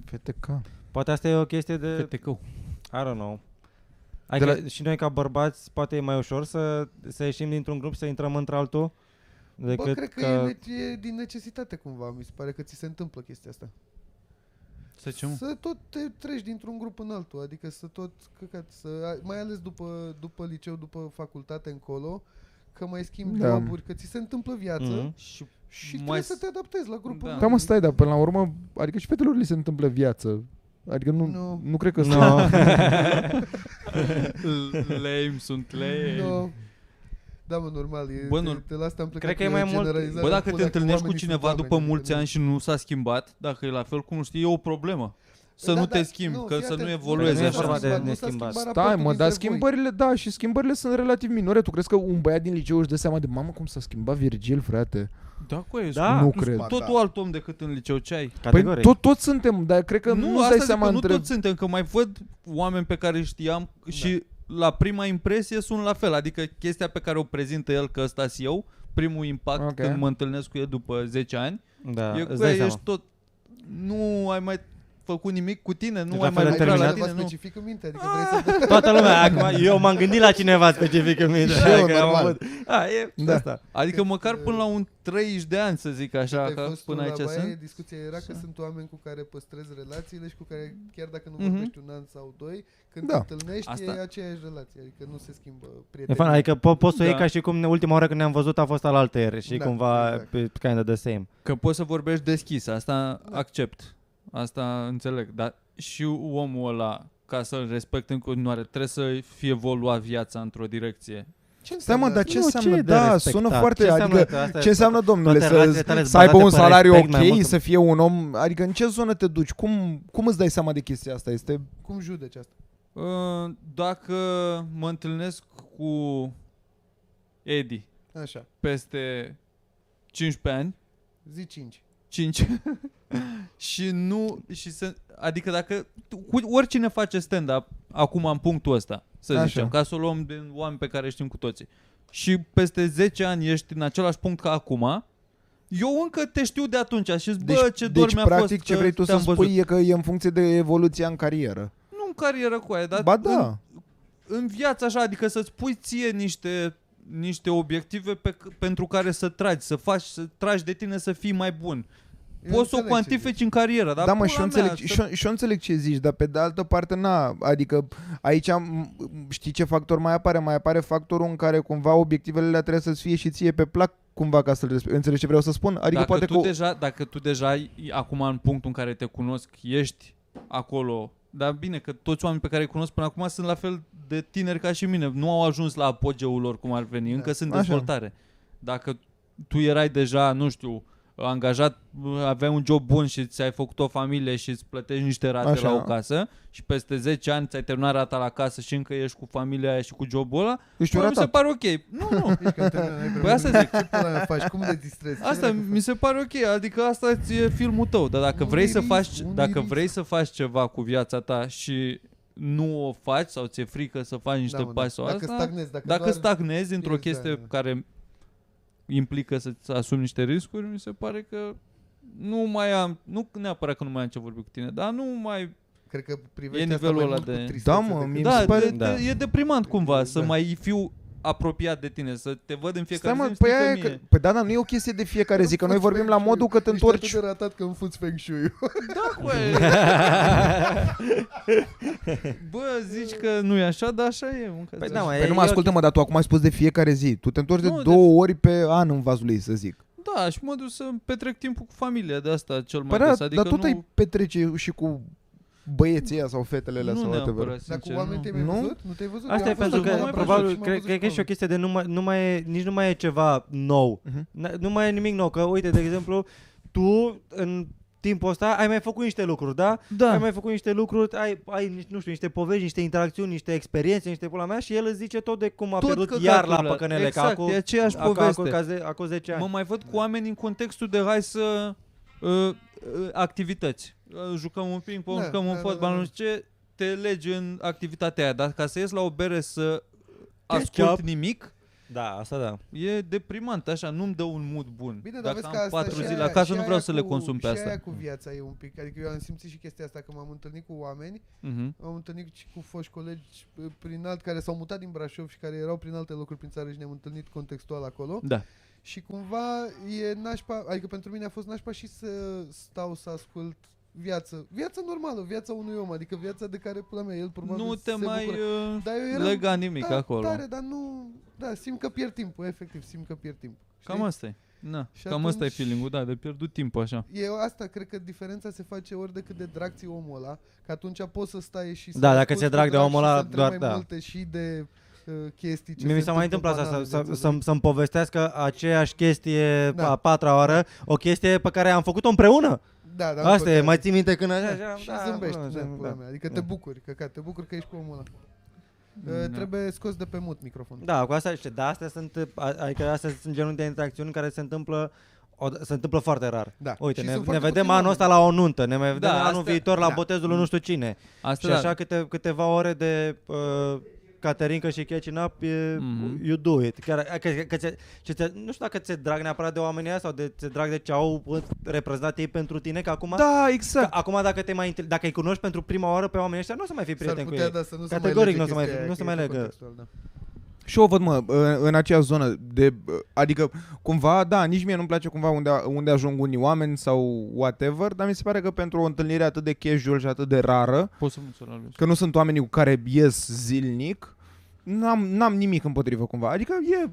S4: Fete ca.
S3: poate asta e o chestie de
S1: Fetecău.
S3: I don't know. Adică la... și noi ca bărbați poate e mai ușor să, să ieșim dintr-un grup, să intrăm într-altul. Decât
S8: Bă, cred că,
S3: ca...
S8: E, ne- e din necesitate cumva, mi se pare că ți se întâmplă chestia asta.
S1: Să zicem, mă.
S8: Să tot te treci dintr-un grup în altul, adică să tot căcat, să, ai- mai ales după, după liceu, după facultate încolo, că mai schimbi
S4: Da.
S8: da. joburi, că ți se întâmplă viața
S3: Mhm.
S8: mm-hmm.
S1: Și
S8: și mai
S1: mai
S8: trebuie să te adaptezi la grupul
S1: Da.
S8: nou.
S4: Da, mă, stai, dar până la urmă, adică și fetelor li se întâmplă viață. Adică nu,
S8: Nu.
S4: nu, nu cred că...
S3: No.
S1: lame sunt lame.
S8: No. Da, mă, normal, e,
S1: Bă,
S8: de,
S1: nu-
S8: de la asta am plecat
S3: Cred că e mai mult-
S8: generalizarea
S1: Bă, dacă
S8: pula,
S1: te întâlnești cu
S8: oamenii sunt
S1: cineva după
S8: oameni,
S1: mulți
S8: că nu-
S1: ani și nu s-a schimbat, dacă e la fel cum nu știi, e o problemă. Să
S8: Da,
S1: nu
S8: da,
S1: te schimbi, că
S8: fii
S1: să nu
S8: atent,
S1: evoluezi
S3: nu e
S1: așa.
S3: vorba de
S8: schimbat, nu s-a
S3: neschimbat.
S8: schimbat
S4: Stai,
S8: raportul
S4: Da, mă, dar
S8: dintre voi.
S4: schimbările, da, și schimbările sunt relativ minore. Tu crezi că un băiat din liceu își dă seama de mamă cum s-a schimbat Virgil, frate?
S1: Da, cu e,
S3: Da,
S4: nu
S1: sunt
S4: cred.
S1: Totul alt om decât în liceu ce ai.
S4: Păi
S3: Categoric.
S4: tot, tot suntem, dar cred că nu, nu
S1: asta
S4: dai
S1: zic
S4: seama
S1: că nu
S4: între...
S1: toți suntem, că mai văd oameni pe care îi știam și la prima impresie sunt la fel. Adică chestia pe care o prezintă el că ăsta eu, primul impact
S4: Ok.
S1: când mă întâlnesc cu el după 10 ani,
S3: Da,
S1: e
S3: îți
S1: că
S3: dai
S1: ești
S3: seama.
S1: tot... Nu ai mai făcut nimic cu tine, nu ai
S3: Deci la
S1: mai
S3: fel
S1: lucrat la
S3: terminat?
S1: tine,
S8: Cineva
S1: nu.
S8: specific în minte,
S1: Ah!
S8: adică vrei să...
S3: Toată lumea, acum, eu m-am gândit la cineva specific în minte.
S4: Și eu,
S3: că am
S4: normal.
S3: avut- A, e
S4: Da.
S3: asta.
S1: Adică
S8: Cât,
S1: măcar
S8: uh,
S1: până la un 30 de ani, să zic așa,
S8: Ai
S1: că
S8: fost
S1: până
S8: tu
S1: aici
S8: la baie,
S1: sunt.
S8: Discuția era că sunt oameni cu care păstrezi relațiile și cu care, chiar dacă nu
S1: Mhm.
S8: vorbești un an sau doi, când
S4: Da.
S8: te întâlnești,
S1: Asta-
S8: e aceeași relație. Adică nu se schimbă
S3: E
S8: prietenii.
S3: fan, adică po- poți să o iei
S1: Da.
S3: ca și cum ne- ultima oară când ne-am văzut a fost al alter și
S8: Da,
S3: cumva
S8: exact.
S3: pe- kind of the same.
S1: Că poți să vorbești deschis, asta
S8: Da.
S1: accept, asta înțeleg, dar și omul ăla, ca să-l respect în continuare, trebuie să fie evolua viața într-o direcție.
S8: Ce
S4: Stai mă,
S8: înseamnă
S4: dar
S8: asta?
S4: ce
S3: Nu,
S4: înseamnă?
S3: e de
S4: da,
S3: respectat?
S4: sună foarte...
S3: Ce
S4: adică,
S3: că asta e-
S4: ce înseamnă, domnule,
S3: toate
S4: să,
S3: relațiile tale
S4: să aibă
S3: bazate
S4: un
S3: pe
S4: salariu
S3: respect mai
S4: ok,
S3: mult?
S4: să fie un om... Adică în ce zonă te duci? Cum, cum îți dai seama de chestia asta? Este...
S8: Cum judeci asta?
S1: Uh, Dacă mă întâlnesc cu Edi
S8: Așa,
S1: peste 15 ani,
S8: zi 5.
S1: 5 și nu și să, adică dacă tu- cu oricine face stand-up acum în punctul ăsta, să
S4: Așa.
S1: Așa. zicem, ca să o luăm din oameni pe care știm cu toții. Și peste 10 ani ești în același punct ca acum, eu încă te știu de atunci și zic, bă, ce dor
S4: deci
S1: mi-a
S4: practic,
S1: fost
S4: ce
S1: că
S4: vrei tu să
S1: te-am
S4: spui
S1: văzut.
S4: e că e în funcție de evoluția în carieră.
S1: Nu în carieră cu aia, dar
S4: ba
S1: în,
S4: da,
S1: în viață așa, adică să-ți pui ție niște niște obiective pe, c- pentru care să tragi, să faci, să tragi de tine să fii mai bun. Poți să o cuantifici în carieră, dar
S4: da mă,
S1: pula
S4: și eu, înțeleg,
S1: mea, să-
S4: și, eu, și eu înțeleg ce zici, dar pe de altă parte, na, adică aici am, știi ce factor mai apare? Mai apare factorul în care cumva obiectivele alea trebuie să-ți fie și ție pe plac cumva ca să-l respecti. Înțelegi ce vreau să spun? Adică
S1: dacă
S4: poate
S1: tu
S4: că...
S1: deja, dacă tu deja ai, acum în punctul în care te cunosc, ești acolo, dar bine că toți oamenii pe care îi cunosc până acum sunt la fel de tineri ca și mine, nu au ajuns la apogeul lor cum ar veni,
S8: Da.
S1: încă sunt
S4: Așa.
S1: dezvoltare. Dacă tu erai deja, nu știu, angajat, aveai un job bun și ți-ai făcut o familie și îți plătești niște rate
S4: Așa.
S1: Așa. la o casă și peste 10 ani ți-ai terminat rata la casă și încă ești cu familia aia și cu jobul ăla,
S4: Ești
S1: mă, mi se
S4: ratat.
S1: pare ok. Nu, nu,
S8: Ești că termină, n-ai
S1: Păi asta
S8: probleme. Ce pula mea faci? Cum te distrezi? Ce
S1: Asta
S8: ai făcut?
S1: mi se pare ok, adică asta ți e filmul tău, dar dacă
S8: Un
S1: vrei să
S8: risc,
S1: faci
S8: un
S1: dacă
S8: risc.
S1: vrei să faci ceva cu viața ta și nu o faci sau ți-e frică să faci niște
S8: Da, mă,
S1: pași sau
S8: dacă
S1: asta,
S8: Stagnezi, dacă,
S1: dacă
S8: doar-
S1: stagnezi într-o
S8: Exact,
S1: chestie
S8: da.
S1: care implică să-ți asumi niște riscuri, mi se pare că nu mai am, nu neapărat că nu mai am ce vorbi cu tine, dar nu mai...
S8: Cred că privești
S1: E
S8: asta mai
S1: nivelul ăla
S8: mult cu
S1: de-
S8: tristețe
S4: Da, mă,
S8: decât-
S4: mie mi
S1: Da,
S4: se pare-
S1: de, da, e deprimant cumva să
S8: Da.
S1: mai fiu apropiat de tine, să te văd în
S4: Stai
S1: fiecare
S4: mă,
S1: zi
S4: păi
S1: știi
S4: aia
S1: mie.
S4: că, păi da, dar nu e o chestie de fiecare zi, că noi
S8: Fă-ți
S4: vorbim la
S8: feng
S4: modul că te
S8: shui.
S4: întorci
S8: Ești atât de ratat că îmi fuți feng shui
S1: Da, bă. bă, zici că nu e așa, dar așa e. Mă,
S5: Păi da, mă,
S4: Păi
S5: e-
S4: nu mă,
S5: e
S4: ascultă-mă, dar tu acum ai spus de fiecare zi. Tu te întorci
S1: Nu,
S4: de
S1: de-
S4: două ori pe an în vazul ei, să zic.
S1: da, și mă duc să petrec timpul cu familia de asta cel mai
S4: Păi da,
S1: des. Adică
S4: dar tu te
S1: nu,
S4: petrece și cu băieții ăia sau fetele alea
S1: nu
S4: sau whatever.
S1: neapărat,
S8: Dar cu
S1: sincer, nu.
S8: oamenii te-ai mai
S4: Nu?
S8: văzut? Nu te-ai văzut?
S3: Asta
S8: Eu
S3: e
S8: am
S3: pentru
S8: văzut,
S1: mai
S3: că
S8: m-am
S3: probabil
S8: văzut și m-am
S3: cred,
S8: văzut
S3: cred că
S8: cu
S3: e și o
S8: oameni.
S3: chestie de nu mai, nu mai e, nici nu mai e ceva nou.
S4: Mhm.
S3: N- Nu mai e nimic nou, că uite, de exemplu, tu în timpul ăsta ai mai făcut niște lucruri, da? Ai
S1: Da,
S3: mai făcut niște lucruri, ai, ai nici- nu știu, niște povești, niște interacțiuni, niște experiențe, niște pula mea și el îți zice tot de cum a
S1: tot
S3: pierdut
S1: că
S3: iar la păcănele
S1: exact,
S3: ca acum
S1: e aceeași
S3: Acum,
S1: poveste.
S3: acum 10
S1: Mă
S3: ani.
S1: mai
S8: Da.
S1: văd cu oameni în contextul de hai să uh, uh, activități. Uh, jucăm un ping pong,
S8: Da,
S1: jucăm
S8: da,
S1: un
S8: da,
S1: fotbal,
S8: da.
S1: nu știu ce, te legi în activitatea aia, dar ca să ies la o bere să
S3: Catch
S1: ascult
S3: up.
S1: nimic,
S3: Da, asta da.
S1: E deprimant, așa, nu-mi dă un mood bun.
S8: Bine, dar
S1: Dacă
S8: vezi
S1: am
S8: că asta
S1: patru
S8: și
S1: zile
S8: aia-
S1: acasă,
S8: și
S1: nu
S8: aia
S1: vreau să le
S8: cu-
S1: consum pe
S8: și aia
S1: asta.
S8: cu viața e un pic, adică eu am simțit și chestia asta că m-am întâlnit cu oameni,
S1: Mhm.
S8: am întâlnit și cu foști colegi uh, prin alt, care s-au mutat din Brașov și care erau prin alte locuri prin țară și ne-am întâlnit contextual acolo.
S1: Da.
S8: Și cumva e nașpa, adică pentru mine a fost nașpa și să stau să ascult viață, viața normală, viața unui om, adică viața de care, pula mea, el probabil
S1: Nu te
S8: se
S1: mai
S8: bucură.
S1: uh,
S8: Dar eu eram
S1: lega nimic
S8: da,
S1: acolo.
S8: Tare, dar nu, da, simt că pierd timpul, efectiv, simt că pierd timpul. știi?
S1: Cam asta e. Na,
S8: Și
S1: cam asta e
S8: atunci-
S1: feeling-ul, da, de pierdut timp așa.
S8: E asta, cred că diferența se face ori de cât de drag ți omul ăla, că atunci poți să stai și să
S3: Da, dacă
S8: asculti
S3: ți-e drag de omul
S8: și să
S3: ăla,
S8: întrebi
S3: doar
S8: mai
S3: da.
S8: multe și de uh, chestii ce
S3: Mie mi
S8: se da,
S3: s-a mai întâmplat
S8: banal
S3: asta,
S8: în
S3: să,
S8: viața
S3: să,
S8: de-
S3: să-mi povestească aceeași chestie
S8: Da.
S3: da. a patra oară, o chestie pe care am făcut-o împreună.
S8: Da,
S3: Da,
S8: da,
S3: asta e,
S8: contează.
S3: mai ții minte când așa, așa,
S8: și
S3: da,
S8: zâmbești,
S3: bă,
S8: da,
S3: așa,
S8: pula
S3: da.
S8: mea. Adică te
S3: Da.
S8: bucuri, că, că te bucuri că ești cu omul ăla. Uh,
S1: Da.
S8: Trebuie scos de pe mut microfonul.
S3: Da, cu asta, da, astea sunt, a- adică astea sunt genul de interacțiuni care se întâmplă o, se întâmplă foarte rar.
S8: Da.
S3: Uite,
S8: Și
S3: ne,
S8: sunt
S3: ne
S8: foarte
S3: vedem
S8: puțini
S3: anul ăsta la o nuntă, ne mai vedem
S1: Da,
S3: anul
S1: astea-
S3: viitor la
S1: da.
S3: botezul lui nu știu cine.
S1: Asta
S3: și
S1: da.
S3: așa câte, câteva ore de uh, Caterinca și Catching Up, e,
S1: Mhm.
S3: you do it. Chiar, că, că, că, ți- ce ți- nu știu dacă ți-e drag neapărat de oamenii ăia sau de, ți-e drag de ce au uh, reprezentat ei pentru tine, că acum...
S1: Da,
S3: Că
S1: exact.
S3: acum dacă te mai întâln- dacă îi cunoști pentru prima oară pe oamenii ăștia, nu o să mai fii
S8: S-ar
S3: prieten cu
S8: putea,
S3: ei.
S8: dar să nu
S3: Categoric nu o
S8: se
S3: să
S8: mai
S3: mai- nu
S8: lege chestia aia,
S3: o să
S8: că
S3: mai
S8: e tot
S3: legă.
S8: contextual, da.
S4: Și eu o văd, mă, în- în acea zonă de, adică, cumva, da, nici mie nu-mi place cumva unde, unde ajung unii oameni sau whatever, dar mi se pare că pentru o întâlnire atât de casual și atât de rară,
S1: Poți să mă sună la lui.
S4: că nu sunt oamenii cu care ies zilnic, n-am, n-am nimic împotrivă cumva, adică e,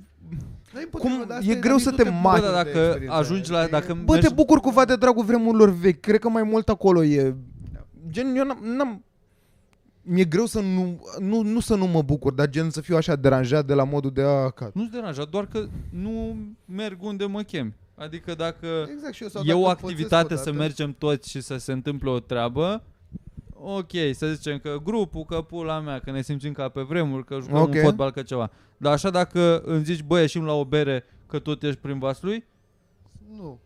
S8: Nu e împotrivă,
S4: Cum-
S8: dar
S4: e
S8: asta
S4: greu
S8: dar
S4: să
S8: nu
S4: te
S8: bucuri
S4: mari.
S8: de
S1: Bă, dar dacă
S8: experiența aia,
S1: ajungi la-
S8: știi?
S1: dacă-
S4: bă,
S1: Mergi-
S4: te bucur cumva de dragul vremurilor vechi, cred că mai mult acolo e, gen, eu n-am, n-am mi-e greu să nu, nu, nu să nu mă bucur, dar gen să fiu așa deranjat de la modul de a, ca,
S1: Nu-ți deranja, doar că nu merg unde mă chem. Adică dacă
S8: Exact, și eu sau
S1: e o
S8: dacă pățesc
S1: activitate să
S8: odată-
S1: mergem toți și să se întâmple o treabă, ok, să zicem că grupul, că pula mea, că ne simțim ca pe vremuri, că jucăm
S4: Ok.
S1: okay. un fotbal, că ceva. Dar așa dacă îmi zici, bă, ieșim la o bere, că tot ești prin Vaslui,
S8: Nu.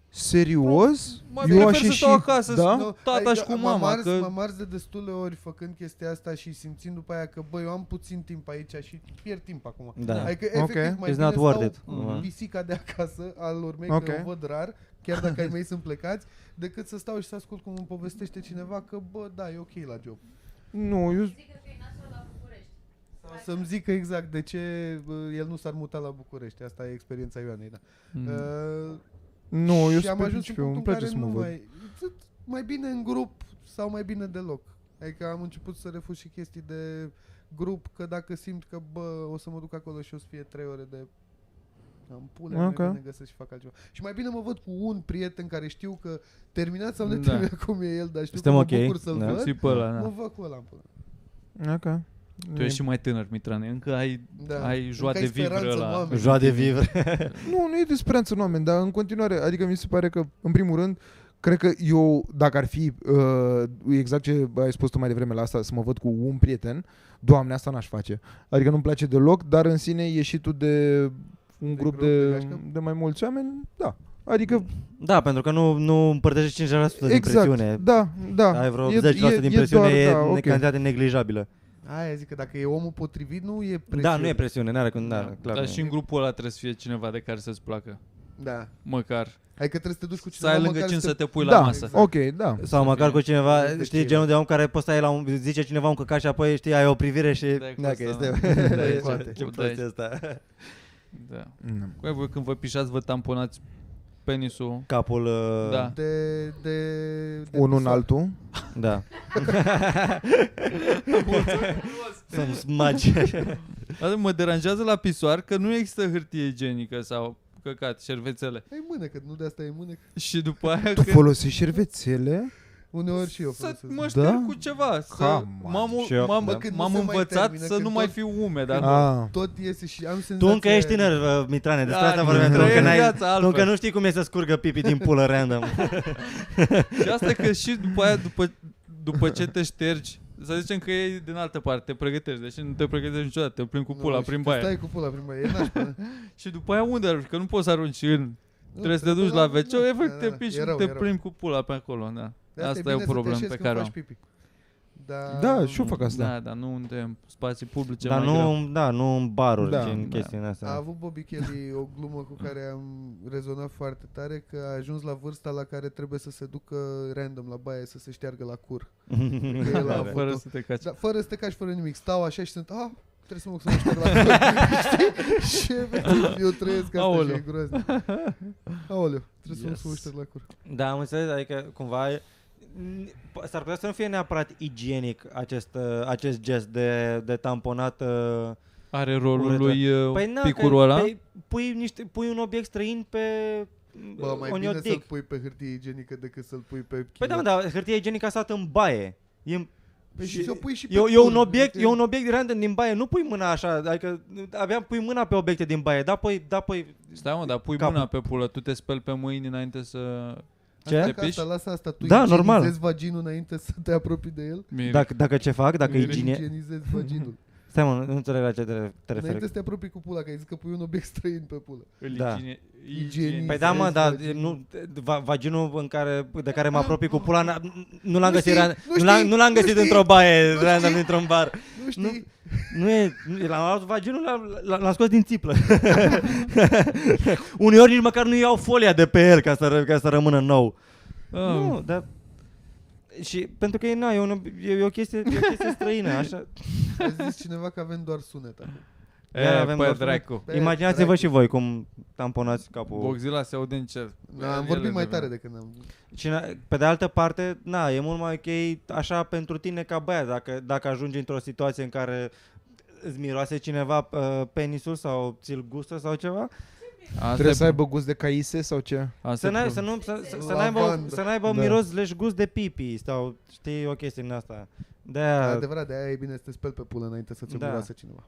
S4: Serios?
S1: Mai eu prefer
S4: aș
S1: să
S4: ieși-
S1: stau acasă
S4: da?
S1: da? cu tata
S8: Adică
S1: și cu
S8: M-am
S1: mama.
S8: ars,
S1: Că...
S8: m-am ars de destule ori făcând chestia asta și simțind după aia că, bă, eu am puțin timp aici și pierd timp acum.
S3: Da.
S8: Adică, efectiv,
S4: Ok.
S8: mai
S3: It's
S8: bine
S3: not worth
S8: stau
S3: it,
S8: cu
S3: cumva.
S8: pisica de acasă, al urmei,
S4: Ok.
S8: că o văd rar, chiar dacă ai mei sunt plecați, decât să stau și să ascult cum îmi povestește cineva că, bă, da, e ok la job.
S4: Nu, eu...
S8: Sau să-mi zică exact de ce bă, el nu s-ar muta la București. Asta e experiența Ioanei, da.
S3: Mm.
S8: Uh,
S4: Nu, eu
S8: și
S4: sunt
S8: am ajuns în
S4: pe
S8: punctul
S4: îmi
S8: în
S4: place
S8: care
S4: să
S8: nu
S4: mă văd.
S8: mai, tot mai bine în grup sau mai bine deloc. Adică am început să refuz și chestii de grup, că dacă simt că bă, o să mă duc acolo și o să fie 3 ore de am pule,
S4: Ok.
S8: okay. mai bine găsesc și fac altceva. Și mai bine mă văd cu un prieten care știu că terminat sau
S1: Da.
S8: neterminat da. cum e el, dar știu
S3: Suntem
S8: că
S3: ok,
S8: mă bucur să-l
S3: da.
S8: văd.
S1: Țipă ăla,
S8: Mă
S1: da.
S8: văd cu ăla în pula.
S4: Ok.
S1: Tu ești și mai tânăr, Mitran, încă ai, da. ai joa
S8: Încă
S1: de vivră
S8: speranță în
S1: la...
S8: oameni.
S3: Joa de vivre.
S4: Nu, nu e de speranță în oameni, dar în continuare, adică mi se pare că, în primul rând, cred că eu, dacă ar fi uh, exact ce ai spus tu mai devreme la asta, să mă văd cu un prieten, doamne, asta n-aș face. Adică nu-mi place deloc, dar în sine ieșitul de un
S8: De
S4: grup,
S8: grup, de
S4: de, de,
S8: gașcă?
S4: de mai mulți oameni, da. Adică,
S3: Da, pentru că nu, nu împărtășești 5% din
S4: exact,
S3: presiune.
S4: da, da.
S3: Ai vreo 10% din
S4: doar,
S3: presiune, e,
S4: da, ok.
S3: cantitate neglijabilă.
S8: Aia zic că dacă e omul potrivit, nu e presiune.
S3: Da, nu e presiune, n-are cum, da, clar.
S1: Dar
S3: nu e.
S1: și în grupul ăla trebuie să fie cineva de care să-ți placă.
S8: Da.
S1: Măcar.
S8: Adică trebuie să te duci cu
S1: Să
S8: cineva
S1: ai lângă
S8: măcar
S1: cine să te pui
S4: da,
S1: la masă.
S4: ok, da.
S3: Sau măcar
S1: fie-
S3: cu cineva,
S8: de
S3: știi,
S8: cine.
S3: genul de om care poți să ai la un, zice cineva un căcat și apoi, știi, ai o privire și...
S1: Dai cu
S3: Da, că
S1: asta,
S3: este...
S1: mă.
S3: Da,
S1: Dai
S3: e-
S1: cu
S8: poate.
S3: Ce
S1: cu-
S3: prost e
S1: dai-
S3: asta.
S1: Da.
S4: Mm.
S1: Băi, voi când vă pișați, vă tamponați penisul.
S3: Capul... uh,
S1: Da.
S8: De, de, de
S4: Unul în
S8: pisar.
S4: altul.
S3: Da. Să-mi smagi.
S1: Adică mă deranjează la pisoar că nu există hârtie igienică sau căcat, șervețele.
S8: Ai mână, că nu de asta e mână. că
S1: Și după aia
S4: Tu
S1: că
S4: folosești șervețele?
S8: Uneori și eu
S1: să
S8: folosesc.
S1: mă
S4: Da?
S1: șterg cu ceva. Să
S4: Come on.
S1: m-am,
S3: Și eu,
S1: m-am,
S3: da.
S8: Când nu
S1: m-am
S8: se mai
S1: învățat
S8: termină,
S1: să
S8: când
S1: nu mai
S8: tot-
S1: fiu umed.
S8: când
S1: acum.
S4: Ah.
S8: Tot iese și am senzația...
S3: Tu încă ești tânăr, uh, Mitrane, despre
S1: Da,
S3: asta vorbeam. Tu
S1: trăiești
S3: încă, n-ai,
S1: viața
S3: tu încă
S1: altfel.
S3: nu știi cum e să scurgă pipi din pulă random.
S1: Și asta că și după aia, după, după ce te ștergi, să zicem că e din altă parte, te pregătești, deși nu te pregătești niciodată, te plimbi cu pula
S8: Nu, și
S1: prin
S8: tu
S1: baie.
S8: Stai cu pula prin baie, e nașpa.
S1: Și după aia unde arunci? Că nu poți să arunci în...
S8: Nu,
S1: Trebuie să te duci la WC,
S8: nu,
S1: efectiv
S8: da,
S1: te
S8: da,
S1: piși,
S8: e rău,
S1: te
S8: e rău.
S1: plimbi cu pula pe acolo, da.
S8: De
S1: Asta
S8: bine
S1: e
S8: să
S1: o
S8: te
S1: problemă
S8: așezi
S1: pe
S8: când
S1: care o
S8: faci pipi. Da,
S4: Da, și eu fac asta.
S1: Da, dar nu unde în spații publice
S3: Dar
S1: mai greu.
S3: nu, da, nu în baruri,
S4: Da,
S3: da, în
S1: da.
S3: chestii în
S8: A
S3: astea.
S8: avut Bobby Kelly o glumă cu care am rezonat foarte tare că a ajuns la vârsta la care trebuie să se ducă random la baie să se șteargă la cur. Că el a
S1: Da,
S8: avut-o.
S1: fără să te caci.
S8: Da, fără să te caci, fără nimic. Stau așa și sunt, ah, trebuie să mă duc să mă șterg la cur. Știi? și efectiv, eu trăiesc asta
S1: Aoleu.
S8: și e groaznic. Aoleu, trebuie să mă duc să mă
S1: Yes.
S8: șterg la cur.
S3: Da, am înțeles, adică cumva e- n- po- s-ar putea să nu fie neapărat igienic acest, uh, acest gest de, de tamponat. uh,
S1: Are rolul
S3: Urâtă.
S1: lui uh,
S3: Păi na,
S1: picurul ăla?
S3: Păi, pui, niște, pui un obiect străin pe
S8: Bă, mai
S3: on
S8: bine
S3: your
S8: să-l
S3: dick.
S8: pui pe hârtie igienică decât să-l pui pe
S3: Păi da,
S8: chiloți.
S3: mă, dar hârtia igienică a stat în baie. E,
S8: Păi și să pui și pe
S3: e, e, un
S8: cur,
S3: obiect,
S8: știi?
S3: e un obiect random din baie, nu pui mâna așa, adică abia pui mâna pe obiecte din baie, da, păi, da, păi,
S1: Stai mă, dar pui
S3: Capul.
S1: mâna pe pulă, tu te speli pe mâini înainte să...
S3: Ce?
S1: Te
S8: Asta,
S1: piși?
S8: asta, lasă asta, tu
S3: Da,
S8: da, normal.
S3: normal.
S8: vaginul înainte să te apropii de el.
S1: Miri.
S3: dacă, dacă ce fac, dacă
S1: Miri.
S3: igienie...
S8: Igienizezi vaginul.
S3: Stai mă, nu nu înțeleg la ce te, te
S8: Înainte
S3: referi.
S8: să te apropii cu pula, că ai zis că pui un obiect străin pe pulă.
S1: Îl
S3: Da.
S1: igine-
S8: Igienizezi
S3: Păi da, mă, dar
S8: vaginul.
S3: nu, va- vaginul în care, de care mă apropii cu pula, n- nu l-am
S8: Nu
S3: găsit,
S8: știi,
S3: ran-
S8: nu
S3: nu l-am,
S8: știi,
S3: nu l-am
S8: nu
S3: găsit
S8: știi,
S3: într-o baie,
S8: nu
S3: random,
S8: știi.
S3: într-un bar.
S8: Nu știi?
S3: Nu e, nu- l-am luat vaginul, l-am- l-am, l-am scos din țiplă. Uneori nici măcar nu iau folia de pe el ca să, ră- ca să rămână nou.
S1: Ah,
S3: Nu, dar... Și pentru că e, na, e, un, e, e o chestie, e o chestie străină, așa.
S8: A zis cineva că avem doar sunet acum.
S3: iar
S1: E,
S3: avem
S1: pe
S3: doar-
S1: dracu.
S8: Pe
S3: Imaginați-vă
S8: dracu.
S3: și voi cum tamponați capul.
S1: Boxila se aude în cer.
S8: Da, am
S1: El
S8: vorbit mai
S1: devine.
S8: tare de când am...
S3: Și na- pe de altă parte, na, e mult mai ok așa pentru tine ca băiat, dacă, dacă ajungi într-o situație în care îți miroase cineva uh, penisul sau ți-l gustă sau ceva,
S1: Asta
S4: Trebuie să
S1: e-
S4: aibă gust de caise sau ce?
S1: asta
S3: să,
S1: e
S3: n-ai,
S1: pro-
S3: să, nu, să, să, să,
S8: Lavandă.
S3: n-aibă, să n-aibă
S4: Da.
S3: miros slash gust de pipi sau știi o chestie din asta. de
S8: Adevărat, de aia e bine să te speli pe pulă înainte să ți-o
S3: Da.
S8: miroasă cineva.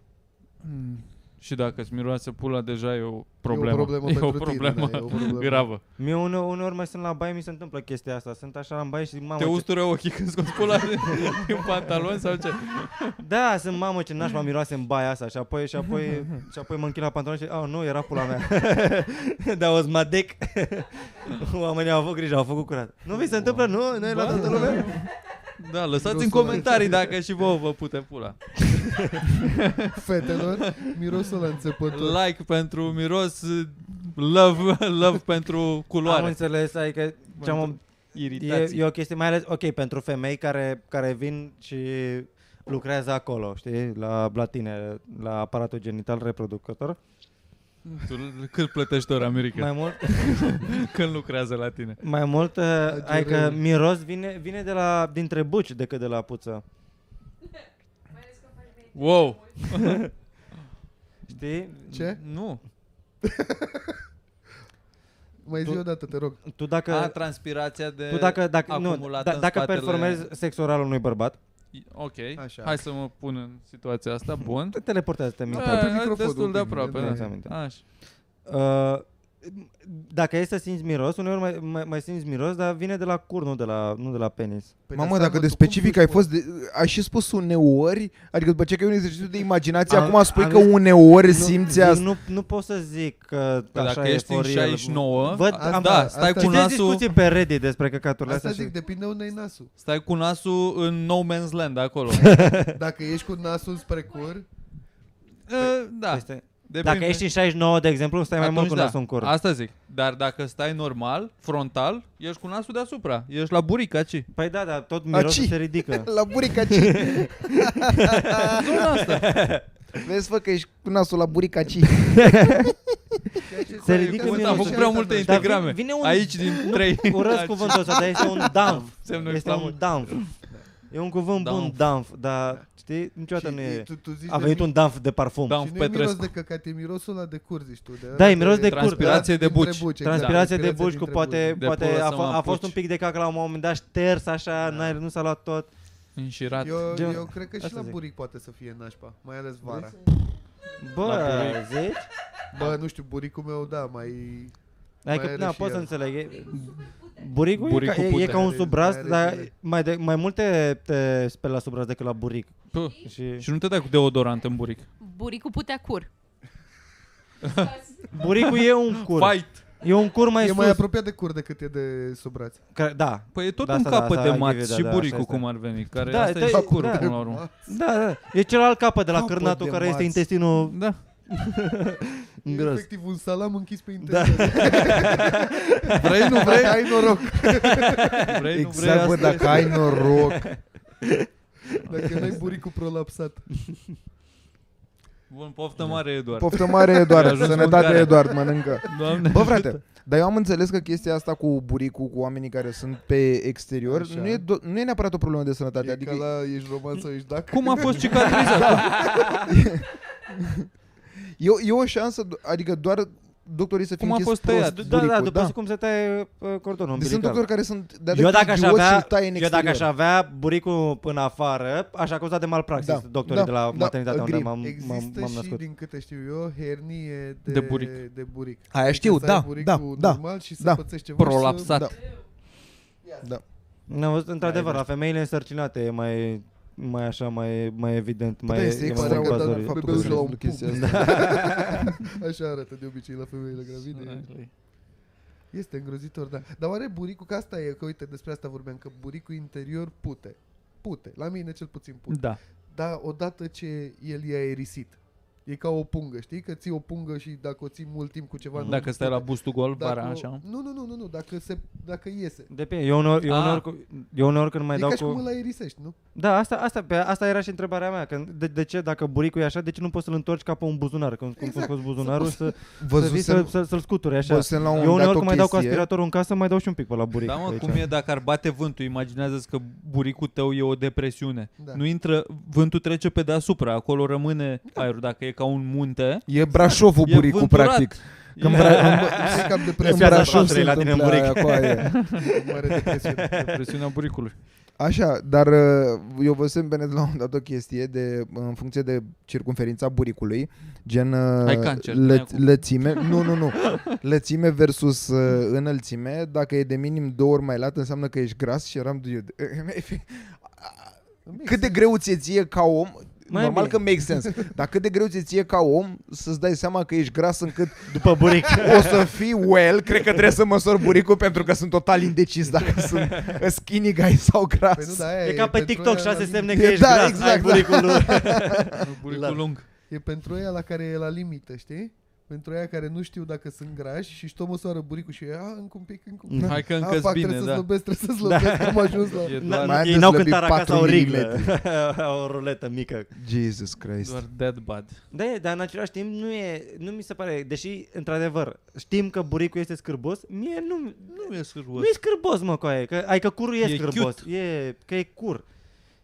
S1: Mm. Și dacă îți miroase pula, deja e o problemă.
S8: E o problemă
S1: E o
S8: pentru tine,
S1: problemă
S8: da, e o problemă.
S1: gravă.
S3: mie une, uneori mai sunt la baie, mi se întâmplă chestia asta. Sunt așa în baie și zic, mamă,
S1: Te
S3: ce-
S1: ustură ochii când scoți pula din din pantaloni sau ce?
S3: Da, sunt mamă ce nașpa miroase în baia asta și apoi și apoi și apoi mă închid la pantaloni și oh, nu, era pula mea. Dar o smadec. Oamenii au avut grijă, au făcut curat. Nu vi se întâmplă, nu? Nu e la
S1: Ba,
S3: toată lumea?
S1: Da, lăsați în comentarii dacă și vouă vă pute pula.
S8: Fetelor, mirosul la înțepător.
S1: Like pentru miros, love, love pentru
S3: Am
S1: culoare.
S3: înțeles, adică ce-am, e,
S1: Iritații.
S3: e, o chestie, mai ales, ok, pentru femei care, care vin și lucrează acolo, știi, la, la tine, la aparatul genital reproducător.
S1: Tu Cât plătești ori
S3: Mai
S1: America?
S3: mult,
S1: Când lucrează la tine?
S3: mai mult uh, adică
S8: gerele.
S3: miros vine, vine de la, dintre buci decât de la puță.
S1: Wow!
S3: Știi?
S8: Ce?
S1: Nu.
S8: Mai zi
S3: Tu-
S8: o dată, te rog.
S3: Tu dacă...
S1: A, transpirația de
S3: Tu dacă, dacă, nu,
S1: acumulată
S3: da,
S1: în
S3: dacă
S1: spatele-
S3: performezi sexual al unui bărbat
S1: Ok,
S8: Așa.
S1: hai să mă pun în situația asta, bun.
S3: Te teleportează, te mișcă.
S8: Da. aproape
S1: Eh,
S8: microfonul
S1: destul
S8: un
S1: de
S8: pic,
S1: aproape.
S8: de-
S1: da.
S8: de-
S7: aminte.
S1: Așa.
S3: Uh, dacă e să simți miros, uneori mai, mai, mai simți miros, dar vine de la cur, nu de la, nu de la penis.
S8: Păi
S4: Mamă,
S8: asta,
S4: dacă
S8: mă,
S4: de
S8: tu cum
S4: specific
S8: spui,
S4: ai
S8: mă?
S4: fost, de, ai și spus uneori, adică după ce că e un exercițiu de imaginație,
S3: Am-
S4: acum spui
S3: am-
S4: că uneori simți
S3: zic,
S4: asta.
S3: nu, nu pot să zic că
S1: Păi
S3: așa
S1: dacă
S3: e
S1: ești în
S3: for real.
S1: 69,
S3: Văd,
S1: a-
S3: am,
S1: da, stai
S8: asta-
S1: cu
S3: citesc
S1: nasul,
S3: discuții pe Reddit despre căcaturile
S8: Asta
S3: astea
S8: zic,
S3: și...
S8: depinde unde ai nasul.
S1: stai cu nasul în No Man's Land acolo.
S8: Dacă ești cu nasul spre cur,
S1: Eh, da,
S3: Este,
S1: depinde.
S3: dacă ești în 69, de exemplu, stai mai mult
S1: Atunci
S3: cu
S1: da,
S3: nasul în cur.
S1: Asta zic. Dar dacă stai normal, frontal, ești cu nasul deasupra. Ești la burica, ci.
S3: Păi da, dar tot mirosul
S4: Aci.
S3: se ridică.
S4: La burica ci.
S1: Zona asta.
S4: Vezi, fă că ești cu nasul la burica ci.
S8: ceea ce
S3: Se
S8: e
S3: ridică
S8: cu
S1: Cuvânt,
S3: mirosul.
S1: am
S8: nasul
S1: făcut
S8: și
S1: prea
S8: alta
S1: multe
S8: mea.
S3: Dar
S1: integrame.
S3: vine un-
S1: Aici din trei.
S3: Urăsc
S1: Da,
S3: cuvântul ăsta, dar este un damf.
S1: Semnul
S3: Este un
S1: exclamării.
S3: damf. E un cuvânt bun,
S1: Damf.
S3: damf, dar știi, niciodată
S8: Și
S3: nu e...
S8: Tu, tu zici
S3: A
S8: de
S3: venit
S8: mi-
S3: un damf de parfum.
S1: Damf
S8: Și nu e miros
S1: Petrescu.
S8: de căcat, e mirosul ăla de cur, zici tu. De
S3: Da, e miros de cur.
S8: exact.
S1: Transpirație de buci.
S3: Exact. Transpirație de buci cu poate,
S1: De
S3: poate
S1: pulă
S3: a,
S1: să
S3: fo-
S1: mă
S3: a fost un
S1: apuci.
S3: pic de cac la un moment dat șters așa, n-ai, nu s-a luat tot.
S1: Înșirat.
S8: Eu,
S3: Gen-
S8: eu cred că și
S3: Asta
S8: la
S3: zic.
S8: buric poate să fie nașpa, mai ales vara.
S1: La
S3: Bă, zici?
S8: Bă, nu știu, buricul meu, da, mai... Mai
S3: Adică,
S8: are
S3: na,
S8: și
S3: pot să
S8: el.
S3: înțeleg. E- Buricul,
S1: Buricul
S3: e, ca, e, e
S1: putere.
S3: ca un subraz,
S8: Mai are
S3: dar
S8: și el.
S3: mai, de, mai multe te speli la subraz decât la buric.
S1: Puh.
S3: Și
S1: Și nu te dai cu deodorant în buric.
S2: Buricul putea cur.
S3: buricul e un cur.
S1: Fight!
S3: E un cur mai
S8: E
S3: sus.
S8: mai apropiat de cur decât e de sub braț.
S3: Care- da,
S1: Păi e tot
S3: Da,
S1: un
S3: asta da,
S1: capăt
S3: asta,
S1: de
S3: I give
S1: mat
S3: you that,
S1: și
S3: da,
S1: buricul
S3: asta
S1: cum ar veni, care
S3: Da,
S1: asta e
S3: stai-
S1: și cur
S3: da.
S1: până la urmă.
S3: Da, da. E celălalt capăt de la
S4: Capăt
S3: cârnatul
S4: de
S3: care este
S4: mați.
S3: intestinul
S1: Da.
S8: E
S3: gros.
S8: efectiv un salam închis pe
S4: Da.
S8: interior.
S1: Vrei, nu
S8: Vrei,
S1: vrei?
S8: ai noroc.
S1: Vrei, nu vrei,
S4: Exact, bă,
S1: asta e.
S4: dacă ai noroc.
S8: Dacă n-ai buricul prolapsat.
S4: Da,
S1: Bun, poftă mare, Eduard.
S4: Poftă mare,
S1: Ai
S4: Eduard.
S1: ajuns
S4: Sănătate,
S1: mâncarea.
S4: Eduard, mănâncă.
S1: Doamne.
S4: Bă, frate, dar eu am înțeles că chestia asta cu buricul, cu oamenii care sunt pe exterior,
S8: Așa.
S4: nu e, do- nu e neapărat o problemă de sănătate.
S8: E
S4: Adică
S8: ca la ești roman sau ești dac.
S1: Cum a fost cicatrizat?
S4: e, o- e o șansă, do- adică doar doctorii să fie
S1: Cum a
S4: închis
S1: fost
S4: prost
S1: tăiat?
S3: Da, da,
S4: buricul,
S3: da, după cum se taie uh, cordonul
S4: Deci
S3: umbilical.
S4: sunt doctori care sunt de
S3: Eu dacă, aș avea,
S4: taie în
S3: eu dacă aș
S4: exterior.
S3: avea buricul în afară, aș acuza de malpraxis
S4: Da,
S3: doctorii
S4: da,
S3: de la
S4: da,
S3: maternitatea unde
S4: agree.
S3: m-am, m-am,
S8: Există
S3: m-am
S8: și,
S3: născut.
S8: din câte știu eu, hernie de,
S1: De buric.
S8: De buric.
S4: Aia știu,
S8: Adică să ai
S4: da, da,
S8: buricul
S4: da.
S8: normal și să
S4: da.
S8: pățești ceva și să-
S1: Prolapsat.
S4: Da.
S3: Am văzut, într-adevăr,
S1: da.
S3: la femeile însărcinate e mai, mai așa, mai, mai evident,
S4: Păi
S3: mai,
S8: Da,
S3: Păi, e
S8: este
S3: mai
S8: extra
S3: mult
S8: că
S3: cazorii.
S8: da,
S4: exact Faptul
S8: bebelușul
S4: că
S8: la un
S4: sunt chestia
S8: pumn.
S4: asta.
S8: Așa arată de obicei la femeile gravide.
S3: Exact.
S8: Este îngrozitor, da. Dar oare buricul, că asta e, că uite, despre asta vorbeam, că buricul interior pute. Pute. La mine cel puțin pute.
S1: Da.
S8: Dar odată ce el i-a erisit, e ca o pungă, știi? Că ții o pungă și dacă o ții mult timp cu
S3: Mm.
S8: ceva... nu
S1: Dacă stai la
S8: pute.
S1: bustul gol,
S8: Dacă
S1: vara,
S8: o-
S1: așa.
S8: Nu, nu, nu, nu, nu, dacă, se, dacă iese.
S3: Depinde, eu uneori, eu,
S1: Ah.
S3: uneori, cu- eu uneori când mai
S8: Mai e
S3: dau
S8: ca și cum
S3: cu...
S8: îl aerisești, nu?
S3: Da, asta, asta, pe asta era și întrebarea mea. Că de, de, ce, dacă buricul e așa, de ce nu poți să-l întorci ca pe un buzunar? Când, cum
S8: Exact.
S3: exact. scos buzunarul, să, să, vii să,
S4: Văzusem,
S3: să, să-l scuturi așa.
S4: văzusem la un
S3: Eu
S4: moment
S3: uneori
S4: dat o
S3: când mai dau cu
S4: chestie.
S3: aspiratorul în casă, mai dau și un pic pe la buric. Deci,
S1: Da, mă,
S3: aici.
S1: cum e dacă ar bate vântul? Imaginează-ți că buricul tău e o depresiune.
S8: Da.
S1: Nu intră, vântul trece pe deasupra, acolo rămâne aerul. Dacă e ca un munte,
S4: E Brașovul
S1: e
S4: buricul,
S1: vânturat.
S4: practic. Când
S1: E-
S4: Bra- în-
S8: E cap de
S4: în
S3: piața
S4: Brașov
S3: patrei
S4: se
S8: presiune.
S3: la tine în
S4: întâmplă aia cu aia.
S8: Mare Păi depresiune.
S1: Depresiunea buricului.
S4: Așa, dar uh, eu văzusem pe net la un moment dat o chestie de, în funcție de circunferința buricului, gen uh,
S1: Ai cancer,
S4: lă-
S1: dă-ne acum.
S4: lățime, nu, nu, nu, lățime versus uh, înălțime, dacă e de minim două ori mai lat înseamnă că ești gras și eram dude. Cât de greu ți-e ție ca om,
S3: Mai
S4: normal
S3: bine.
S4: că make sense, dar cât de greu ți-e ție ca om să-ți dai seama că ești gras încât
S3: După buric.
S4: o să fii well, cred că trebuie să măsor buricul pentru că sunt total indecis dacă sunt skinny guy sau gras.
S8: Păi nu, da, aia
S3: E ca pe
S8: pentru
S3: TikTok,
S8: aia la
S3: șase
S8: limit.
S3: semne că
S4: E,
S3: ești
S4: da,
S3: gras,
S4: exact,
S3: ai
S4: da.
S3: buricul lui.
S1: Buricul lung.
S8: E pentru aia la care e la limită, știi? Pentru aia care nu știu dacă sunt grași și își tot măsoară buricul și e, a, încă un pic, încă un pic.
S1: Hai că
S8: A,
S1: încă
S8: Da. fac,
S1: bine,
S8: trebuie să
S1: da.
S8: slăbesc, trebuie să slăbesc, am ajuns la...
S1: E
S3: Na-
S1: doar,
S4: am
S3: Ei n-au
S4: deslăbit
S3: cântat acasă
S4: 4
S3: o riglă, o ruletă mică.
S4: Jesus Christ.
S1: doar dead bad.
S3: Da, e, dar în același timp nu e, nu mi se pare, deși, într-adevăr, știm că buricul este scârbos, mie nu, nu,
S1: Nu e sârguos.
S3: nu e scârbos, mă, coaie, că, ai că curul e,
S1: E
S3: scârbos, e, că e cur.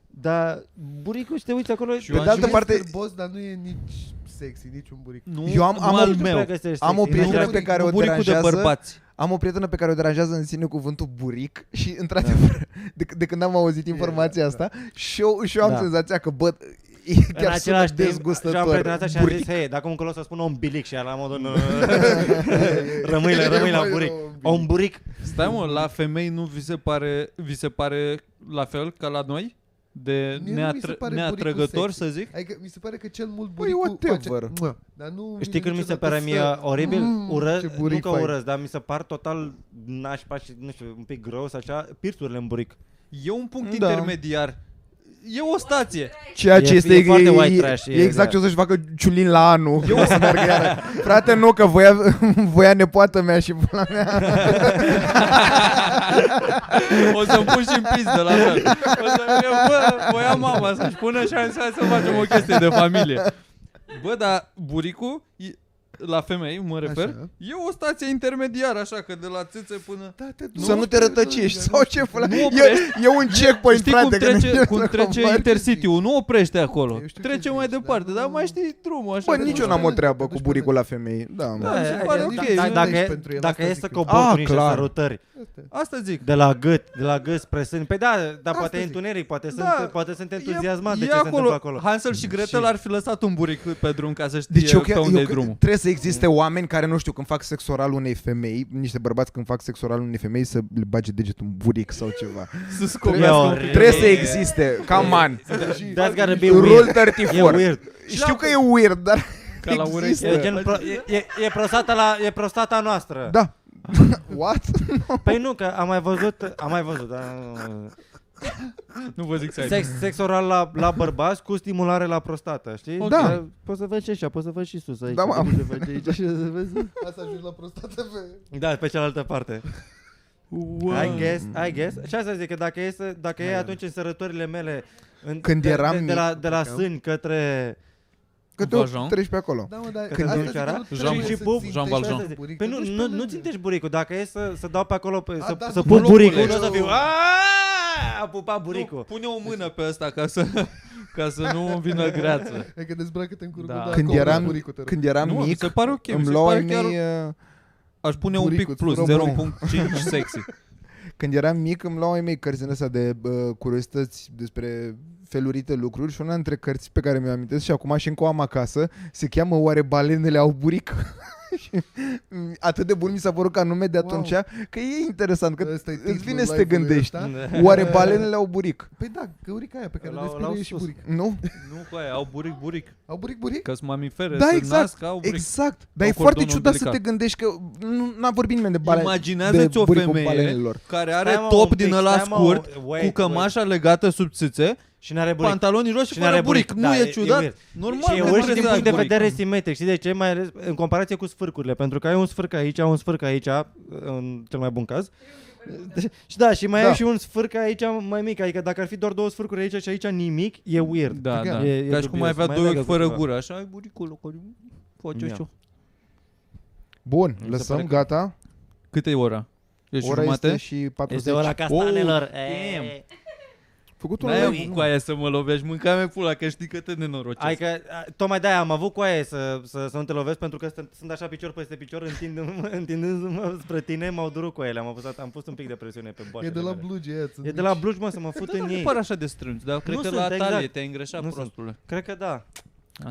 S3: Dar buricul, și te uiți acolo, da,
S1: Și
S4: Pe
S1: eu
S4: de altă
S8: Nu e
S4: parte,
S8: scârbos, dar nu e nici sexy, nici un buric.
S1: Nu,
S4: Eu am-
S1: nu
S4: am
S1: al
S4: o-
S3: nu prea
S1: meu.
S3: găsești
S4: am o
S3: sexy, în
S4: prietenă
S3: același
S4: pe
S3: timp.
S4: care o
S1: buricul de
S4: deranjează.
S1: bărbați.
S4: Am o prietenă pe care o deranjează în sine cuvântul buric și, într-adevăr, de, de când am auzit informația asta, și eu, și eu am
S3: Da.
S4: senzația că, bă, e
S3: în
S4: chiar sună
S3: același timp, și-am
S4: dezgustător.
S3: prietenat și am
S4: Buric.
S3: zis, hei, dacă un colo să spună un bilic și ea la modul... "Nă." rămâi la, rămâi la buric. Un buric.
S1: Stai mă, la femei nu vi se pare, vi se pare la fel ca la noi? De
S8: Mie nu mi se
S1: neatră-
S8: pare
S1: neatrăgător
S8: buricul
S1: să zic?
S8: Adică mi se pare că cel
S4: Păi,
S8: mult buricul
S4: whatever.
S8: face... Mua, Dar nu vine
S3: Știi când mi se
S8: niciodată
S3: pare
S8: să-
S3: mie oribil?
S8: Mm,
S3: Ură,
S8: ce
S3: nu
S8: buric
S3: că
S8: fain.
S3: urăsc, dar mi se par total nașpa și, nu știu, un pic gros așa, pirturile în buric.
S1: E un punct
S4: Da.
S1: intermediar. E o stație.
S4: Ceea
S3: E-
S4: ce este
S3: e foarte
S4: e-
S3: white trash,
S4: e
S3: e-
S4: exact ce o să-și facă Ciulin la anul.
S1: Eu-
S4: Eu o să meargă iară. Frate, nu, că voia, voia nepoată mea și până la mea.
S1: o să-mi pun și în pizdă la fel. O să eu, bă, voia mama să-și pună și am zis, "Hai să facem o chestie de familie. Bă, dar buricul, e- la femei, mă refer,
S8: Așa.
S1: e o stație intermediară, așa, că de la țâțe până...
S8: Da, te duci,
S4: Să nu te
S8: te duci,
S4: rătăcești
S8: dar
S4: sau ce pula.
S1: Nu
S4: E,
S1: oprești.
S4: e un checkpoint,
S1: știi cum
S4: frate. că nu
S1: trece,
S4: știu
S1: cum
S4: să
S1: trece
S4: compar.
S1: intercity-ul, nu oprește acolo.
S8: Eu știu ce
S1: Trece
S8: zici,
S1: mai
S8: dar
S1: departe, dar
S8: nu-
S1: mai știi drumul, așa.
S4: Bă,
S1: de
S4: nici eu
S1: mult.
S4: n-am o treabă
S8: Deci,
S4: cu buricul la femei. Da, mă.
S1: Da,
S3: Da,
S1: mi se
S3: e-
S1: pare
S3: e-
S1: ok.
S3: da-
S1: nu-
S3: dacă,
S8: ești pentru
S3: e,
S8: el,
S3: dacă
S8: asta
S3: e
S8: zic
S3: să
S8: eu.
S3: cobori
S4: Ah,
S3: cu niște
S4: clar.
S3: sărutări
S1: Asta zic.
S3: de la gât, de la gât spre sân, păi da, dar poate e
S8: zic.
S3: întuneric, poate,
S1: Da,
S3: sunt, poate sunt entuziasmat
S1: E-
S3: de
S1: e
S3: ce se întâmplă acolo.
S1: Hansel și Gretel
S3: Și-
S1: ar fi lăsat un buric pe drum ca să știe
S4: Deci eu,
S1: pe
S4: chiar- eu
S1: unde e
S4: cred-
S1: drumul.
S4: trebuie să existe oameni care, nu știu, când fac sex oral unei femei, niște bărbați când fac sex oral unei femei să le bage degetul în buric sau ceva.
S1: Să
S3: E
S1: scobească
S3: o
S1: un pic.
S4: Trebuie să existe, come on.
S3: That's gotta be
S4: Rule
S3: weird. E
S4: 34.
S3: weird.
S4: Știu că e weird, dar
S1: Ca la ureche.
S4: există.
S3: E, gen pro, e, e, e, prostata la, e prostata noastră.
S4: Da. What?
S3: Păi nu, că am mai văzut, am mai văzut, dar nu-
S1: Nu vă zic să ai.
S3: sex, sex oral la, la bărbați cu stimulare la prostată, știi?
S1: Ok.
S4: Da.
S3: Că Poți să vezi și așa, poți să vezi și sus aici.
S4: Da, mă.
S3: poți să vezi aici și să vezi.
S8: Asta ajungi la prostată pe...
S3: Da, pe cealaltă parte.
S1: Wow.
S3: I guess, I guess. Și asta zic că dacă e, să, dacă e atunci în sărătorile mele, în,
S4: Când
S3: de,
S4: eram
S3: de, de, la,
S4: mic,
S3: de la
S4: făceam.
S3: sâni către...
S4: Că tu
S1: Vajon?
S4: treci pe acolo.
S8: Da, mă, dar
S3: Când
S8: asta
S3: nu
S8: zic că
S3: ceara?
S8: nu
S1: Jean
S8: trebuie
S1: Valjean.
S8: să
S1: Jean
S8: țintești
S1: Valjean.
S8: pe
S3: Asta zic.
S8: buric,
S3: Păi
S8: te
S3: nu,
S8: duci deci pe
S3: nu,
S8: lângă.
S3: nu țintești buricul, dacă e să, să dau pe acolo, pe,
S8: A,
S3: să,
S8: da,
S3: să
S8: cu
S3: pup
S8: locul
S3: buricul,
S8: ăla.
S3: nu o să fiu, aaa, a pupat
S1: Nu,
S3: buricul.
S1: Pune o mână pe ăsta ca să, ca să nu îmi vină greață.
S8: E că dezbracă-te în curcubeu,
S1: Da.
S8: da,
S4: Când
S8: acolo,
S4: eram-
S8: buricul te rog.
S4: Când eram
S1: Nu, mi
S4: mic,
S1: se pare ok, mi
S4: îmi
S1: se
S4: luau ai
S1: pare chiar-
S4: mei, uh,
S1: Aș pune un pic
S4: Buricul,
S1: plus,
S4: îți rog,
S1: 0.5 sexy.
S4: când eram mic, îmi luau ai mei cărțile astea de uh, curiozități despre felurite lucruri și una dintre cărți pe care mi-o amintesc și acum și încă o am acasă, se cheamă Oare balenele au buric? Și, mm, Atât de bun mi s-a părut ca nume de
S8: Wow.
S4: atunci că e interesant, că
S8: Ăsta e
S4: îți
S8: titlul
S4: vine să te
S8: live-ului
S4: gândești.
S8: ăsta.
S4: Oare balenele au buric?
S8: Păi da, găurica aia pe care
S3: L-au- l-au
S8: o despre e și
S3: sus.
S8: buric.
S4: Nu?
S1: nu cu aia, au buric, buric.
S8: Au buric buric?
S1: Că sunt mamifere,
S4: Da,
S1: se
S4: exact,
S1: nasc, au buric.
S4: Exact. Dar e
S1: Au
S4: foarte
S1: cordonul
S4: ciudat să
S1: umbilical.
S4: te gândești că nu n-a vorbit nimeni de bale.
S1: Imaginează-ți
S4: de
S1: o
S4: buricul
S1: femeie
S4: balenelor.
S1: Care are
S3: Stai, mă,
S1: top
S3: un
S1: din
S3: pic,
S1: ăla
S3: stai, mă,
S1: scurt,
S3: wait,
S1: cu cămașa legată sub țâțe,
S3: Și n-are buric.
S1: pantaloni roșii
S3: Și
S1: și
S3: n-are
S1: fără buric.
S3: buric.
S1: Nu
S3: Da, e-
S1: e
S3: e
S1: ciudat?
S3: weird.
S1: Normal,
S3: Și e
S1: nu
S3: urât
S1: trebuie
S3: din
S1: să ai
S3: punct de
S1: buric.
S3: vedere simetric, știi de ce? Mai ales în comparație cu sfârcurile, pentru că ai un sfârc aici, un sfârc aici, în cel mai bun caz. Și da, și mai
S4: Da.
S3: ai și un sfârc aici mai mic, adică dacă ar fi doar două sfârcuri aici și aici nimic, e weird.
S1: Da, da.
S3: E- e
S1: Ca și cum
S3: dubios.
S1: ai avea
S3: Mai
S1: doi
S3: leagă
S1: ochi fără
S3: ceva.
S1: gură, așa ai buricul acolo. Face
S3: Ia.
S1: și
S4: Bun,
S3: Mi se
S4: lăsăm
S3: pare că-
S4: gata.
S1: Cât e ora? E și
S4: Ora este
S1: jumate?
S4: și 40.
S3: Este ora castanelor.
S1: damn.
S3: E,
S4: Făcut un
S1: N-ai
S4: live,
S1: avut cu aia să mă lovești, mânca mea pula, că știi că te nenorocesc.
S3: Ai că, Adică, a, tocmai de-aia am avut cu aia să, să, să nu te lovesc pentru că sunt, sunt așa picior peste picior, întind, întindându-mă spre tine, m-au durut cu ele, am, pus, am pus un pic de presiune pe boașe.
S8: E de la Bluge aia,
S3: E de la Bluj, mă, să mă fut în
S1: Da, nu
S3: ei.
S1: par așa de strâns, dar cred
S3: Nu
S1: că
S3: sunt,
S1: la talie
S3: exact.
S1: te-ai îngreșat,
S3: Nu
S1: prostule.
S3: Cred că da.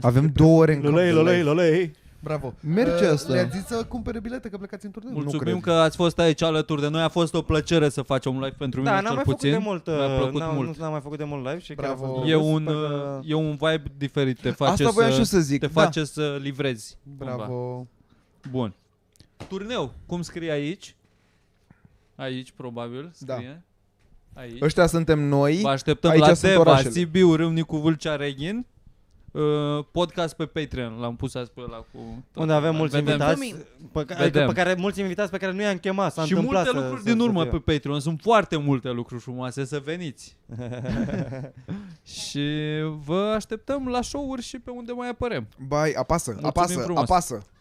S4: Avem două ore încă. de live.
S3: lolei.
S8: Bravo.
S4: Merge
S1: Eh,
S8: Uh,
S4: asta.
S8: Le-a zis să cumpere bilete că plecați în turneu.
S1: Mulțumim
S4: cred.
S1: că ați fost aici alături de noi, a fost o plăcere să facem un live pentru mine,
S3: Da,
S1: cel
S3: n-am mai făcut
S1: puțin.
S3: de mult. uh,
S1: Mi-a plăcut
S3: n-am,
S1: mult.
S3: Nu, n-am mai făcut de mult live și
S8: Bravo.
S3: chiar a fost
S1: E
S3: drăguț,
S1: un,
S3: sper că-
S1: uh, e un vibe diferit, te face
S4: Asta voiam și eu
S1: să,
S4: să zic.
S1: uh, te
S4: da.
S1: face să livrezi. cumva.
S8: Bravo.
S1: Bun. Turneu, cum scrie aici? Aici, probabil,
S3: Da.
S1: scrie. Aici.
S4: Ăștia suntem noi.
S1: Vă așteptăm
S4: Aici
S1: la
S4: sunt
S1: Deva,
S4: orașele.
S1: Sibiu, Râmnicu, Vâlcea, Reghin. Uh, podcast pe Patreon, l-am pus azi pe ăla cu...
S3: Unde avem mulți
S1: Vedem.
S3: invitați pe, ca- adică
S1: Vedem.
S3: pe care, mulți invitați pe care nu i-am chemat S-a
S1: Și
S3: întâmplat
S1: multe
S3: să-
S1: lucruri
S3: să-
S1: din
S3: să
S1: urmă
S3: fie.
S1: pe Patreon, sunt foarte multe lucruri frumoase, să veniți. și vă așteptăm la show-uri și pe unde mai apărem.
S4: Bai, apasă,
S1: Mulțumim
S4: apasă,
S1: frumos.
S4: apasă.